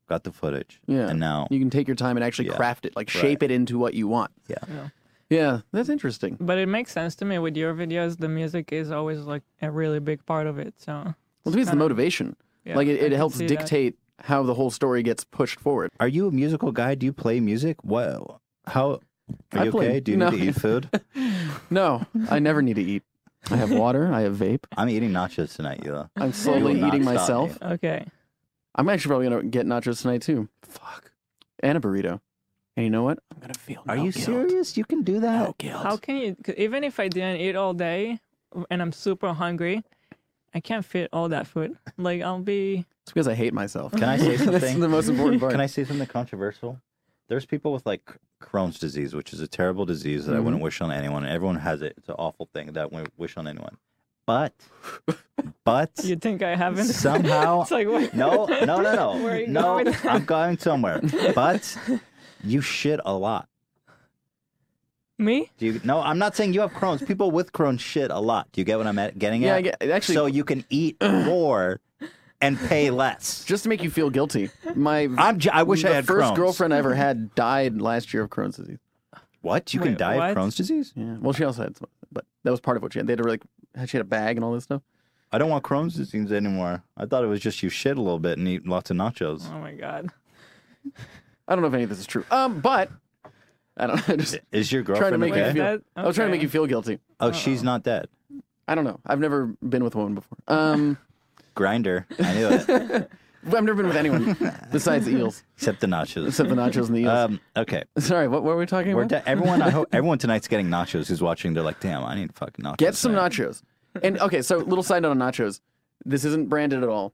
Speaker 2: got the footage.
Speaker 4: Yeah.
Speaker 2: And now,
Speaker 4: you can take your time and actually
Speaker 2: Yeah.
Speaker 4: craft it, like shape it into what you want.
Speaker 2: Yeah.
Speaker 3: Yeah.
Speaker 4: Yeah, that's interesting.
Speaker 3: But it makes sense to me with your videos. The music is always like a really big part of it. So
Speaker 4: Well, to me, it's the
Speaker 3: kinda-
Speaker 4: motivation.
Speaker 3: yeah,
Speaker 4: like
Speaker 3: I
Speaker 4: it, it
Speaker 3: can
Speaker 4: helps
Speaker 3: see that.
Speaker 4: dictate how the whole story gets pushed forward.
Speaker 2: are you a musical guy? Do you play music? What? How? Are
Speaker 4: I
Speaker 2: you
Speaker 4: play-
Speaker 2: okay? Do you
Speaker 4: no.
Speaker 2: need to eat food?
Speaker 4: No, I never need to eat. I have water. I have vape.
Speaker 2: I'm eating nachos tonight, Yula.
Speaker 4: I'm
Speaker 2: You will
Speaker 4: slowly
Speaker 2: not
Speaker 4: eating
Speaker 2: stop
Speaker 4: myself.
Speaker 2: me.
Speaker 3: Okay.
Speaker 4: I'm actually probably gonna get nachos tonight too. Fuck. And a burrito. And you know what? I'm gonna feel.
Speaker 2: Are
Speaker 4: no
Speaker 2: you
Speaker 4: guilt.
Speaker 2: serious? You can do that?
Speaker 4: No guilt.
Speaker 3: How can you? 'cause Even if I didn't eat all day, and I'm super hungry, I can't fit all that food. Like I'll be.
Speaker 4: It's because I hate myself.
Speaker 2: Can I say
Speaker 4: That's
Speaker 2: something?
Speaker 4: the most important part.
Speaker 2: Can I say something controversial? There's people with like Crohn's disease, which is a terrible disease that I
Speaker 4: Mm-hmm.
Speaker 2: wouldn't wish on anyone. and Everyone has it. It's an awful thing that I wouldn't wish on anyone. But, but
Speaker 3: You think I haven't?
Speaker 2: somehow,
Speaker 3: it's like what?
Speaker 2: no, no, no,
Speaker 3: Where are
Speaker 2: no, no.
Speaker 3: you going?
Speaker 2: I'm going somewhere. But you shit a lot.
Speaker 3: Me?
Speaker 2: Do you? No, I'm not saying you have Crohn's. People with Crohn's shit a lot. Do you get what I'm at, getting
Speaker 4: Yeah,
Speaker 2: at?
Speaker 4: I get- actually-
Speaker 2: so you can eat more and pay less.
Speaker 4: Just to make you feel guilty. My
Speaker 2: I'm j- I wish I
Speaker 4: the
Speaker 2: had
Speaker 4: first
Speaker 2: Crohn's.
Speaker 4: girlfriend I ever had died last year of Crohn's disease.
Speaker 2: What? You can
Speaker 3: Wait,
Speaker 2: die of
Speaker 3: what?
Speaker 2: Crohn's disease?
Speaker 4: Yeah. Well, she also had, some, but that was part of what she had. They had to like she had a bag and all this stuff.
Speaker 2: I don't want Crohn's disease anymore. I thought it was just you shit a little bit and eat lots of nachos.
Speaker 3: Oh my god.
Speaker 4: I don't know if any of this is true. Um, but I don't know. Just
Speaker 2: Is your
Speaker 4: trying
Speaker 2: girlfriend
Speaker 4: to make
Speaker 2: okay?
Speaker 4: you feel.
Speaker 3: That-
Speaker 4: I was trying to make
Speaker 3: okay.
Speaker 4: you feel guilty.
Speaker 2: oh, she's not dead.
Speaker 4: I don't know. I've never been with a woman before. Um,
Speaker 2: Grinder. I knew it.
Speaker 4: I've never been with anyone besides eels,
Speaker 2: Except the nachos.
Speaker 4: except the nachos and the eels.
Speaker 2: Um, okay.
Speaker 4: Sorry, what, what were we talking
Speaker 2: We're
Speaker 4: about?
Speaker 2: de- everyone. I hope everyone tonight's getting nachos. Who's watching? They're like, damn, I need fucking nachos.
Speaker 4: Get some
Speaker 2: tonight.
Speaker 4: nachos. And okay, so little side note on nachos. This isn't branded at all,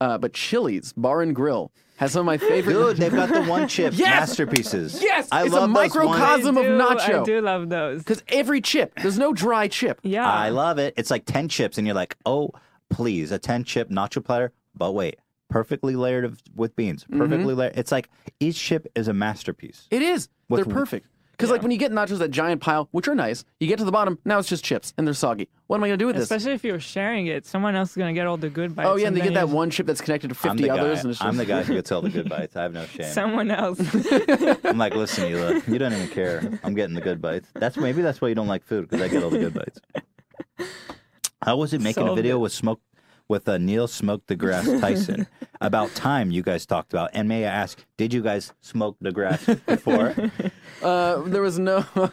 Speaker 4: uh, but Chili's Bar and Grill has some of my favorite.
Speaker 2: Dude, they've got the one chip
Speaker 4: Yes!
Speaker 2: masterpieces.
Speaker 4: Yes!
Speaker 2: I
Speaker 4: It's a
Speaker 2: love those ones.
Speaker 3: I
Speaker 4: microcosm. Cosm of
Speaker 3: do-
Speaker 4: nacho.
Speaker 3: I do love those.
Speaker 4: Because every chip, there's no dry chip.
Speaker 3: Yeah.
Speaker 2: I love it. It's like ten chips, and you're like, oh, please, a ten chip nacho platter. But wait, perfectly layered of, with beans. Perfectly layered. It's like each chip is a masterpiece.
Speaker 4: It is.
Speaker 2: With-
Speaker 4: they're perfect. Because like when you get nachos, that giant pile, which are nice, you get to the bottom, now it's just chips and they're soggy. What am I gonna do with this?
Speaker 3: Especially if you're sharing it, someone else is gonna get all the good bites.
Speaker 4: oh yeah, and they get
Speaker 3: then
Speaker 4: that
Speaker 3: you-
Speaker 4: one chip that's connected to
Speaker 2: I'm
Speaker 4: 50
Speaker 2: the
Speaker 4: others,
Speaker 2: guy.
Speaker 4: and it's just
Speaker 2: I'm the guy who gets all the good bites. I have no shame.
Speaker 3: Someone else.
Speaker 2: I'm like, listen, Hila, you don't even care. I'm getting the good bites. That's maybe that's why you don't like food because I get all the good bites. How was it making a
Speaker 3: Solved
Speaker 2: video
Speaker 3: it.
Speaker 2: with smoke with uh, Neil Smoke deGrasse Tyson about time you guys talked about? And may I ask, did you guys smoke deGrasse before?
Speaker 4: Uh, there was no,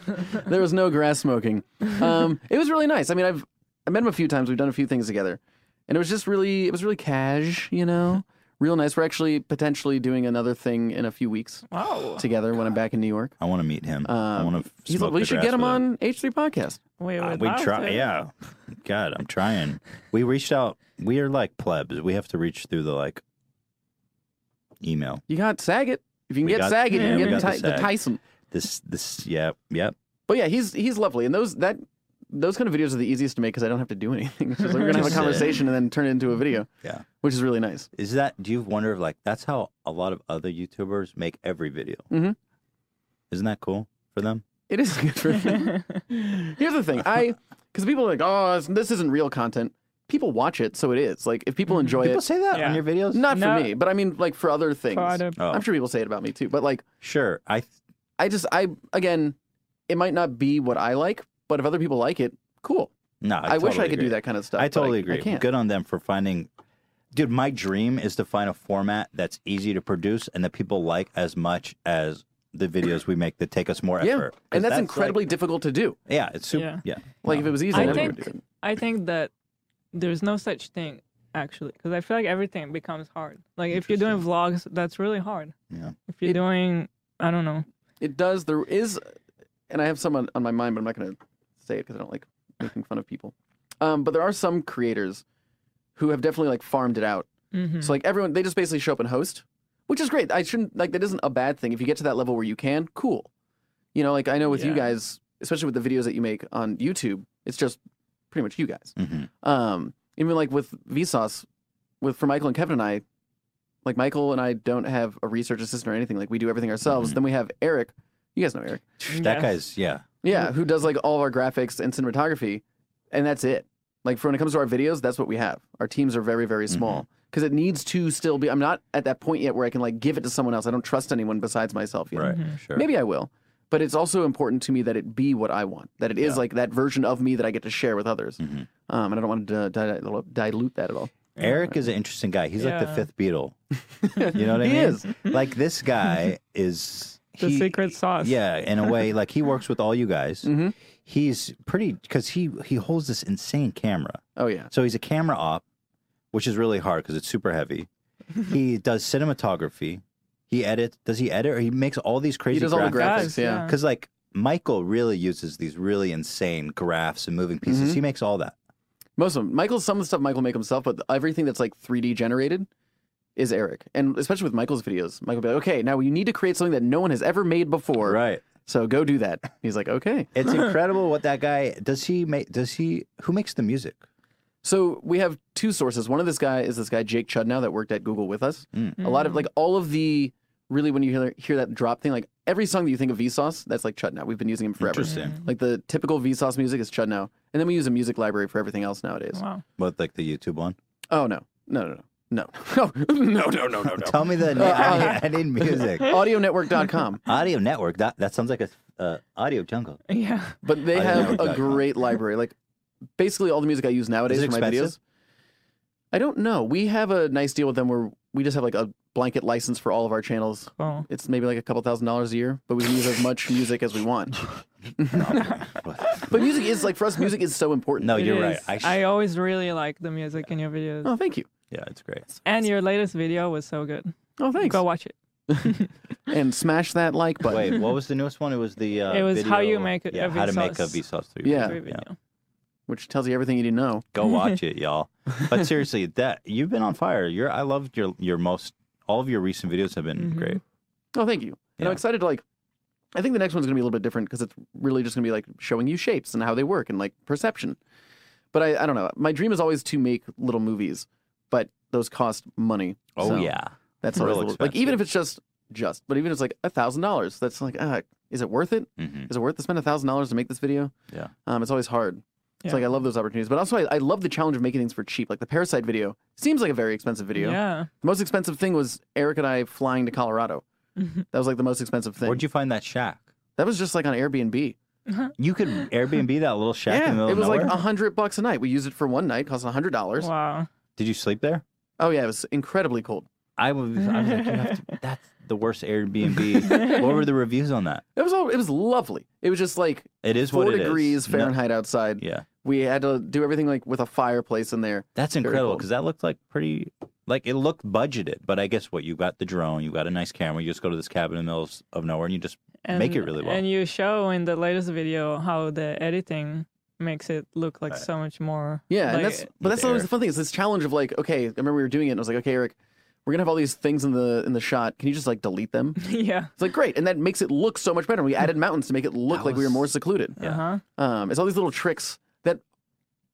Speaker 4: there was no grass smoking. Um, it was really nice. I mean, I've I met him a few times. We've done a few things together, and it was just really, it was really cash, you know, real nice. We're actually potentially doing another thing in a few weeks
Speaker 2: Oh,
Speaker 3: wow.
Speaker 4: together when I'm back in New York.
Speaker 2: I want to meet him. I
Speaker 4: Um,
Speaker 2: want to.
Speaker 4: He's like, we should get him on H3 podcast.
Speaker 3: Wait,
Speaker 2: Uh,
Speaker 3: wait.
Speaker 2: we try, yeah. God, I'm trying. We reached out. We are like plebs. We have to reach through the like email.
Speaker 4: You got Saget. If you can
Speaker 2: We
Speaker 4: get
Speaker 2: got-
Speaker 4: Saget,
Speaker 2: yeah,
Speaker 4: you
Speaker 2: we
Speaker 4: can get
Speaker 2: got
Speaker 4: Ty-
Speaker 2: the
Speaker 4: the
Speaker 2: Sag.
Speaker 4: Tyson.
Speaker 2: This, this, yep, yep.
Speaker 4: But yeah, he's he's lovely, and those that those kind of videos are the easiest to make because I don't have to do anything. It's just like we're gonna have a
Speaker 2: Just sit.
Speaker 4: conversation and then turn it into a video.
Speaker 2: Yeah.
Speaker 4: which is really nice.
Speaker 2: Is that? Do you wonder if like that's how a lot of other YouTubers make every video?
Speaker 4: Mhm.
Speaker 2: Isn't that cool for them?
Speaker 4: It is good for them. Here's the thing, I because people are like, oh, it's- this isn't real content. People watch it, so it is. Like if people enjoy
Speaker 2: Mm-hmm. People
Speaker 4: it,
Speaker 2: say that on
Speaker 3: Yeah.
Speaker 2: your videos.
Speaker 4: not
Speaker 3: No.
Speaker 4: for me, but I mean like for other things.
Speaker 3: For other-
Speaker 2: Oh,
Speaker 4: I'm sure people say it about me too, but like
Speaker 2: sure. I th-
Speaker 4: I just I again, it might not be what I like, but if other people like it, cool.
Speaker 2: no. I,
Speaker 4: I, wish I
Speaker 2: totally
Speaker 4: could
Speaker 2: agree.
Speaker 4: do that kind of stuff.
Speaker 2: I
Speaker 4: but
Speaker 2: totally
Speaker 4: I
Speaker 2: agree.
Speaker 4: can't.
Speaker 2: Good on them for finding. Dude, my dream is to find a format that's easy to produce and that people like as much as the videos we make that take us more
Speaker 4: Yeah,
Speaker 2: effort. 'Cause
Speaker 4: and that's,
Speaker 2: like-
Speaker 4: incredibly difficult to do.
Speaker 2: yeah, it's super. Yeah.
Speaker 3: Yeah.
Speaker 4: Like if it was easy,
Speaker 3: I
Speaker 4: I, never would
Speaker 3: think-
Speaker 4: do it.
Speaker 3: I think that there's no such thing actually, because I feel like everything becomes hard. Like if you're doing vlogs, that's really hard.
Speaker 2: Yeah.
Speaker 3: If you're
Speaker 4: It-
Speaker 3: doing, I don't know.
Speaker 4: It does. There is, and I have some on, on my mind, but I'm not going to say it because I don't like making fun of people. Um, but there are some creators who have definitely like farmed it out.
Speaker 3: hmm
Speaker 4: Mm-hmm. So like everyone, they just basically show up and host. which is great. I shouldn't like that isn't a bad thing. If you get to that level where you can, cool. You know, like I know with you
Speaker 2: Yeah.
Speaker 4: guys, especially with the videos that you make on YouTube, it's just pretty much you guys.
Speaker 2: Mhm.
Speaker 4: Um, even like with Vsauce, with for Michael and Kevin and I, like Michael and I don't have a research assistant or anything. Like we do everything ourselves.
Speaker 2: Mhm.
Speaker 4: Then we have Eric. You guys know Eric.
Speaker 2: mm-hmm. That
Speaker 3: Yes.
Speaker 2: guy's yeah.
Speaker 4: Yeah, who does like all of our graphics and cinematography, and that's it. Like for when it comes to our videos, that's what we have. Our teams are very very small because it needs to still be. I'm not at that point yet where I can like give it to someone else. I don't trust anyone besides myself yet.
Speaker 2: Right. Sure.
Speaker 4: Mm-hmm. Maybe I will, but it's also important to me that it be what I want. That it is
Speaker 2: Yeah.
Speaker 4: like that version of me that I get to share with others.
Speaker 2: Mhm.
Speaker 4: Um, and I don't want to di- di- dilute that at all.
Speaker 2: Eric is an interesting guy. He's like the
Speaker 3: Yeah.
Speaker 2: fifth Beatle. You know what I
Speaker 4: He
Speaker 2: mean?
Speaker 4: is.
Speaker 2: Like this guy is
Speaker 3: The
Speaker 2: he-
Speaker 3: secret sauce.
Speaker 2: Yeah, in a way, like he works with all you guys.
Speaker 4: Mhm.
Speaker 2: He's pretty because he he holds this insane camera.
Speaker 4: Oh yeah.
Speaker 2: So he's a camera op, which is really hard because it's super heavy. he does cinematography. He edits. Does he edit or he makes all these crazy?
Speaker 4: He does all the
Speaker 3: graphics,
Speaker 4: graphics. Yeah.
Speaker 3: yeah.
Speaker 2: Because like Michael really uses these really insane graphs and moving pieces.
Speaker 4: Mhm.
Speaker 2: He makes all that.
Speaker 4: Most of them. Michael's some of the stuff Michael make himself, but everything that's like 3D generated is Eric. And especially with Michael's videos, Michael be like, okay, now you need to create something that no one has ever made before.
Speaker 2: Right.
Speaker 4: So go do that. He's like, okay.
Speaker 2: It's incredible what that guy does. He make does he who makes the music?
Speaker 4: So we have two sources. One of this guy is this guy, Jake Chudnow, that worked at Google with us.
Speaker 2: Mm.
Speaker 4: A
Speaker 3: Mm-hmm.
Speaker 4: lot of like all of the really when you hear, hear that drop thing, like every song that you think of Vsauce, that's like Chudnow. We've been using him forever.
Speaker 3: Mm-hmm.
Speaker 2: Interesting.
Speaker 4: Like the typical Vsauce music is Chudnow. And then we use a music library for everything else nowadays.
Speaker 3: Wow.
Speaker 2: What like the YouTube one?
Speaker 4: Oh, no. No, no, no. No. no, no, no, no, no.
Speaker 2: Tell me the name. I, need, I need music.
Speaker 4: AudioNetwork.com.
Speaker 2: Audio network. That that sounds like a uh, audio jungle.
Speaker 3: Yeah.
Speaker 4: But they
Speaker 2: I
Speaker 4: have
Speaker 2: know
Speaker 4: a
Speaker 2: that.
Speaker 4: great library. Like basically all the music I use nowadays
Speaker 2: Is it
Speaker 4: for my videos.
Speaker 2: expensive?
Speaker 4: I don't know. We have a nice deal with them where we just have like a blanket license for all of our channels.
Speaker 3: Well,
Speaker 4: It's maybe like a couple thousand dollars a year, but we can use as much music as we want. But music is like for us, music is so important.
Speaker 2: no,
Speaker 3: it
Speaker 2: oh, you're right.
Speaker 3: is-
Speaker 2: I, sh-
Speaker 3: I always really like the music in your videos.
Speaker 4: Oh, thank you.
Speaker 2: yeah, it's great.
Speaker 3: And your latest video was so good.
Speaker 4: Oh, thanks.
Speaker 3: Go watch it.
Speaker 4: And smash that like button.
Speaker 2: Wait, what was the newest one? It was the uh,
Speaker 3: It was how
Speaker 2: video-
Speaker 3: you make a-
Speaker 2: yeah,
Speaker 3: a
Speaker 2: how to make a
Speaker 3: Vsauce.
Speaker 2: Vsauce three.
Speaker 4: Yeah.
Speaker 3: Great
Speaker 2: yeah.
Speaker 3: video.
Speaker 4: Which tells you everything you need to know.
Speaker 2: Go watch it, y'all. But seriously, that you've been on fire. You're I loved your your most all of your recent videos have been
Speaker 3: Mhm.
Speaker 2: great.
Speaker 4: Oh, thank you. And
Speaker 2: Yeah.
Speaker 4: I'm excited to like. I think the next one's gonna be a little bit different because it's really just gonna be like showing you shapes and how they work and like perception. But I, I don't know. My dream is always to make little movies, but those cost money.
Speaker 2: Oh
Speaker 4: So
Speaker 2: yeah.
Speaker 4: that's
Speaker 2: Real
Speaker 4: always a little, like
Speaker 2: expensive.
Speaker 4: even if it's just just, but even if it's like a thousand dollars, that's like, uh, is it worth it?
Speaker 2: hmm
Speaker 4: Is it worth to spend a thousand dollars to make this video?
Speaker 2: Yeah.
Speaker 4: Um, it's always hard.
Speaker 3: Yeah.
Speaker 4: It's like I love those opportunities, but also I, I love the challenge of making things for cheap. Like the parasite video seems like a very expensive video.
Speaker 3: Yeah.
Speaker 4: The most expensive thing was Eric and I flying to Colorado.
Speaker 3: Mhm.
Speaker 4: That was like the most expensive thing.
Speaker 2: Where'd you find that shack?
Speaker 4: That was just like on Airbnb.
Speaker 2: You could Airbnb that little shack in the middle
Speaker 4: it was
Speaker 2: of
Speaker 4: like um,
Speaker 2: nowhere.
Speaker 4: a hundred bucks a night. We used it for one night, cost a hundred dollars.
Speaker 3: Wow.
Speaker 2: Did you sleep there?
Speaker 4: Oh yeah, it was incredibly cold.
Speaker 2: I was. I was like, you have to, that's the worst Airbnb. what were the reviews on that?
Speaker 4: It was all. It was lovely. It was just like
Speaker 2: It is
Speaker 4: four
Speaker 2: what it is.
Speaker 4: degrees
Speaker 2: No-
Speaker 4: Fahrenheit outside.
Speaker 2: yeah,
Speaker 4: We had to do everything like with a fireplace in there.
Speaker 2: that's
Speaker 4: Very
Speaker 2: incredible
Speaker 4: cool.
Speaker 2: because that looked like pretty. Like it looked budgeted, but I guess what you got the drone, you got a nice camera. You just go to this cabin in the middle of- of nowhere and you just Make it really well.
Speaker 3: And you show in the latest video how the editing makes it look like
Speaker 2: Right.
Speaker 3: so much more.
Speaker 4: Yeah,
Speaker 3: like,
Speaker 4: and that's but that's always
Speaker 2: there.
Speaker 4: the fun thing. It's this challenge of like, okay, I remember we were doing it, and I was like, okay, Eric, we're gonna have all these things in the in the shot. Can you just like delete them?
Speaker 3: yeah.
Speaker 4: It's like great, and that makes it look so much better. We added mountains to make it look
Speaker 2: That
Speaker 4: like we were
Speaker 2: was-
Speaker 4: more secluded.
Speaker 2: Yeah.
Speaker 3: Uh huh.
Speaker 4: Um, it's all these little tricks that,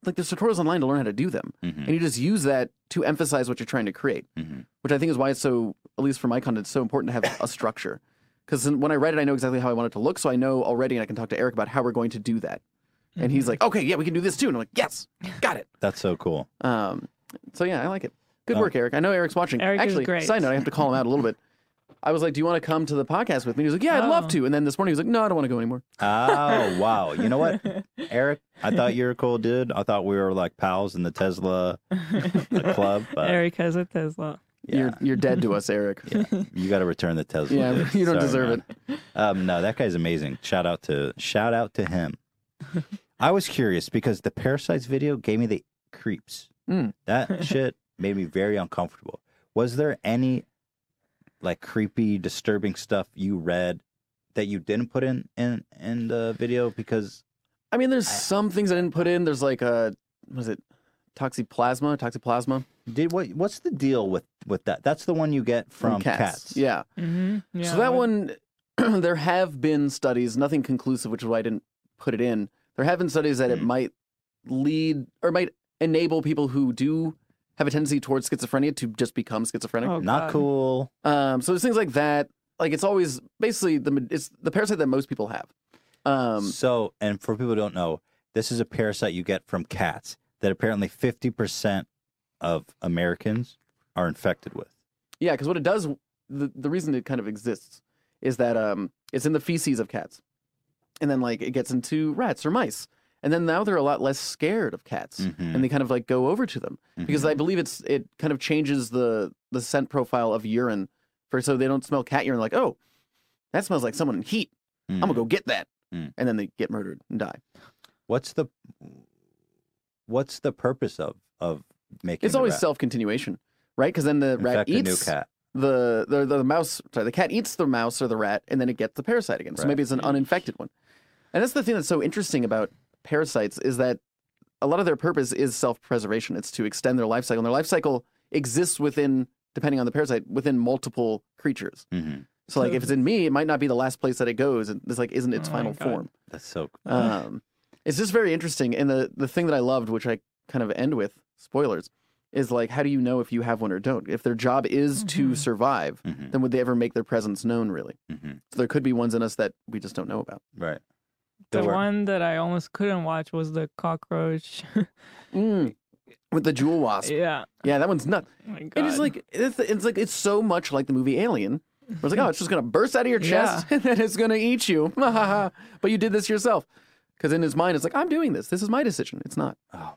Speaker 4: like, there's tutorials online to learn how to do them,
Speaker 2: Mhm.
Speaker 4: and you just use that to emphasize what you're trying to create,
Speaker 2: Mhm.
Speaker 4: which I think is why it's so, at least for my content, it's so important to have a structure. Because when I write it, I know exactly how I want it to look, so I know already, and I can talk to Eric about how we're going to do that. And
Speaker 2: Mm-hmm.
Speaker 4: he's like, "Okay, yeah, we can do this too." And I'm like, "Yes, got it."
Speaker 2: that's so cool.
Speaker 4: Um, so yeah, I like it. Good
Speaker 2: Um,
Speaker 4: work, Eric. I know Eric's watching.
Speaker 3: Eric is
Speaker 4: Actually,
Speaker 3: great.
Speaker 4: side note, I have to call him out a little bit. I was like, "Do you want to come to the podcast with me?" He was like, "Yeah, I'd love
Speaker 3: Oh.
Speaker 4: to." And then this morning, he was like, "No, I don't want to go anymore."
Speaker 2: Oh wow! You know what, Eric? I thought you were a cool dude. I thought we were like pals in the Tesla uh, club. But
Speaker 3: Eric has a Tesla.
Speaker 2: yeah,
Speaker 4: You're you're dead to us, Eric.
Speaker 2: you got to return the Tesla.
Speaker 4: Yeah,
Speaker 2: dude.
Speaker 4: you don't
Speaker 2: Sorry,
Speaker 4: deserve
Speaker 2: man. Um, no, that guy's amazing. Shout out to shout out to him. I was curious because the parasites video gave me the creeps.
Speaker 4: Mm.
Speaker 2: That shit made me very uncomfortable. Was there any like creepy, disturbing stuff you read that you didn't put in in in the video because
Speaker 4: I mean, there's
Speaker 2: I-
Speaker 4: some things I didn't put in. There's like a was it toxoplasma? Toxoplasma.
Speaker 2: did what? What's the deal with with that. That's the one you get from, cats.
Speaker 4: Yeah.
Speaker 3: hmm Yeah,
Speaker 4: so that
Speaker 3: well,
Speaker 4: one, there have been studies, nothing conclusive, which is why I didn't put it in. There have been studies that it
Speaker 3: Mm-hmm.
Speaker 4: might lead or might enable people who do have a tendency towards schizophrenia to just become schizophrenic.
Speaker 3: Oh,
Speaker 2: Not
Speaker 3: God.
Speaker 2: cool.
Speaker 4: Um, so there's things like that. Like it's always basically the ma- it's the parasite that most people have. Um,
Speaker 2: so, and for people who don't know, this is a parasite you get from cats that apparently 50% of Americans are infected with.
Speaker 4: yeah, because what it does, the, the reason it kind of exists is that um, it's in the feces of cats, and then like it gets into rats or mice, and then now they're a lot less scared of cats.
Speaker 3: Mm-hmm.
Speaker 4: and they kind of like go over to them because
Speaker 2: Mm-hmm.
Speaker 4: I believe it's it kind of changes the the scent profile of urine for so they don't smell cat urine like oh that smells like someone in heat I'm gonna go get that
Speaker 2: Mm.
Speaker 4: and then they get murdered and die
Speaker 2: What's the what's the purpose of of making
Speaker 4: it's
Speaker 2: the
Speaker 4: always
Speaker 2: rat
Speaker 4: self continuation right because then the
Speaker 2: infect
Speaker 4: rat
Speaker 2: a new
Speaker 4: eats
Speaker 2: cat?
Speaker 4: the, the the mouse sorry the cat eats the mouse or the rat and then it gets the parasite again so
Speaker 2: Right.
Speaker 4: maybe it's an uninfected one and that's the thing that's so interesting about parasites is that a lot of their purpose is self-preservation it's to extend their life cycle and their life cycle exists within depending on the parasite within multiple creatures
Speaker 2: Mm-hmm.
Speaker 4: so like if it's in me it might not be the last place that it goes and this like isn't its
Speaker 3: Oh my
Speaker 4: final
Speaker 3: God.
Speaker 4: form
Speaker 2: That's so.
Speaker 4: um, it's just very interesting. And the the thing that I loved, which I kind of end with spoilers, is like, how do you know if you have one or don't? If their job is to
Speaker 3: Mhm.
Speaker 4: survive,
Speaker 2: Mhm,
Speaker 4: then would they ever make their presence known? Really,
Speaker 2: mhm,
Speaker 4: so there could be ones in us that we just don't know about.
Speaker 2: Right.
Speaker 3: The
Speaker 2: There were-
Speaker 3: one that I almost couldn't watch was the cockroach. Mm.
Speaker 4: With the jewel wasp, yeah,
Speaker 3: yeah.
Speaker 4: that one's nuts.
Speaker 3: Oh my God.
Speaker 4: It is like it's, it's like it's so much like the movie Alien. Where it's like, oh, it's just gonna burst out of your chest and then it's gonna eat you. but you did this yourself. Because in his mind, it's like, I'm doing this. This is my decision. It's not.
Speaker 2: Oh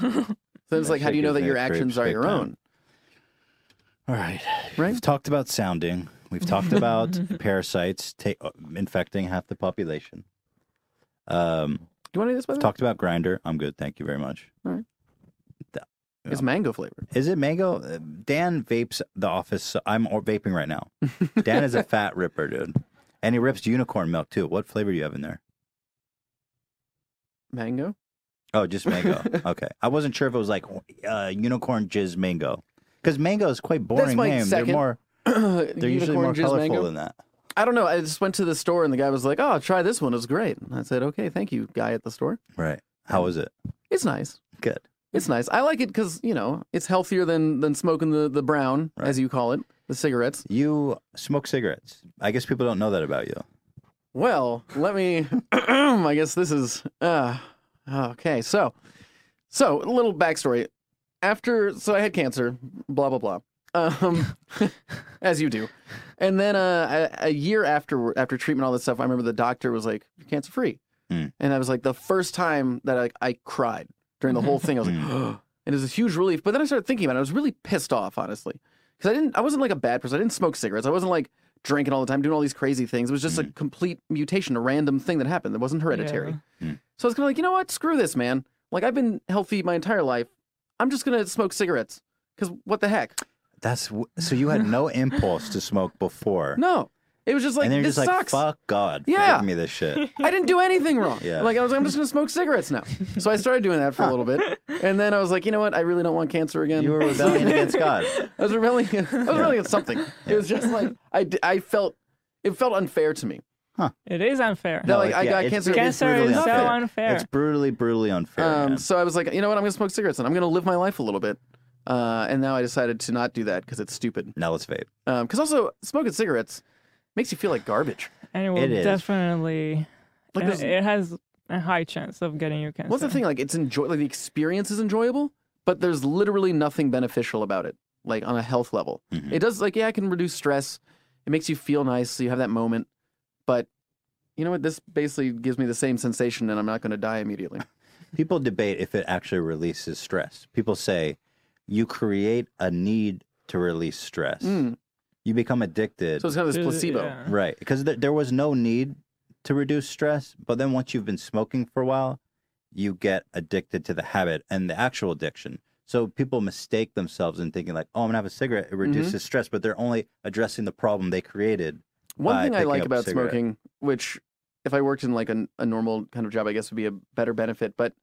Speaker 2: man.
Speaker 4: So it's
Speaker 2: That
Speaker 4: like, how
Speaker 2: shit
Speaker 4: do you know
Speaker 2: gives
Speaker 4: that
Speaker 2: me
Speaker 4: your
Speaker 2: the creeps
Speaker 4: actions are
Speaker 2: big
Speaker 4: your
Speaker 2: time.
Speaker 4: own?
Speaker 2: All right.
Speaker 4: Right?
Speaker 2: We've talked about sounding. We've talked about parasites ta- uh, infecting half the population. Um,
Speaker 4: Do you want to do this by the way?
Speaker 2: talked about grinder. I'm good. Thank you very much.
Speaker 4: It's mango flavored.
Speaker 2: Is it mango? Uh, Dan vapes the office. so- I'm or- vaping right now. Dan is a fat ripper, dude. And he rips unicorn milk too. What flavor do you have in there?
Speaker 4: Mango?
Speaker 2: Oh, just mango. okay. I wasn't sure if it was like uh, unicorn jizz mango. Because mango is quite boring
Speaker 4: my
Speaker 2: name.
Speaker 4: second
Speaker 2: They're more they're usually more
Speaker 4: jizz
Speaker 2: colorful than that.
Speaker 4: I don't know. I just went to the store and the guy was like, "Oh, try this one. It's great." And I said, "Okay, thank you, guy at the store.
Speaker 2: Right. How is it?
Speaker 4: It's nice.
Speaker 2: Good.
Speaker 4: It's nice. I like it because you know it's healthier than than smoking the the brown
Speaker 2: Right.
Speaker 4: as you call it, the cigarettes."
Speaker 2: You smoke cigarettes. I guess people don't know that about you.
Speaker 4: Well, let me. I guess this is uh, okay. So, so a little backstory. After, so I had cancer. Blah blah blah. Um, as you do. And then uh, a, a year after after treatment, all this stuff. I remember the doctor was like, "You're cancer free,"
Speaker 2: Mm.
Speaker 4: and I was like, the first time that I, I cried during the whole thing. I was like, and it was a huge relief. But then I started thinking about it. I was really pissed off, honestly, because I didn't. I wasn't like a bad person. I didn't smoke cigarettes. I wasn't like drinking all the time, doing all these crazy things. It was just a complete mutation, a random thing that happened that wasn't hereditary.
Speaker 2: Hmm.
Speaker 4: So I was kind of like, you know what? Screw this, man. Like I've been healthy my entire life. I'm just gonna smoke cigarettes because what the heck?
Speaker 2: That's w- so you had no impulse to smoke before.
Speaker 4: No, it was just like
Speaker 2: and then you're
Speaker 4: this
Speaker 2: just like,
Speaker 4: sucks.
Speaker 2: fuck God, for
Speaker 4: Yeah.
Speaker 2: giving me this shit.
Speaker 4: I didn't do anything wrong.
Speaker 2: Yeah.
Speaker 4: Like I was like, I'm just gonna smoke cigarettes now. So I started doing that for a little bit, and then I was like, you know what? I really don't want cancer again.
Speaker 2: You were rebelling against God.
Speaker 4: I was rebelling. I was rebelling against something. It was just like I, d- I felt it felt unfair to me.
Speaker 3: it is unfair.
Speaker 4: No, like,
Speaker 2: it-
Speaker 4: I got
Speaker 2: it's-
Speaker 4: cancer-
Speaker 2: it's
Speaker 3: Cancer
Speaker 2: brutally
Speaker 3: is so unfair.
Speaker 2: It's brutally, brutally unfair.
Speaker 4: Um,
Speaker 2: man.
Speaker 4: so I was like, you know what? I'm gonna smoke cigarettes and I'm gonna live my life a little bit. Uh, and now I decided to not do that because it's stupid.
Speaker 2: Now let's vape.
Speaker 4: Because also smoking cigarettes makes you feel like garbage.
Speaker 3: and it will
Speaker 2: It is.
Speaker 3: definitely
Speaker 4: Like
Speaker 3: it,
Speaker 4: there's-
Speaker 3: it has a high chance of getting you cancer.
Speaker 4: What's the thing? Like it's enjoy like the experience is enjoyable, but there's literally nothing beneficial about it, like on a health level. It does like yeah, it can reduce stress. It makes you feel nice, so you have that moment. But you know what? This basically gives me the same sensation, and I'm not going to die immediately.
Speaker 2: People debate if it actually releases stress. People say you create a need to release stress.
Speaker 4: Mm.
Speaker 2: You become addicted.
Speaker 4: So it's kind of this
Speaker 3: There's-
Speaker 4: placebo.
Speaker 3: yeah.
Speaker 2: Right. Because th- there was no need to reduce stress. But then once you've been smoking for a while, you get addicted to the habit and the actual addiction. So people mistake themselves in thinking, like, oh, I'm going to have a cigarette. It
Speaker 4: Mm-hmm.
Speaker 2: reduces stress, but they're only addressing the problem they created.
Speaker 4: One
Speaker 2: by
Speaker 4: thing I
Speaker 2: uh, picking
Speaker 4: like
Speaker 2: up a
Speaker 4: about
Speaker 2: cigarette.
Speaker 4: smoking, which if I worked in like a, a normal kind of job, I guess would be a better benefit, but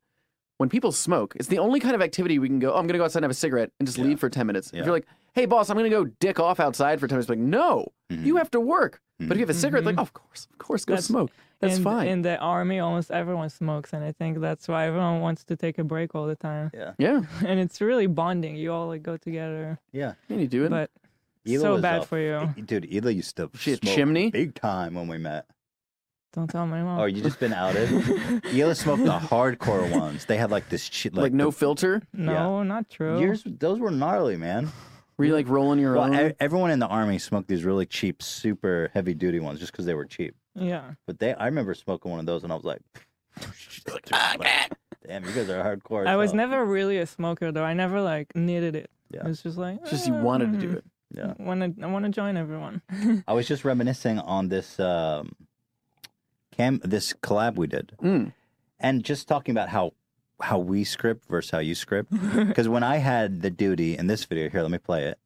Speaker 4: when people smoke, it's the only kind of activity we can go, oh, I'm going to go outside and have a cigarette and just leave for 10 minutes.
Speaker 2: Yeah.
Speaker 4: If you're like, hey, boss, I'm going to go dick off outside for 10 minutes, like, no,
Speaker 2: Mm-hmm.
Speaker 4: you have to work. But if you have a cigarette, like, oh, of course, of course, go
Speaker 3: That's-
Speaker 4: smoke. That's
Speaker 3: in,
Speaker 4: fine.
Speaker 3: In the army, almost everyone smokes, and I think that's why everyone wants to take a break all the time.
Speaker 2: Yeah.
Speaker 4: yeah.
Speaker 3: And it's really bonding. You all like go together,
Speaker 2: Yeah.
Speaker 4: And you do it.
Speaker 3: but
Speaker 2: Hila
Speaker 3: so
Speaker 2: was
Speaker 3: bad
Speaker 2: a-
Speaker 3: for you.
Speaker 2: Dude, Hila used to
Speaker 4: She a
Speaker 2: smoke
Speaker 4: chimney?
Speaker 2: big time when we met.
Speaker 3: Don't tell my mom.
Speaker 2: Oh, you just been outed? Hila smoked the hardcore ones. They had like this shit,
Speaker 4: like,
Speaker 2: like,
Speaker 4: no filter.
Speaker 3: no, not true.
Speaker 2: the, yours. Those were gnarly, man.
Speaker 4: Were you like rolling your
Speaker 2: Well,
Speaker 4: own?
Speaker 2: e- everyone in the army smoked these really cheap, super heavy duty ones just because they were cheap.
Speaker 3: Yeah.
Speaker 2: But they, I remember smoking one of those, and I was like, "Damn, you guys are hardcore." as
Speaker 3: I was
Speaker 2: hell."
Speaker 3: never really a smoker though. I never like needed it.
Speaker 2: Yeah.
Speaker 3: It was just like mm-hmm.
Speaker 4: just you wanted to do it.
Speaker 2: Yeah.
Speaker 3: Wanna, I want to join everyone.
Speaker 2: I was just reminiscing on this um, cam, this collab we did,
Speaker 4: Mm.
Speaker 2: and just talking about how how we script versus how you script. Because when I had the duty in this video, here, let me play it,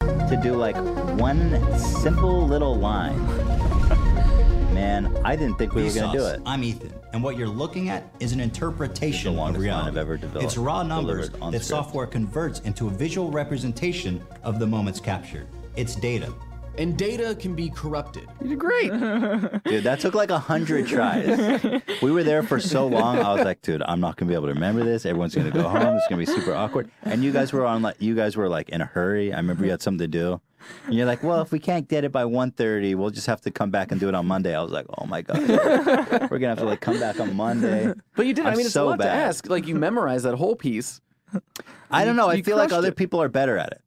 Speaker 2: to do like one simple little line. Man, I didn't think we were gonna do
Speaker 5: Vsauce.
Speaker 2: it.
Speaker 5: I'm Ethan, and what you're looking at is an
Speaker 2: It's
Speaker 5: interpretation
Speaker 2: the longest
Speaker 5: of reality.
Speaker 2: line I've ever developed-
Speaker 5: it's raw numbers
Speaker 2: delivered
Speaker 5: that
Speaker 2: on script.
Speaker 5: software converts into a visual representation of the moments captured. It's data.
Speaker 6: And data can be corrupted.
Speaker 4: You did great.
Speaker 2: Dude, that took like a hundred tries. we were there for so long. I was like, dude, I'm not gonna be able to remember this. Everyone's gonna go home. It's gonna be super awkward. And you guys were on like, you guys were like in a hurry. I remember you had something to do. And you're like, well, if we can't get it by 1.30, we'll just have to come back and do it on Monday. I was like, oh my god, we're gonna have to like come back on Monday.
Speaker 4: But you did. i
Speaker 2: I'm
Speaker 4: mean, it's
Speaker 2: so
Speaker 4: a lot to
Speaker 2: bad.
Speaker 4: ask. Like you memorized that whole piece.
Speaker 2: I don't know. I
Speaker 4: you
Speaker 2: feel like
Speaker 4: crushed
Speaker 2: other
Speaker 4: it.
Speaker 2: people are better at it.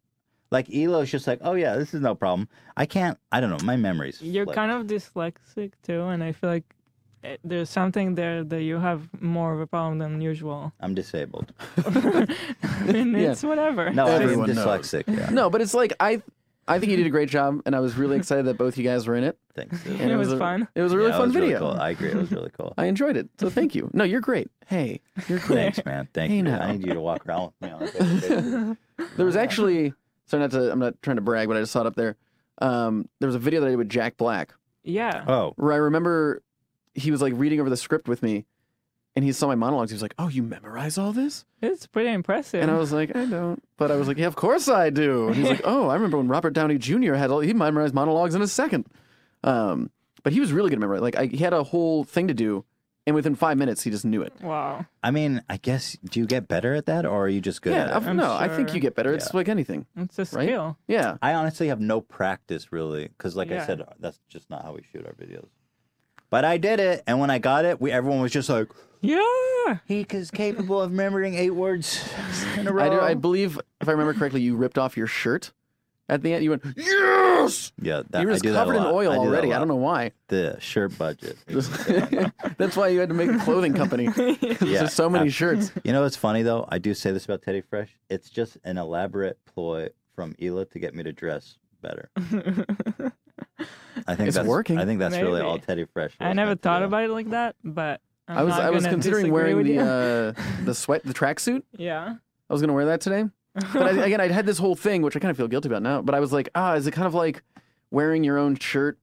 Speaker 2: Like Elo's just like, oh yeah, this is no problem. I can't. I don't know. My memories.
Speaker 3: You're
Speaker 2: like,
Speaker 3: kind of dyslexic too, and I feel like eh, there's something there that you have more of a problem than usual.
Speaker 2: I'm disabled.
Speaker 3: and it's whatever.
Speaker 2: No, I'm
Speaker 6: Everyone knows.
Speaker 2: dyslexic. Yeah.
Speaker 4: No, but it's like I, I think you did a great job, and I was really excited that both you guys were in it.
Speaker 2: Thanks. dude.
Speaker 4: And
Speaker 3: It was
Speaker 4: a-
Speaker 3: fun.
Speaker 4: It was a really
Speaker 2: Yeah, it
Speaker 4: fun
Speaker 2: was
Speaker 4: video.
Speaker 2: cool. I agree. It was really cool.
Speaker 4: I enjoyed it. So thank you. No, you're great. Hey, you're great.
Speaker 2: Thanks, man. Thank
Speaker 4: Hey,
Speaker 2: you.
Speaker 4: now.
Speaker 2: I need you to walk around with me on a vacation.
Speaker 4: There was actually sorry not to I'm not trying to brag, but I just saw it up there. Um, there was a video that I did with Jack Black
Speaker 3: Yeah.
Speaker 2: Oh,
Speaker 4: where I remember he was like reading over the script with me, and he saw my monologues. He was like, "Oh, you memorize all this?"
Speaker 3: It's pretty impressive.
Speaker 4: And I was like, "I don't," but I was like, "Yeah, of course I do." And he's like, "Oh, I remember when Robert Downey Jr. had all he memorized monologues in a second. Um, but he was really good at memorizing. Like I, he had a whole thing to do, and within five minutes he just knew it.
Speaker 3: wow.
Speaker 2: I mean, I guess do you get better at that, or are you just good
Speaker 4: yeah,
Speaker 2: at it?
Speaker 4: I've- no, I think
Speaker 3: sure.
Speaker 4: you get better. It's like anything.
Speaker 3: It's a
Speaker 4: Right?
Speaker 3: skill.
Speaker 4: Yeah,
Speaker 2: I honestly have no practice really, because like I
Speaker 3: Yeah.
Speaker 2: said, that's just not how we shoot our videos. But I did it, and when I got it, we everyone was just like,
Speaker 3: Yeah.
Speaker 2: "He is capable of remembering eight words in a row."
Speaker 4: I do. I believe, if I remember correctly, you ripped off your shirt at the end. You went yes.
Speaker 2: yeah, that,
Speaker 4: you were
Speaker 2: I
Speaker 4: just
Speaker 2: do that a
Speaker 4: covered in
Speaker 2: lot.
Speaker 4: oil
Speaker 2: I do that a
Speaker 4: already. I
Speaker 2: lot.
Speaker 4: don't know why.
Speaker 2: the shirt budget.
Speaker 4: That's why you had to make a clothing company. 'Cause
Speaker 2: Yeah.
Speaker 4: There's so many shirts.
Speaker 2: You know what's funny though? I do say this about Teddy Fresh. It's just an elaborate ploy from Hila to get me to dress better. I think
Speaker 4: It's
Speaker 2: that's
Speaker 4: working.
Speaker 2: I think that's really
Speaker 3: Maybe.
Speaker 2: all Teddy Fresh.
Speaker 3: I
Speaker 2: was
Speaker 3: never
Speaker 2: meant to
Speaker 3: thought
Speaker 2: do.
Speaker 3: about it like that, but I'm
Speaker 4: i was
Speaker 3: not
Speaker 4: I was
Speaker 3: gonna
Speaker 4: considering
Speaker 3: disagree
Speaker 4: wearing
Speaker 3: with
Speaker 4: the
Speaker 3: you.
Speaker 4: uh, the sweat the tracksuit.
Speaker 3: yeah.
Speaker 4: I was gonna wear that today, but I, again, I had this whole thing which I kind of feel guilty about now. But I was like, ah, is it kind of like wearing your own shirt?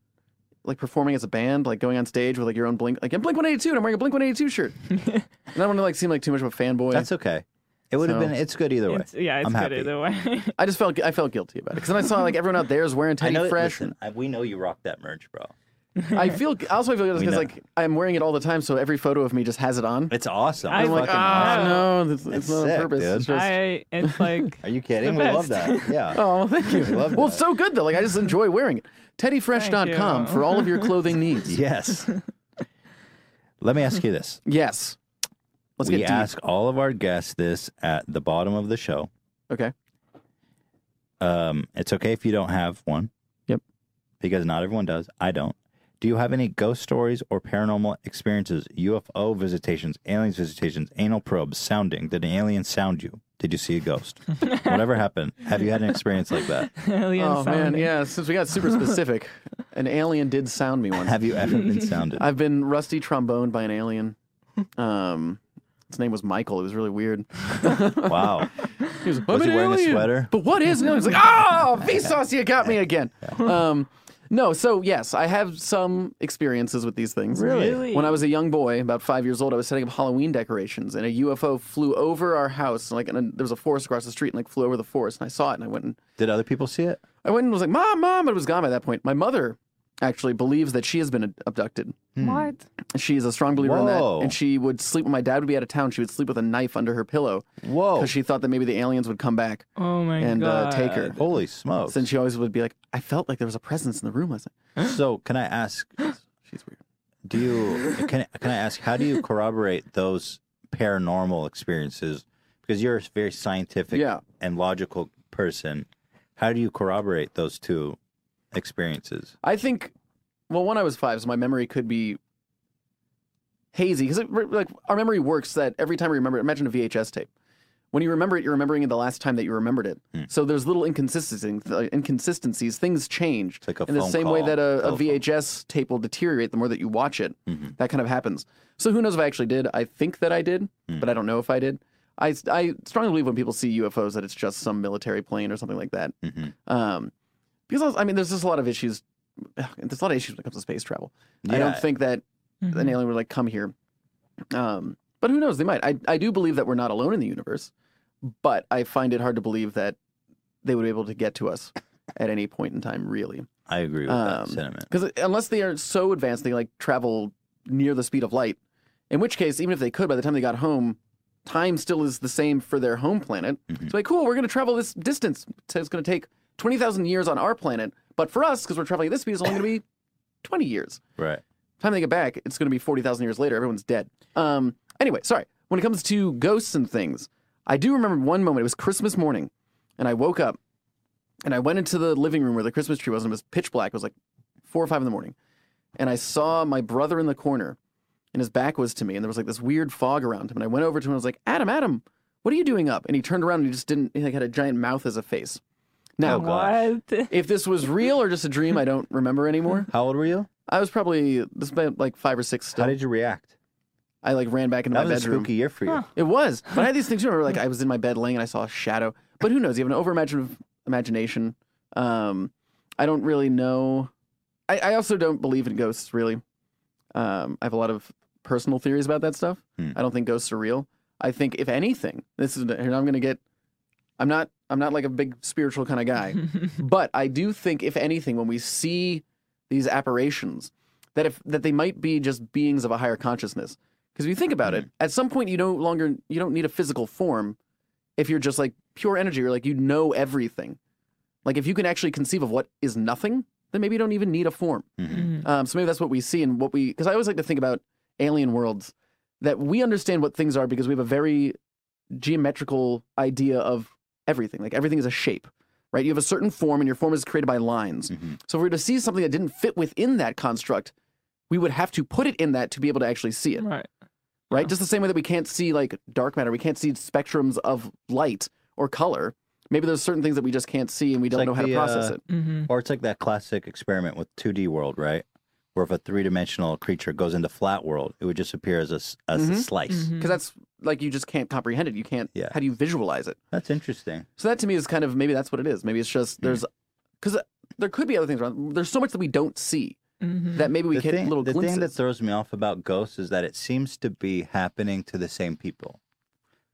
Speaker 4: Like performing as a band, like going on stage with like your own blink, like I'm Blink 182 and I'm wearing a Blink 182 shirt. and I don't want to like seem like too much of a fanboy.
Speaker 2: That's okay. It would have
Speaker 4: So-
Speaker 2: been. It's good either way.
Speaker 3: It's, yeah, it's
Speaker 2: I'm
Speaker 3: good
Speaker 2: happy.
Speaker 3: either way.
Speaker 4: I just felt I felt guilty about it because then I saw like everyone out there is wearing
Speaker 2: I
Speaker 4: Teddy
Speaker 2: know.
Speaker 4: Fresh.
Speaker 2: listen, I, we know you rock that merch, bro.
Speaker 4: and I feel also I feel guilty
Speaker 2: We
Speaker 4: because
Speaker 2: know.
Speaker 4: like I'm wearing it all the time, so every photo of me just has it on.
Speaker 2: It's awesome.
Speaker 3: I'm
Speaker 4: I'm
Speaker 2: It's
Speaker 4: like,
Speaker 2: fucking
Speaker 4: ah,
Speaker 3: uh,
Speaker 2: awesome.
Speaker 4: no, it's, it's
Speaker 2: It's
Speaker 4: not
Speaker 2: sick,
Speaker 4: on purpose.
Speaker 2: dude.
Speaker 4: It's just,
Speaker 3: I it's like
Speaker 2: Are you kidding?
Speaker 3: the
Speaker 2: We love
Speaker 3: best.
Speaker 2: that. Yeah.
Speaker 4: oh, thank you.
Speaker 2: love
Speaker 4: well,
Speaker 2: that.
Speaker 4: it's so good though. Like I just enjoy wearing it. TeddyFresh.com
Speaker 3: Thank you.
Speaker 4: for all of your clothing needs.
Speaker 2: Yes. Let me ask you this.
Speaker 4: Yes. Let's
Speaker 2: we
Speaker 4: get deep.
Speaker 2: ask all of our guests this at the bottom of the show.
Speaker 4: Okay.
Speaker 2: Um, it's okay if you don't have one.
Speaker 4: Yep.
Speaker 2: Because not everyone does. I don't. Do you have any ghost stories or paranormal experiences, UFO visitations, aliens visitations, anal probes, sounding? Did an alien sound you? Did you see a ghost? Whatever happened. Have you had an experience like that?
Speaker 3: alien
Speaker 4: Oh man,
Speaker 3: sounding.
Speaker 4: yeah. Since we got super specific, an alien did sound me once.
Speaker 2: Have you ever been sounded?
Speaker 4: I've been rusty tromboned by an alien. Um, his name was Michael. It was really weird.
Speaker 2: Wow.
Speaker 4: He was,
Speaker 2: Was
Speaker 4: "I'm
Speaker 2: he
Speaker 4: an
Speaker 2: wearing a
Speaker 4: alien,
Speaker 2: sweater?
Speaker 4: "Ah, But what is? No, he's like, oh, Vsauce, you got me again. Um, No, so yes, I have some experiences with these things.
Speaker 2: Really?
Speaker 3: Really?
Speaker 4: When I was a young boy, about five years old, I was setting up Halloween decorations, and a UFO flew over our house. And, like, and there was a forest across the street, and like flew over the forest, and I saw it, and I went and
Speaker 2: Did other people see it?
Speaker 4: I went and was like, "Mom, mom!" But it was gone by that point. My mother actually believes that she has been abducted.
Speaker 3: What?
Speaker 4: She's a strong believer in
Speaker 2: Whoa.
Speaker 4: that, and she would sleep when my dad would be out of town. She would sleep with a knife under her pillow
Speaker 2: Whoa.
Speaker 4: because she thought that maybe the aliens would come back
Speaker 3: Oh my
Speaker 4: and uh,
Speaker 3: god.
Speaker 4: take her.
Speaker 2: Holy smokes.
Speaker 4: Since she always would be like, "I felt like there was a presence in the room." I was like,
Speaker 2: so can I ask
Speaker 4: "She's weird."
Speaker 2: do you can can I ask how do you corroborate those paranormal experiences? Because you're a very scientific
Speaker 4: Yeah.
Speaker 2: and logical person. How do you corroborate those two experiences?
Speaker 4: I think, well, when I was five, so my memory could be hazy because like our memory works that every time we remember it, imagine a VHS tape. When you remember it, you're remembering it the last time that you remembered it.
Speaker 2: Hmm.
Speaker 4: So there's little inconsistencies. Inconsistencies, things change.
Speaker 2: like a
Speaker 4: in the
Speaker 2: phone
Speaker 4: same way
Speaker 2: call,
Speaker 4: that a, a
Speaker 2: telephone. Mm-hmm.
Speaker 4: VHS tape will deteriorate the more that you watch it. That kind of happens. So who knows if I actually did? I think that I did,
Speaker 2: Hmm.
Speaker 4: but I don't know if I did. I, I strongly believe when people see UFOs that it's just some military plane or something like that.
Speaker 2: Mhm.
Speaker 4: Um, because I, was- I mean, there's just a lot of issues. ugh, There's a lot of issues when it comes to space travel. I
Speaker 2: Yeah.
Speaker 4: don't think that
Speaker 3: Mhm.
Speaker 4: an alien would like come here. Um, but who knows? They might. I I do believe that we're not alone in the universe, but I find it hard to believe that they would be able to get to us at any point in time, really.
Speaker 2: I agree with
Speaker 4: Um,
Speaker 2: that sentiment.
Speaker 4: Because unless they are so advanced, they like travel near the speed of light. In which case, even if they could, by the time they got home, time still is the same for their home planet. It's like, cool, we're going to travel this distance. So It's going to take 20,000 years on our planet. But for us, because we're traveling at this speed, it's only going to be 20 years.
Speaker 2: Right.
Speaker 4: By the time they get back, it's going to be 40,000 years later. Everyone's dead. Um, anyway, sorry. When it comes to ghosts and things, I do remember one moment. It was Christmas morning, and I woke up and I went into the living room where the Christmas tree was, and it was pitch black. It was like four or five in the morning. And I saw my brother in the corner, and his back was to me, and there was like this weird fog around him. And I went over to him and I was like, Adam, Adam, what are you doing up? And he turned around and he just didn't, he like had a giant mouth as a face.
Speaker 2: Oh,
Speaker 4: Now,
Speaker 3: What?
Speaker 4: if this was real or just a dream, I don't remember anymore.
Speaker 2: How old were you?
Speaker 4: I was probably this about like five or six. Still.
Speaker 2: How did you react?
Speaker 4: I like ran back into
Speaker 2: That
Speaker 4: my
Speaker 2: was a
Speaker 4: bedroom.
Speaker 2: spooky year for you.
Speaker 4: It was, but I had these things. Remember, like I was in my bed laying and I saw a shadow. But who knows? You have an overimaginative imagination. Um, I don't really know. I, I also don't believe in ghosts. Really, um, I have a lot of personal theories about that stuff.
Speaker 2: Hmm.
Speaker 4: I don't think ghosts are real. I think if anything, this is. and I'm going to get. I'm not. I'm not like a big spiritual kind of guy, but I do think if anything, when we see these apparitions, that if that they might be just beings of a higher consciousness. Because if you think about it, at some point you no longer you don't need a physical form if you're just like pure energy or like you know everything. Like if you can actually conceive of what is nothing, then maybe you don't even need a form.
Speaker 3: Hmm.
Speaker 4: Um, so maybe that's what we see and what we because I always like to think about alien worlds that we understand what things are because we have a very geometrical idea of everything. Like everything is a shape, right? You have a certain form, and your form is created by lines.
Speaker 2: Mm-hmm.
Speaker 4: So if we were to see something that didn't fit within that construct, we would have to put it in that to be able to actually see it, right?
Speaker 3: right.
Speaker 4: Just the same way that we can't see like dark matter, we can't see spectrums of light or color. Maybe there's certain things that we just can't see, and we don't
Speaker 2: like
Speaker 4: know how
Speaker 2: the,
Speaker 4: to process
Speaker 2: uh,
Speaker 4: it.
Speaker 3: Mm-hmm.
Speaker 2: Or it's like that classic experiment with 2D world, right? Where if a three dimensional creature goes into flat world, it would just appear as a, s- as a
Speaker 4: Mhm.
Speaker 2: slice.
Speaker 4: Because that's like you just can't comprehend it. You can't.
Speaker 2: Yeah.
Speaker 4: How do you visualize it?
Speaker 2: That's interesting.
Speaker 4: So that to me is kind of maybe that's what it is. Maybe it's
Speaker 2: Mm.
Speaker 4: just there's because there could be other things around. There's so much that we don't see that maybe we
Speaker 2: the
Speaker 4: get
Speaker 2: thing,
Speaker 4: little
Speaker 2: the
Speaker 4: glimpses.
Speaker 2: thing that throws me off about ghosts is that it seems to be happening to the same people.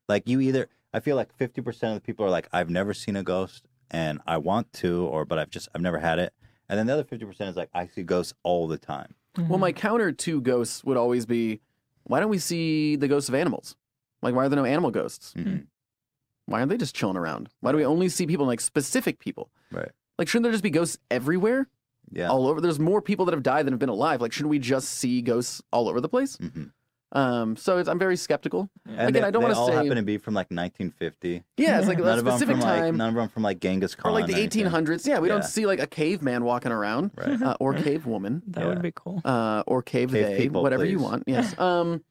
Speaker 2: Like you either, I feel like fifty percent of the people are like, I've never seen a ghost and I want to, or but I've just I've never had it. And then the other fifty percent is like, I see ghosts all the time.
Speaker 4: Well, my counter to ghosts would always be, why don't we see the ghosts of animals? Like, why are there no animal ghosts?
Speaker 2: Mhm.
Speaker 4: Why aren't they just chilling around? Why do we only see people like specific people?
Speaker 2: Right.
Speaker 4: Like, shouldn't there just be ghosts everywhere,
Speaker 2: Yeah.
Speaker 4: all over? There's more people that have died than have been alive. Like, shouldn't we just see ghosts all over the place?
Speaker 2: Mhm.
Speaker 4: Um, so it's, I'm very skeptical.
Speaker 2: And
Speaker 4: Again,
Speaker 2: they,
Speaker 4: I don't
Speaker 2: they
Speaker 4: want to
Speaker 2: all
Speaker 4: say.
Speaker 2: happen to be from like 1950.
Speaker 4: yeah, it's like
Speaker 2: none
Speaker 4: a
Speaker 2: of them
Speaker 4: specific
Speaker 2: from like
Speaker 4: time.
Speaker 2: none of them from like Genghis Khan
Speaker 4: or like the
Speaker 2: anything.
Speaker 4: 1800s. Yeah, we don't
Speaker 2: Yeah.
Speaker 4: see like a caveman walking around,
Speaker 2: Right.
Speaker 4: uh, or cave woman,
Speaker 3: That
Speaker 2: yeah.
Speaker 3: would be cool.
Speaker 4: uh, or cave,
Speaker 2: Cave
Speaker 4: they,
Speaker 2: people,
Speaker 4: whatever you
Speaker 2: please.
Speaker 4: want. Yes. Um,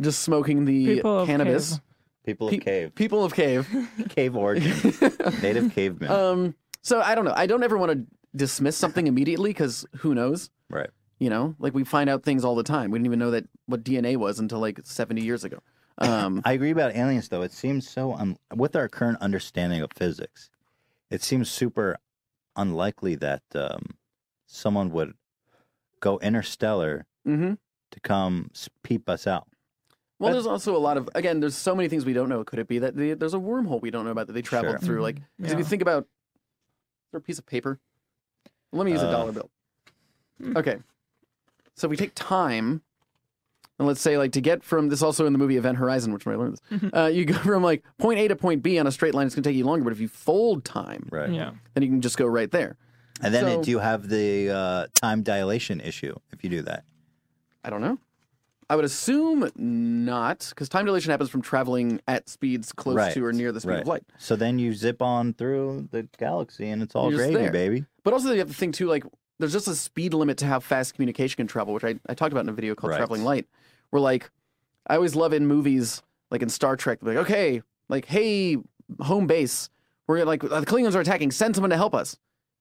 Speaker 4: just smoking the
Speaker 3: People of
Speaker 4: cannabis.
Speaker 3: cave.
Speaker 2: People
Speaker 4: Pe-
Speaker 2: of cave,
Speaker 4: People of cave.
Speaker 2: cave origin, native cavemen.
Speaker 4: um, so I don't know. I don't ever want to dismiss something immediately because who knows?
Speaker 2: right.
Speaker 4: You know, like we find out things all the time. We didn't even know that what DNA was until like 70 years ago. Um,
Speaker 2: I agree about aliens, though. It seems so, um, with our current understanding of physics, it seems super unlikely that um, someone would go interstellar
Speaker 4: Mm-hmm.
Speaker 2: to come s- peep us out.
Speaker 4: Well,
Speaker 2: But-
Speaker 4: there's also a lot of again. There's so many things we don't know. Could it be that they, there's a wormhole we don't know about that they traveled
Speaker 2: Sure. Mm-hmm.
Speaker 4: through? Like, 'cause if you
Speaker 3: Yeah.
Speaker 4: think about, is there a piece of paper? Let me use
Speaker 2: Uh.
Speaker 4: a dollar bill.
Speaker 2: Hmm.
Speaker 4: Okay, so if we take time, and let's say like to get from this also in the movie Event Horizon, which I learned this.
Speaker 2: Mm-hmm.
Speaker 4: uh, you go from like point A to point B on a straight line. It's gonna take you longer, but if you fold time,
Speaker 2: Right.
Speaker 3: Yeah.
Speaker 4: then you can just go right there.
Speaker 2: And then
Speaker 4: So-
Speaker 2: do you have the uh, time dilation issue if you do that?
Speaker 4: I don't know. I would assume not, because time dilation happens from traveling at speeds close
Speaker 2: Right,
Speaker 4: to or near the speed of light.
Speaker 2: So then you zip on through the galaxy and it's all
Speaker 4: You're just
Speaker 2: gravy,
Speaker 4: there.
Speaker 2: baby.
Speaker 4: But also you have to think too, like there's just a speed limit to how fast communication can travel, which I, I talked about in a video called
Speaker 2: Right.
Speaker 4: Traveling Light. Where like I always love in movies, like in Star Trek, like, okay, like, hey, home base, we're like the Klingons are attacking, send someone to help us.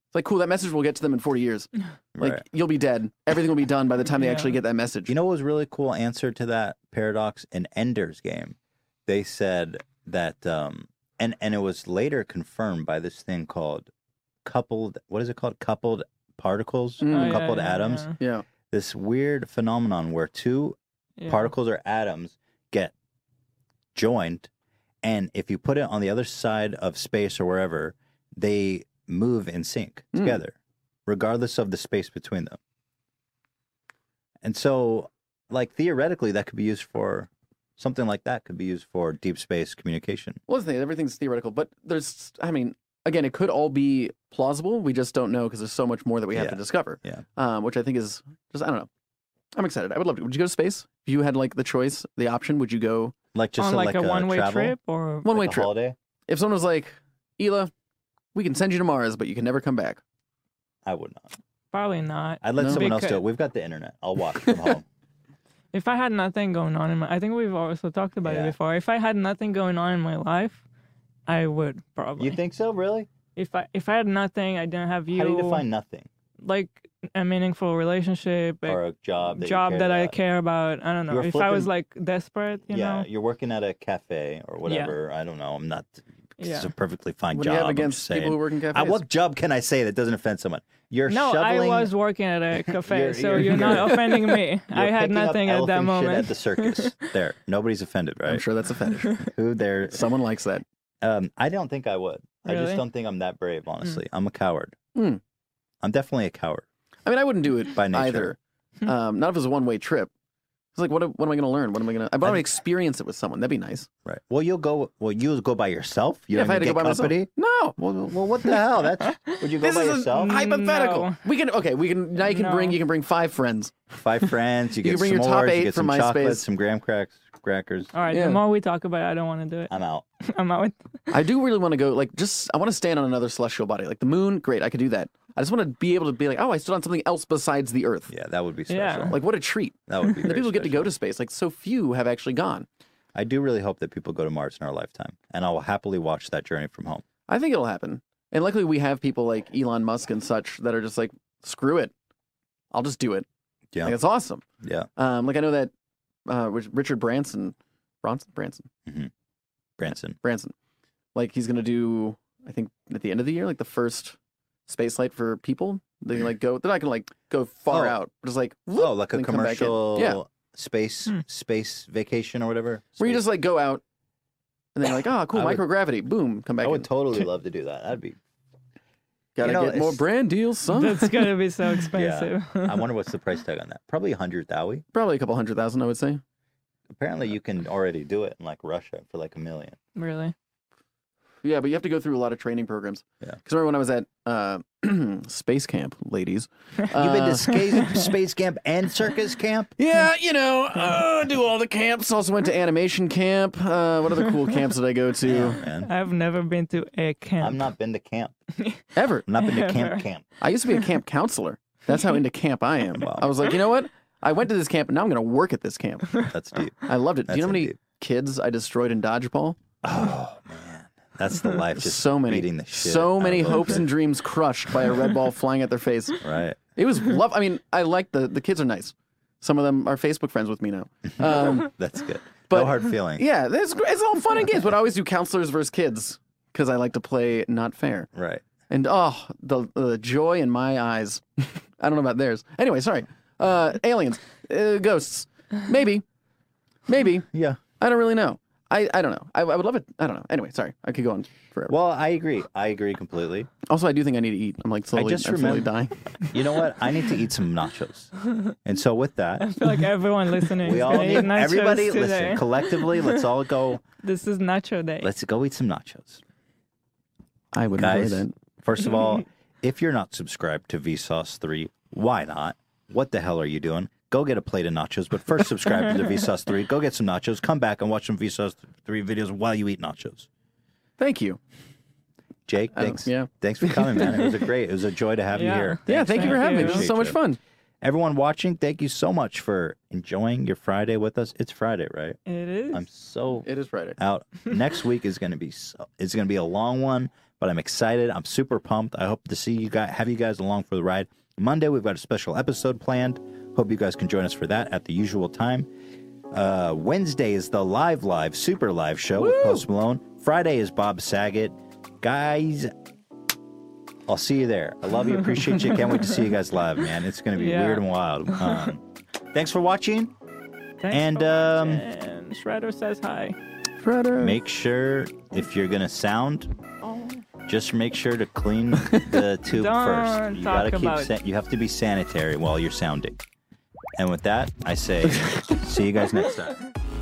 Speaker 4: It's like cool, that message will get to them in forty years. Like
Speaker 2: Right.
Speaker 4: you'll be dead. Everything will be done by the time they
Speaker 3: Yeah.
Speaker 4: actually get that message.
Speaker 2: You know what was a really cool answer to that paradox in Ender's game? They said that um and and it was later confirmed by this thing called coupled what is it called? Coupled particles,
Speaker 4: Mm.
Speaker 3: Oh, yeah,
Speaker 2: coupled
Speaker 3: yeah,
Speaker 2: atoms.
Speaker 3: yeah,
Speaker 4: yeah.
Speaker 2: This weird phenomenon where two
Speaker 3: yeah.
Speaker 2: particles or atoms get joined and if you put it on the other side of space or wherever, they move in sync
Speaker 3: Hmm.
Speaker 4: Mm.
Speaker 2: together, regardless of the space between them. And so, like theoretically, that could be used for something like that could be used for deep space communication.
Speaker 4: Well, that's the thing, everything's theoretical, but there's, I mean, again, it could all be plausible. We just don't know because there's so much more that we have
Speaker 2: Yeah.
Speaker 4: to discover.
Speaker 2: Yeah.
Speaker 4: Um, which I think is just, I don't know. I'm excited. I would love to. Would you go to space? If you had like the choice, the option, would you go
Speaker 2: Like just
Speaker 3: on
Speaker 2: a,
Speaker 3: like, a, one-way
Speaker 2: travel,
Speaker 3: trip or
Speaker 2: like
Speaker 4: one way
Speaker 2: a
Speaker 4: trip?
Speaker 2: holiday.
Speaker 4: If someone was like, Hila, we can send you to Mars, but you can never come back.
Speaker 2: I would not.
Speaker 3: probably not.
Speaker 2: I'd let
Speaker 4: No.
Speaker 2: someone else do
Speaker 3: Because-
Speaker 2: it. We've got the internet. I'll watch from home.
Speaker 3: If I had nothing going on in my, I think we've also talked about
Speaker 2: Yeah.
Speaker 3: it before. If I had nothing going on in my life, I would probably.
Speaker 2: you think so? Really?
Speaker 3: if I if I had nothing, I didn't have you.
Speaker 2: How do you define nothing
Speaker 3: like a meaningful relationship, a
Speaker 2: or a job? That
Speaker 3: job
Speaker 2: you
Speaker 3: that I
Speaker 2: about?
Speaker 3: care about. I don't know.
Speaker 2: You're
Speaker 3: if I was
Speaker 2: flipping-
Speaker 3: like desperate, you
Speaker 2: yeah,
Speaker 3: know.
Speaker 2: you're working at a cafe or whatever. I don't know. I'm not.
Speaker 3: Yeah.
Speaker 2: It's a perfectly fine
Speaker 4: What do
Speaker 2: job.
Speaker 4: you have
Speaker 2: I'm
Speaker 4: against
Speaker 2: just
Speaker 4: people
Speaker 2: saying.
Speaker 4: who work in
Speaker 2: I,
Speaker 4: cafes?
Speaker 2: what job can I say that doesn't offend someone? You're
Speaker 3: No,
Speaker 2: shoveling.
Speaker 3: I was working at a cafe,
Speaker 2: You're-
Speaker 3: so
Speaker 2: you're-
Speaker 3: you're,
Speaker 2: you're-
Speaker 3: not offending me.
Speaker 2: you're
Speaker 3: I had
Speaker 2: picking up
Speaker 3: nothing at that
Speaker 2: elephant shit
Speaker 3: moment.
Speaker 2: at the circus. there, nobody's offended,
Speaker 4: I'm
Speaker 2: right?
Speaker 4: sure that's a fetish.
Speaker 2: Who there?
Speaker 4: someone likes that.
Speaker 2: Um, I don't think I would. I just
Speaker 3: Really?
Speaker 2: don't think I'm that brave. Honestly, I'm a coward.
Speaker 4: Hmm.
Speaker 2: I'm definitely a coward.
Speaker 4: I mean, I wouldn't do it
Speaker 2: By nature. Hmm.
Speaker 4: either. Um, not if it was a one way trip. It's like, what, am- what am I going to learn? What am I going to, I want to
Speaker 2: I-
Speaker 4: experience it with someone. That'd be nice.
Speaker 2: Right. Well, you'll go. Well, you'll go by yourself. You
Speaker 4: Yeah,
Speaker 2: don't even get company.
Speaker 4: myself. No.
Speaker 2: Well, well, what the hell? That's would you go
Speaker 4: This
Speaker 2: by
Speaker 4: is a
Speaker 2: yourself?
Speaker 4: hypothetical.
Speaker 3: No.
Speaker 4: We can okay. We can now. You can bring
Speaker 3: No.
Speaker 4: you can bring five friends.
Speaker 2: Five friends. You,
Speaker 4: You
Speaker 2: get
Speaker 4: can bring your
Speaker 2: s'mores,
Speaker 4: top
Speaker 2: you
Speaker 4: eight
Speaker 2: get
Speaker 4: from
Speaker 2: some
Speaker 4: MySpace.
Speaker 2: chocolates, some graham cracks, crackers.
Speaker 3: All right,
Speaker 4: Yeah.
Speaker 3: the more we talk about it, I don't want to do it.
Speaker 2: I'm out.
Speaker 3: I'm out.
Speaker 4: I do really want to go. Like just I want to stand on another celestial body, like the moon. Great, I could do that. I just want to be able to be like, oh, I stood on something else besides the Earth.
Speaker 2: Yeah, that would be special.
Speaker 3: Yeah.
Speaker 4: Like what a treat.
Speaker 2: That would be.
Speaker 4: And the
Speaker 2: very
Speaker 4: people get to
Speaker 2: special.
Speaker 4: go to space. Like so few have actually gone.
Speaker 2: I do really hope that people go to Mars in our lifetime, and I will happily watch that journey from home.
Speaker 4: I think it'll happen. And luckily, we have people like Elon Musk and such that are just like, screw it, I'll just do it.
Speaker 2: Yeah,
Speaker 4: Like it's awesome.
Speaker 2: yeah.
Speaker 4: Um, like I know that uh, Rich- Richard Branson, Bronson, Branson.
Speaker 2: Branson.
Speaker 4: Branson. Like he's gonna do, I think at the end of the year, like the first space light for people. They like go. They're not gonna like go far
Speaker 2: Oh.
Speaker 4: out. But it's like whoop,
Speaker 2: Oh, like a
Speaker 4: and then come back in.
Speaker 2: commercial
Speaker 4: Yeah,
Speaker 2: space
Speaker 3: Hmm.
Speaker 2: space vacation or whatever.
Speaker 4: where you
Speaker 2: Space-
Speaker 4: just like go out, and then you're like, oh, cool,
Speaker 2: I would-
Speaker 4: microgravity, boom, come back.
Speaker 2: I would
Speaker 4: in.
Speaker 2: totally love to do that. That'd be.
Speaker 4: Gotta
Speaker 2: you know,
Speaker 4: get more
Speaker 2: it's-
Speaker 4: brand deals, son.
Speaker 3: That's gonna be so expensive.
Speaker 2: I wonder what's the price tag on that. Probably a hundred thousand.
Speaker 4: Probably a couple hundred thousand, I would say.
Speaker 2: Apparently, you can already do it in like Russia for like a million.
Speaker 3: really?
Speaker 4: Yeah, but you have to go through a lot of training programs.
Speaker 2: Yeah.
Speaker 4: Because remember when I was at uh, space camp, ladies.
Speaker 2: You've been
Speaker 4: uh,
Speaker 2: to space, space camp and circus camp.
Speaker 4: Yeah, you know, uh, do all the camps. Also went to animation camp. Uh, what other cool camps did I go
Speaker 2: Yeah,
Speaker 4: to?
Speaker 2: man.
Speaker 3: I've never been to a camp.
Speaker 2: I'm not been to camp.
Speaker 4: Ever?
Speaker 2: I'm not been to camp
Speaker 3: Ever.
Speaker 2: camp.
Speaker 4: I used to be a camp counselor. That's how into camp I am.
Speaker 2: Wow.
Speaker 4: I was like, you know what? I went to this camp, and now I'm going to work at this camp.
Speaker 2: That's deep.
Speaker 4: I loved it. Do you know
Speaker 2: That's
Speaker 4: how many
Speaker 2: indeed.
Speaker 4: kids I destroyed in dodgeball?
Speaker 2: Oh man, that's the life. Just
Speaker 4: so many,
Speaker 2: beating the shit
Speaker 4: so
Speaker 2: out
Speaker 4: many
Speaker 2: of
Speaker 4: hopes
Speaker 2: it.
Speaker 4: and dreams crushed by a red ball flying at their face.
Speaker 2: Right.
Speaker 4: It was love. I mean, I like the the kids are nice. Some of them are Facebook friends with me now. Um,
Speaker 2: That's good.
Speaker 4: But-
Speaker 2: no hard feeling.
Speaker 4: yeah, it's it's all fun and games, but I always do counselors versus kids because I like to play not fair.
Speaker 2: Right.
Speaker 4: uh, And oh, the the joy in my eyes. I don't know about theirs. Anyway, sorry. Uh, aliens, uh, ghosts, maybe, maybe.
Speaker 2: Yeah.
Speaker 4: I don't really know. I, I don't know. I, I would love it. I don't know. Anyway, sorry. I could go on forever.
Speaker 2: Well, I agree. I agree completely.
Speaker 4: also, I do think I need to eat. I'm like slowly,
Speaker 2: just
Speaker 4: I'm slowly
Speaker 2: remember-
Speaker 4: dying.
Speaker 2: You know what? I need to eat some nachos. And so with that,
Speaker 3: I feel like everyone listening
Speaker 2: we
Speaker 3: is
Speaker 2: all
Speaker 3: gonna eat
Speaker 2: need
Speaker 3: nachos
Speaker 2: everybody
Speaker 3: today.
Speaker 2: listen collectively. Let's all go.
Speaker 3: This is nacho day.
Speaker 2: Let's go eat some nachos,
Speaker 4: I would
Speaker 2: guys.
Speaker 4: enjoy that.
Speaker 2: First of all, if you're not subscribed to Vsauce Three, why not? What the hell are you doing? Go get a plate of nachos, but first subscribe to the Vsauce Three. Go get some nachos. Come back and watch some Vsauce Three videos while you eat nachos.
Speaker 4: Thank you.
Speaker 2: Jake,
Speaker 5: Um,
Speaker 4: I don't-
Speaker 2: thanks.
Speaker 4: yeah.
Speaker 2: Thanks for coming, man. It was a great. It was a joy to have
Speaker 3: Yeah.
Speaker 2: you here.
Speaker 4: Yeah,
Speaker 3: Thanks,
Speaker 4: thank you for
Speaker 3: man.
Speaker 4: having me.
Speaker 3: Thank
Speaker 4: This was
Speaker 2: you.
Speaker 4: so much fun.
Speaker 2: Everyone watching, thank you so much for enjoying your Friday with us. It's Friday, right?
Speaker 3: It is.
Speaker 2: I'm so
Speaker 4: It is Friday.
Speaker 2: out. Next week is going to be so, it's going to be a long one, but I'm excited. I'm super pumped. I hope to see you guys, have you guys along for the ride. Monday we've got a special episode planned. Hope you guys can join us for that at the usual time. Uh, Wednesday is the live, live, super live show with Post Malone. Friday is Bob Saget. Guys, I'll see you there. I love you. Appreciate you. Can't wait to see you guys live, man. It's going to be
Speaker 3: Yeah.
Speaker 2: weird and wild. Um, thanks for watching.
Speaker 3: Thanks
Speaker 2: and,
Speaker 3: for
Speaker 2: um,
Speaker 3: watching. Shredder says hi.
Speaker 4: Friday.
Speaker 2: make sure if you're gonna sound just make sure to clean the tube
Speaker 3: Don't
Speaker 2: first you gotta keep
Speaker 3: talk about-
Speaker 2: sa- you have to be sanitary while you're sounding and with that i say see you guys next time